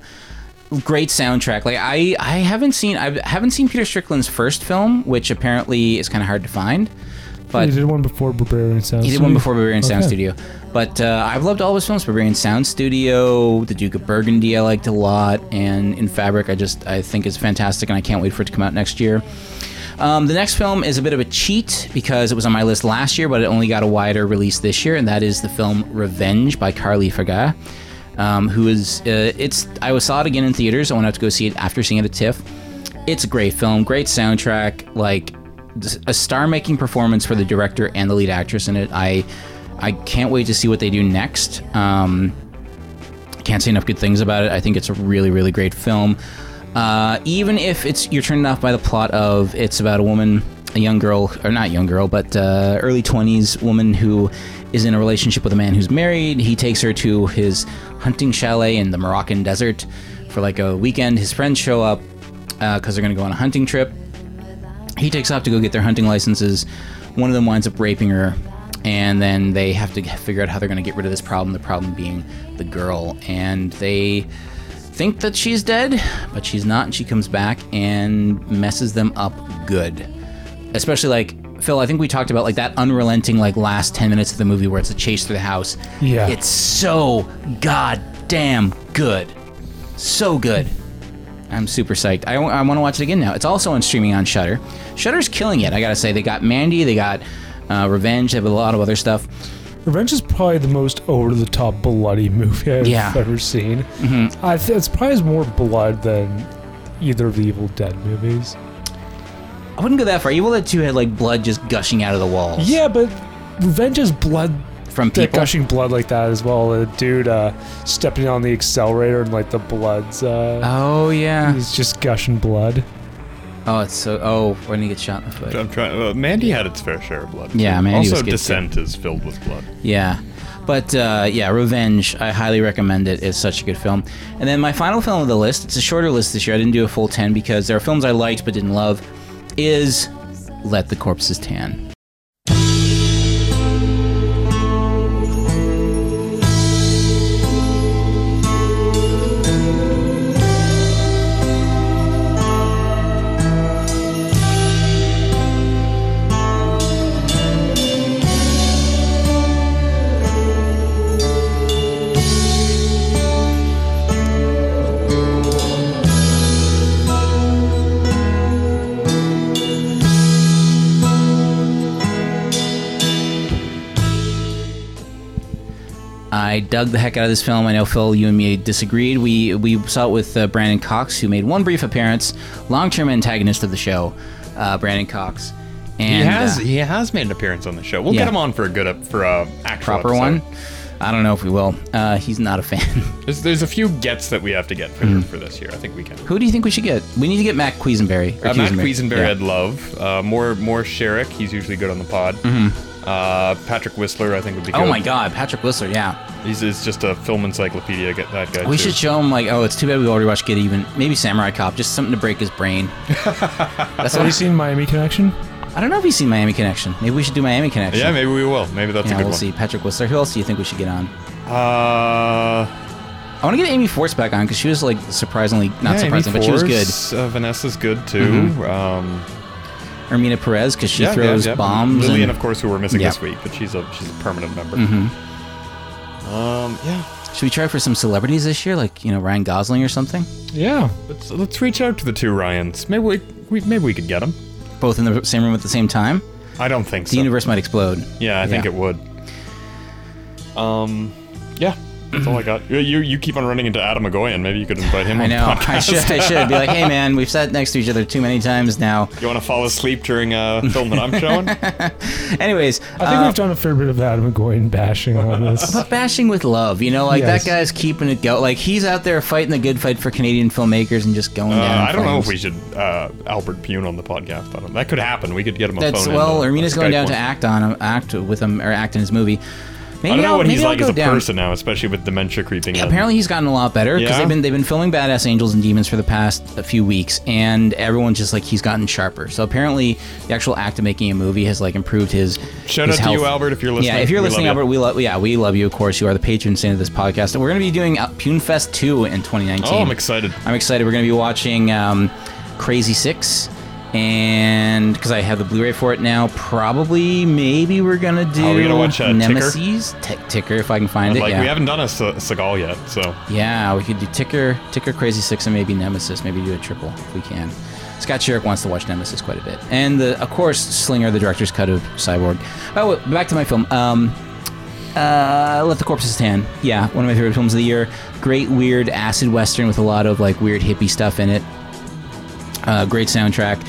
Great soundtrack. Like I, I haven't seen I haven't seen Peter Strickland's first film, which apparently is kind of hard to find. But
he did one before Barbarian Sound.
he did
Studio.
one before Barbarian Sound
Okay.
Studio. But uh, I've loved all of his films: Barbarian Sound Studio, The Duke of Burgundy. I liked a lot, and In Fabric, I just I think is fantastic, and I can't wait for it to come out next year. Um, the next film is a bit of a cheat because it was on my list last year, but it only got a wider release this year, and that is the film Revenge by Carly Fraga, um, who is uh, it's I saw it again in theaters. I went out to go see it after seeing it at TIFF. It's a great film, great soundtrack, like a star-making performance for the director and the lead actress in it. I I can't wait to see what they do next. Um, can't say enough good things about it. I think it's a really, really great film. Uh, even if it's you're turned off by the plot of it's about a woman, a young girl, or not young girl, but uh, early 20s woman who is in a relationship with a man who's married. He takes her to his hunting chalet in the Moroccan desert for like a weekend. His friends show up because they're going to go on a hunting trip. He takes off to go get their hunting licenses. One of them winds up raping her, and then they have to figure out how they're going to get rid of this problem. The problem being the girl, and they think that she's dead, but she's not, and she comes back and messes them up good. Especially like Phil, I think we talked about like that unrelenting like last 10 minutes of the movie where it's a chase through the house.
Yeah.
It's so goddamn good. So good. I'm super psyched. I, want to watch it again now. It's also on streaming on Shutter. Shutter's killing it. I gotta say, they got Mandy, they got uh, Revenge, they have a lot of other stuff.
Revenge is probably the most over the top bloody <laughs> movie I've
Yeah. Mm-hmm.
ever seen. I th- it's probably more blood than either of the Evil Dead movies.
I wouldn't go that far. Evil Dead 2 had like blood just gushing out of the walls.
Yeah, but Revenge is blood
From
that
people?
gushing blood like that as well. The dude uh, stepping on the accelerator and like the blood's. Uh,
oh yeah,
he's just gushing blood.
Oh, it's so. Oh, when he gets shot in the foot.
I'm trying. Uh, Mandy had its fair share of blood.
Yeah, Mandy
Also,
was good, too.
Descent is filled with blood.
Yeah. But uh, yeah, Revenge, I highly recommend it. It's such a good film. And then my final film of the list, it's a shorter list this year. I didn't do a full 10 because there are films I liked but didn't love, is Let the Corpses Tan. I dug the heck out of this film. I know Phil, you and me disagreed. We we saw it with uh, Brandon Cox, who made one brief appearance, long-term antagonist of the show, uh, Brandon Cox. And
he has
uh,
he has made an appearance on the show. We'll
yeah.
get him on for a good up for a actual
proper
episode.
one. I don't know if we will. Uh, he's not a fan. <laughs>
There's, there's a few gets that we have to get for,
Mm.
for this year. I think we can.
Who do you think we should get? We need to get Mac Quisenberry. or
Uh, Matt Cuisenberry
Yeah.
I'd love. Uh, more more Sherrick. He's usually good on the pod.
Mhm.
Uh, Patrick Whistler, I think would be. Good.
Oh my God, Patrick Whistler, yeah.
He's, he's just a film encyclopedia. Get that guy.
We
too.
should show him like, oh, it's too bad we already watched Get Even. Maybe Samurai Cop, just something to break his
<laughs>
brain. That's
Have
what
you seen Miami Connection?
I don't know if he's seen Miami Connection. Maybe we should do Miami Connection.
Yeah, maybe we will. Maybe that's
yeah,
a good
we'll
one.
see. Patrick Whistler. Who else do you think we should get on?
Uh,
I want to get Amy Force back on because she was like surprisingly not
yeah,
surprising,
Amy
but she was good.
Force, Uh, Vanessa's good too.
Mhm.
Um,
Ermina Perez because she
yeah, yeah,
throws
yeah.
bombs.
Lillian,
and,
of course, who we're missing
Yeah.
this week, but she's a she's a permanent member.
Mhm.
Um, yeah.
Should we try for some celebrities this year, like you know Ryan Gosling or something?
Yeah.
Let's let's reach out to the two Ryans. Maybe we, we maybe we could get them.
Both in the same room at the same time.
I don't think
the
so.
universe might explode.
Yeah, I think it would. Um, yeah, that's all I got. You, you you keep on running into Adam Agoyan. Maybe you could invite him.
I
on <laughs> the
know. I
podcast.
should. I should be like, hey man, we've sat next to each other too many times now.
you want to fall asleep during a film that
<laughs>
I'm showing?
Anyways, uh,
I think we've done a fair bit of Adam McGoyan bashing on
<laughs>
this.
But bashing with love, you know, like
Yes.
that guy's keeping it go. Like he's out there fighting the good fight for Canadian filmmakers and just going
Uh,
down. in
I don't know if
flames.
we should uh, Albert Pune on the podcast. I don't, that could happen. We could get him a
That's
phone.
well,
in, uh,
Armina's going
Skype
down to
one.
act on him, act with him or act in his movie. Maybe
I don't know
will
what
maybe
he's
I'll
like
go
as a
down.
person now, especially with dementia creeping in.
Apparently he's gotten a lot better because
Yeah?
they've been they've been filming Badass Angels and Demons for the past a few weeks, and everyone's just like he's gotten sharper. So apparently the actual act of making a movie has like improved his.
Shout
his
out to you,
health.
Albert, if you're listening.
Yeah, if you're
We love
listening,
you.
Albert, we love yeah we love you. Of course, you are the patron saint of this podcast, and we're going to be doing uh, Punefest two in 2019.
Oh, I'm excited.
I'm excited. We're going to be watching um, Crazy Six, and because I have the Blu-ray for it now, probably maybe we're going to do
Are we gonna watch, uh, Ticker?
Nemesis Tick- Ticker if I can find
And,
it.
like
yeah.
we haven't done a Se- Seagal yet, so
yeah, we could do Ticker, Ticker, Crazy Six, and maybe Nemesis. Maybe do a triple if we can. Scott Sherrick wants to watch Nemesis quite a bit, and the, of course Slinger, the director's cut of Cyborg. Oh, wait, back to my film. Um, uh, Let the Corpses Tan. Yeah, one of my favorite films of the year. Great, weird acid western with a lot of like weird hippie stuff in it. Uh, great soundtrack.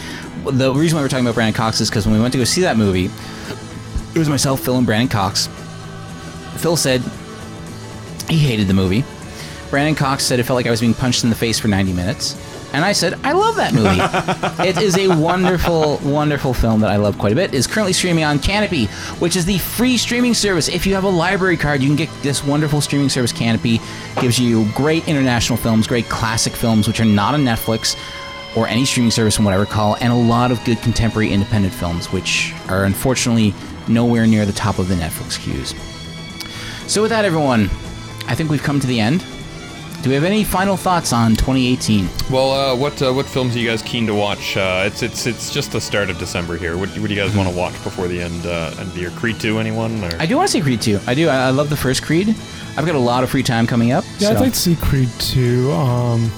The reason why we're talking about Brandon Cox is because when we went to go see that movie, it was myself, Phil, and Brandon Cox. Phil said he hated the movie. Brandon Cox said it felt like I was being punched in the face for 90 minutes. And I said, I love that movie. it is a wonderful, wonderful film that I love quite a bit. It's currently streaming on Canopy, which is the free streaming service. If you have a library card, you can get this wonderful streaming service, Canopy. gives you great international films, great classic films, which are not on Netflix or any streaming service from what I recall, and a lot of good contemporary independent films, which are unfortunately nowhere near the top of the Netflix queues. So, with that, everyone, I think we've come to the end. Do we have any final thoughts on 2018?
Well, uh, what uh, what films are you guys keen to watch? Uh, it's it's it's just the start of December here. What, what do you guys want to watch before the end uh, end of the year? Creed two, anyone? Or?
Hmm. I do want to see Creed 2. I do. I, I love the first Creed. I've got a lot of free time coming up.
Yeah, I'd
so-
like to see Creed 2. Um,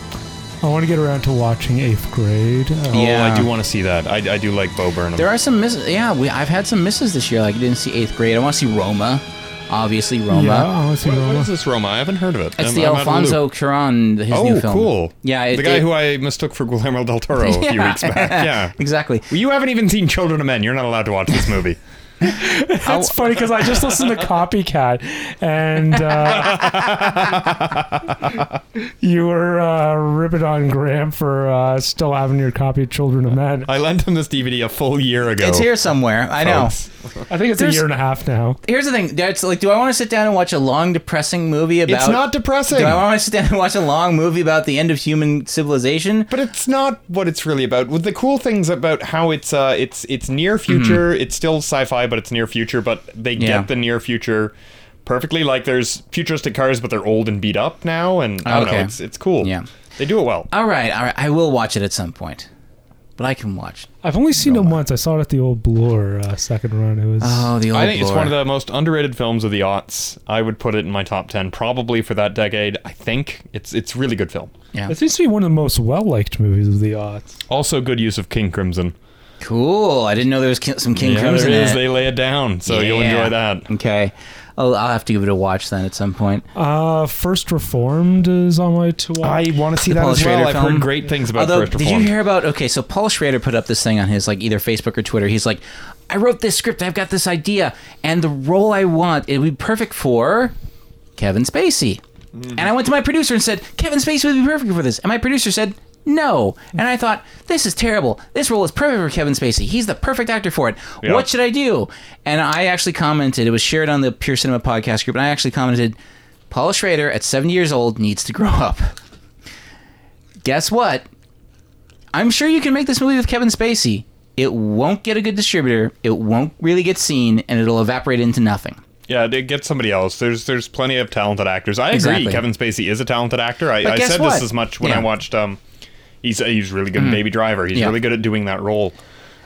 I want to get around to watching 8th grade. Uh,
Oh, I do want to see that. I, I do like Bo Burnham.
There are some misses. Yeah, we, I've had some misses this year. Like I didn't see eighth grade. I want to see Roma. Obviously, Roma.
Oh, Yeah, I want to see <laughs>
What
Roma.
is this Roma? I haven't heard of it.
It's
I'm-
the
I'm out of the
Alfonso
loop.
Cuarón, his
oh,
new film.
cool.
Yeah, it-
the guy
it-
who I mistook for Guillermo
<laughs>
del Toro a few
Yeah.
weeks back. Yeah,
<laughs> exactly.
Well, you haven't even seen Children of Men. You're not allowed to watch
<laughs>
this movie.
That's funny because I just listened to Copycat, and uh, <laughs> you were uh, ribbing on Graham for uh, still having your copy of Children of Men.
I lent him this DVD a full year ago.
It's here somewhere. I know.
Folks.
I think it's a
There's-
year and a half now.
Here's the thing. That's like, do I want to sit down and watch a long, depressing movie about?
not depressing.
Do I want to <laughs> sit down and watch a long movie about the end of human civilization?
But it's not what it's really about. With the cool things about how it's uh, it's it's near future. It's still sci-fi, but it's near future. But they
Mm-hmm. Yeah.
get the near future perfectly. Like there's futuristic cars, but they're old and beat up now. And I don't
Okay.
know. It's it's cool.
Yeah.
They do it well.
All right, all right. I will watch it at some point, but I can watch.
I've only seen it once. I saw it at the old Bloor uh, second run. It was
Oh, the old.
I think it's
lore.
one of the most underrated films of the aughts. I would put it in my top ten, probably for that decade. I think it's it's really good film.
Yeah.
It seems to be one of the most well liked movies of the odds.
Also, good use of King Crimson.
Cool. I didn't know there was ki- some King
Yeah,
Crimson.
there is.
in it.
They lay it down, so you'll
Yeah.
enjoy that.
Okay. I'll, I'll have to give it a watch then at some point.
Uh, First Reformed is on my to watch.
I want to see that
Paul
as well.
Schrader
I've
film.
heard great things about
Although,
First
did you
Reformed.
hear about? Okay, so Paul Schrader put up this thing on his like either Facebook or Twitter. He's like, I wrote this script. I've got this idea, and the role I want it would be perfect for Kevin Spacey. And I went to my producer and said, Kevin Spacey would be perfect for this. And my producer said, no. And I thought, this is terrible. This role is perfect for Kevin Spacey. He's the perfect actor for it.
Yeah.
What should I do? And I actually commented, it was shared on the Pure Cinema podcast group, and I actually commented, Paul Schrader at 70 years old needs to grow up. Guess what? I'm sure you can make this movie with Kevin Spacey. It won't get a good distributor, it won't really get seen, and it'll evaporate into nothing.
Yeah, they get somebody else. There's there's plenty of talented actors. I agree.
Exactly.
Kevin Spacey is a talented actor. I,
But
I
guess
said
what?
this as much when
Yeah.
I watched. Um, he's he's really good in
Mhm.
Baby Driver. He's
Yeah.
really good at doing that role.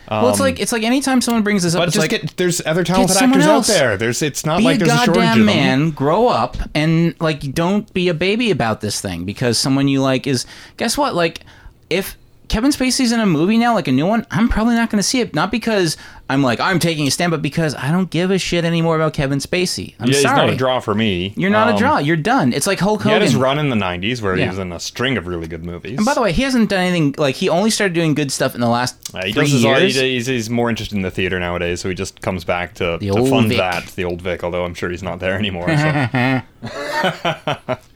Um,
Well, it's like it's like anytime someone brings this up,
but
it's
just
like,
get there's other talented
someone
actors
else.
out there. There's it's not
be
like
a
there's a shortage of
goddamn
them.
man, grow up, and like don't be a baby about this thing because someone you like is. Guess what? Like, if Kevin Spacey's in a movie now, like a new one, I'm probably not going to see it. Not because I'm like I'm taking a stand, but because I don't give a shit anymore about Kevin Spacey. I'm
yeah, he's
sorry,
not a draw for me.
you're not
Um,
a draw. You're done. It's like Hulk
He had
Hogan.
his run in the '90s where
Yeah.
he was in a string of really good movies.
and by the way, he hasn't done anything. Like he only started doing good stuff in the last
Uh, he
three
does his all-
years.
he- he's, he's more interested in the theater nowadays, so he just comes back to, to
old
fund
Vic.
that, the old Vic, although I'm sure he's not there anymore. So.
<laughs>
<laughs>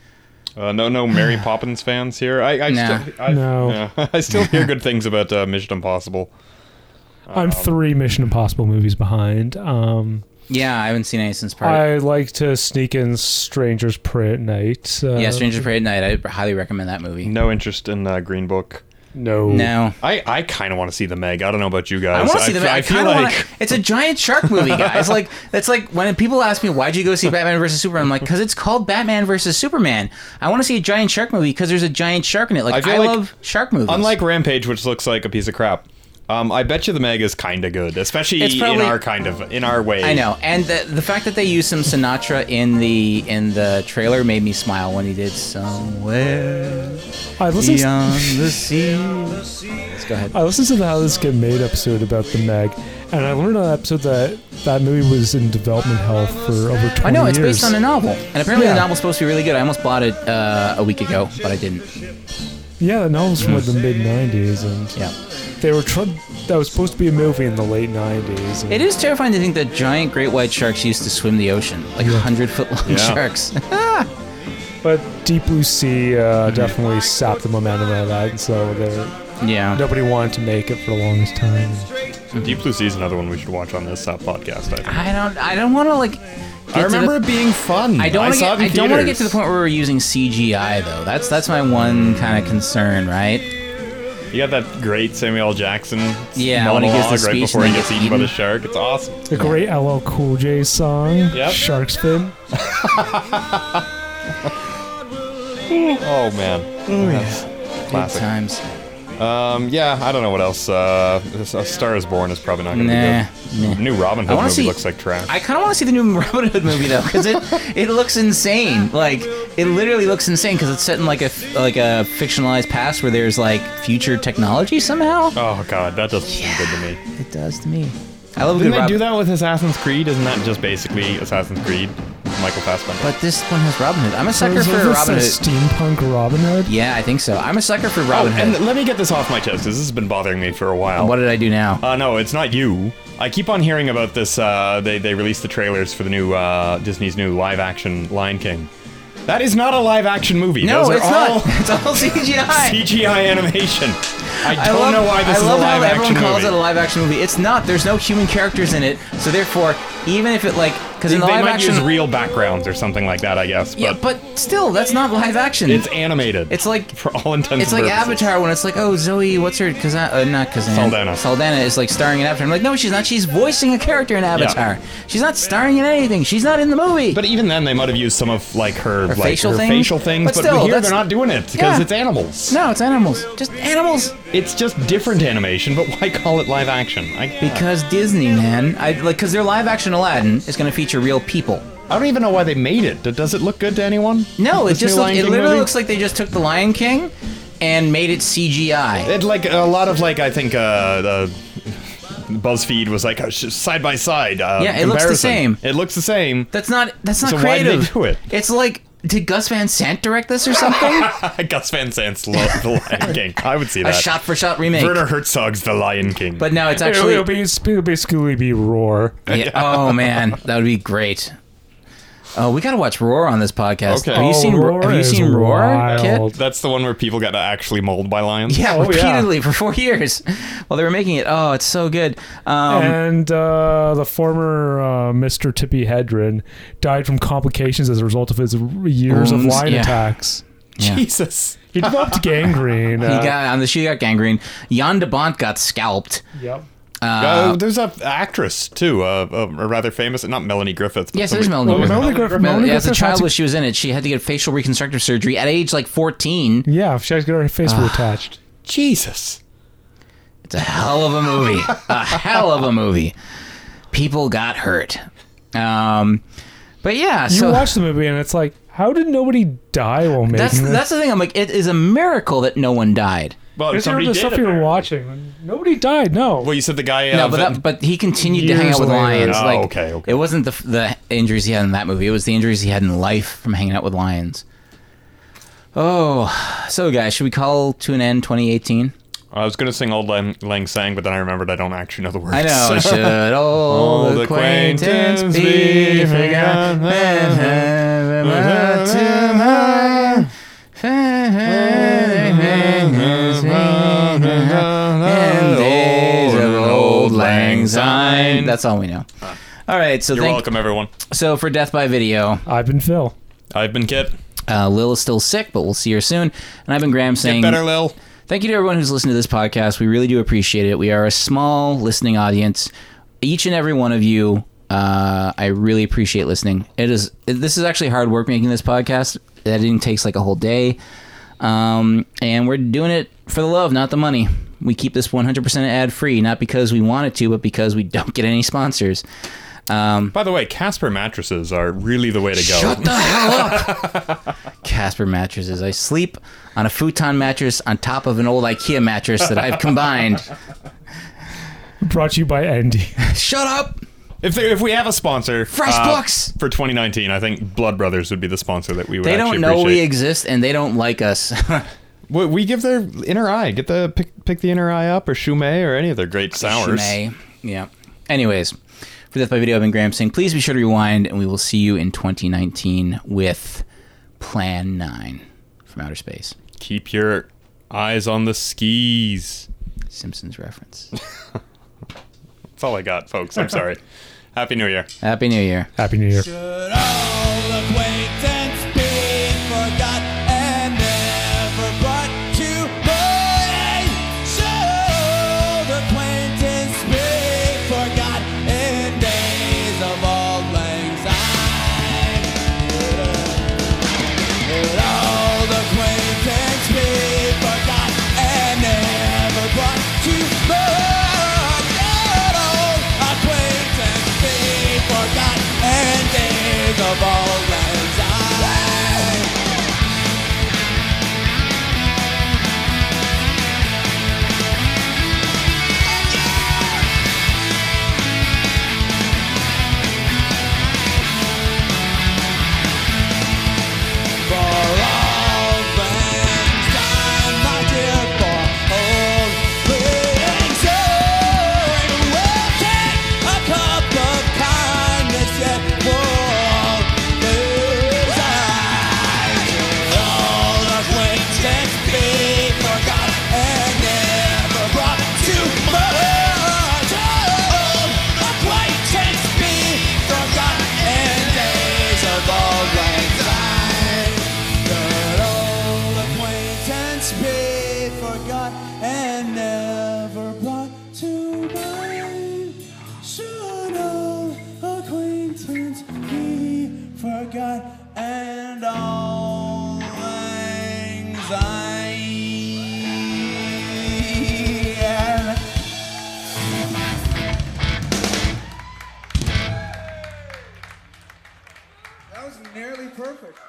Uh, no, no, Mary Poppins fans here. I, I
No.
still, I,
No.
yeah. <laughs> I still hear good things about uh, Mission Impossible.
Um,
I'm three Mission Impossible movies behind. Um,
yeah, I haven't seen any since part.
I like to sneak in Stranger's Prayer at Night. Uh,
yeah, Stranger Prey at Night. I highly recommend that movie.
No interest in uh, Green Book.
No.
No.
I, I kind of want to see the Meg. I don't know about you
I
guys.
want to see the.
fe-
I,
I feel
kinda
like
wanna, <laughs> it's a giant shark movie, guys. like that's like when people ask me why'd you go see Batman versus Superman, I'm like, because it's called Batman versus Superman. I want to see a giant shark movie because there's a giant shark in it. Like
I
I,
feel like-
love shark movies.
unlike Rampage, which looks like a piece of crap. Um, I bet you the Meg is kind of good,
It's
especially
probably-
in our kind of in our way.
I know, and the, the fact that they used some Sinatra in the in the trailer made me smile when he did somewhere
I listened.
beyond the uh, sea. Let's go ahead.
I listened to the How This Get Made episode about the Meg, and I learned on that episode that that movie was in development hell for over 20
I know it's
years.
based on a novel, and apparently the
Yeah.
novel's supposed to be really good. I almost bought it uh, a week ago, but I didn't.
Yeah, the novel's from like the mid 90s, and
Hmm. Yeah.
they were tr- that was supposed to be a movie in the late 90s. and-
It is terrifying to think that giant great white sharks used to swim the ocean, like hundred foot long
Yeah.
<laughs>
sharks.
But Deep Blue Sea uh,
Mm-hmm.
definitely sapped the momentum out of that, and so they're,
Yeah.
nobody wanted to make it for the longest time.
Deep Blue Sea is another one we should watch on this uh, podcast. I think.
I don't. I don't want to like. get
I
to
remember
the-
it being fun.
I don't want to
saw
get.
it in
I don't want to get
theaters.
to the point where we're using CGI though. That's that's my one kind of concern, right?
You got that great Samuel L. Jackson
Yeah, when he
monologue
gives the
right
speech
before
and
he
then
gets
gets
eaten, by the
eaten.
shark. It's awesome.
The great LL Cool J song,
Yep.
Shark's Fin.
Oh man.
Oh, yeah.
That's
Good
Classic.
times.
Um, yeah, I don't know what else. Uh, this- A Star is Born is probably not going to be
Nah,
good. New Robin
I
Hood
wanna
movie
see-
looks like trash.
I kind of want to see the new <laughs> Robin Hood movie though, because it it looks insane. Like it literally looks insane because it's set in like a f- like a fictionalized past where there's like future technology somehow.
Oh god, that doesn't seem good to me.
It does to me. I love a good
Didn't they
Robin.
do that with Assassin's Creed? Isn't that just basically Assassin's Creed? Michael Fassbender.
But this one has Robin Hood. I'm a sucker
Is
for
this
Robin
a
Hood.
steampunk Robin Hood?
yeah, I think so. I'm a sucker for Robin
oh,
Hood.
and let me get this off my chest because this has been bothering me for a while. What
did I do now?
Uh, no, it's not you. I keep on hearing about this. Uh, they they released the trailers for the new uh, Disney's new live action Lion King. That is not a live action movie.
No,
Those are
it's <laughs>
all
not. It's
<laughs>
all CGI.
CGI animation. I don't
love-
know why
I
this is a
love
live
how
action
everyone calls
movie.
it a live action movie. It's not. There's no human characters in it, so therefore, even if it like, because
they,
in the
they
live
might
action,
use real backgrounds or something like that, I guess.
yeah,
But
but still, that's not live action.
it's animated. It's
like
for all intents.
It's like
and purposes.
Avatar when it's like, oh, Zoe, what's her? Because uh, not because
Saldana.
Saldana is like starring in Avatar. I'm like, no, she's not. She's voicing a character in Avatar. She's not starring in anything. She's not in the movie.
But even then, they might have used some of like her, like
facial
her
things?
facial things.
But
But,
still,
here
that's-
they're not doing it because
Yeah.
it's animals.
No, it's animals. Just animals.
It's just different animation. But why call it live action? I,
Because Disney, man, I like because their live action Aladdin is going to feature real people.
I don't even know why they made it. D- Does it look good to anyone?
No, it
This
just
new
look,
Lion
it
King
literally
movie?
looks like they just took the Lion King and made it CGI.
It like a lot of like I think uh, the BuzzFeed was like uh, sh- side by side. Uh,
Yeah, it looks the
comparison.
same.
It looks
<laughs>
the same.
That's not that's not
so
creative.
Why did they do it?
It's like did Gus Van Sant direct this or
<laughs>
something?
Gus Van Sant's lo- The
<laughs>
Lion King. I would see
a
that.
shot for shot remake.
Werner Herzog's The Lion King.
But no, it's actually
It'll be, it'll be Scooby Roar.
Yeah. Oh man, that would be great. Oh, we gotta watch Roar on this podcast.
Okay.
Have you
Oh,
seen Roar? Have you
is
seen Roar, Kit?
That's the one where people got actually mauled by lions. Oh,
Yeah, repeatedly for four years while they were making it. Oh, it's so good. Um,
and uh, the former uh, Mr. Tippy Hedren died from complications as a result of his r- years of
Wounds,
lion
yeah.
attacks.
Yeah.
<laughs> Jesus.
<laughs>
He developed gangrene.
he
uh,
got on the she got gangrene. Jan de Bont got scalped.
Yep.
Uh,
Uh, there's a actress too, uh, uh, a rather famous, not Melanie Griffith. but
Yes, it is
somebody-
Melanie
Oh,
Griffith.
Griffith-
Mel-
Melanie
yeah, as a
Griffith
child,
had to-
when she was in it, she had to get facial reconstructive surgery at age like 14.
Yeah, she has got her face
Ah.
reattached.
Jesus.
It's a hell of a movie. a
<laughs>
hell of a movie. People got hurt. Um, but yeah,
You
so
watch the movie and it's like, how did nobody die while making
that's
this?
that's the thing. I'm like, it is a miracle that no one died.
Well,
Consider
somebody
the
did
stuff
it.
you were watching. Nobody died. No.
Well, you said the guy.
no,
uh,
but that, but he continued to hang
Years
out with
later.
lions.
Oh,
like,
okay, okay.
It wasn't the f- the injuries he had in that movie. It was the injuries he had in life from hanging out with lions. Oh, so guys, should we call to an end 2018?
I was gonna sing "Old Lang, Lang Syne," but then I remembered I don't actually know the words.
I <laughs>
<laughs>
know. Should old acquaintance be forgotten? In days of old lang syne. That's all we know. All right. So
You're
thank-
welcome, everyone.
So for death by video,
I've been Phil.
I've been Kit.
uh, Lil is still sick, but we'll see her soon. And I've been Graham saying,
better, Lil.
Thank you to everyone who's listened to this podcast. We really do appreciate it. We are a small listening audience. Each and every one of you, uh, I really appreciate listening. It is this is actually hard work making this podcast. Editing takes like a whole day, um, and we're doing it for the love, not the money. We keep this 100% ad free, not because we want it to, but because we don't get any sponsors. Um,
By the way, Casper mattresses are really the way to go.
Shut the hell up! <laughs> Casper mattresses. I sleep on a futon mattress on top of an old IKEA mattress that I've combined.
Brought to you by Andy.
<laughs>
<laughs>
Shut up!
If they, if we have a sponsor,
Fresh
uh,
books!
for 2019, I think Blood Brothers would be the sponsor that we would.
They
actually
don't know we
appreciate.
exist and they don't like us. <laughs>
we we give their inner eye. Get the pick, pick the inner eye up or Shumei or any of their great sours.
May. Yeah. Anyways, for Death by Video, I've been Graham Singh. Please be sure to rewind, and we will see you in 2019 with Plan 9 from Outer Space.
Keep your eyes on the skis.
Simpsons <laughs> reference.
That's all I got, folks. I'm <laughs> sorry. Happy New Year.
Happy New Year.
Happy New Year.
Should all acquaintance be forgot and never brought to mind? Should acquaintance be forgot in days of old lang syne? Should all the
oh,
once be forgot and never brought to mind. Should all acquaintance be forgot and all anxiety?
That was nearly perfect.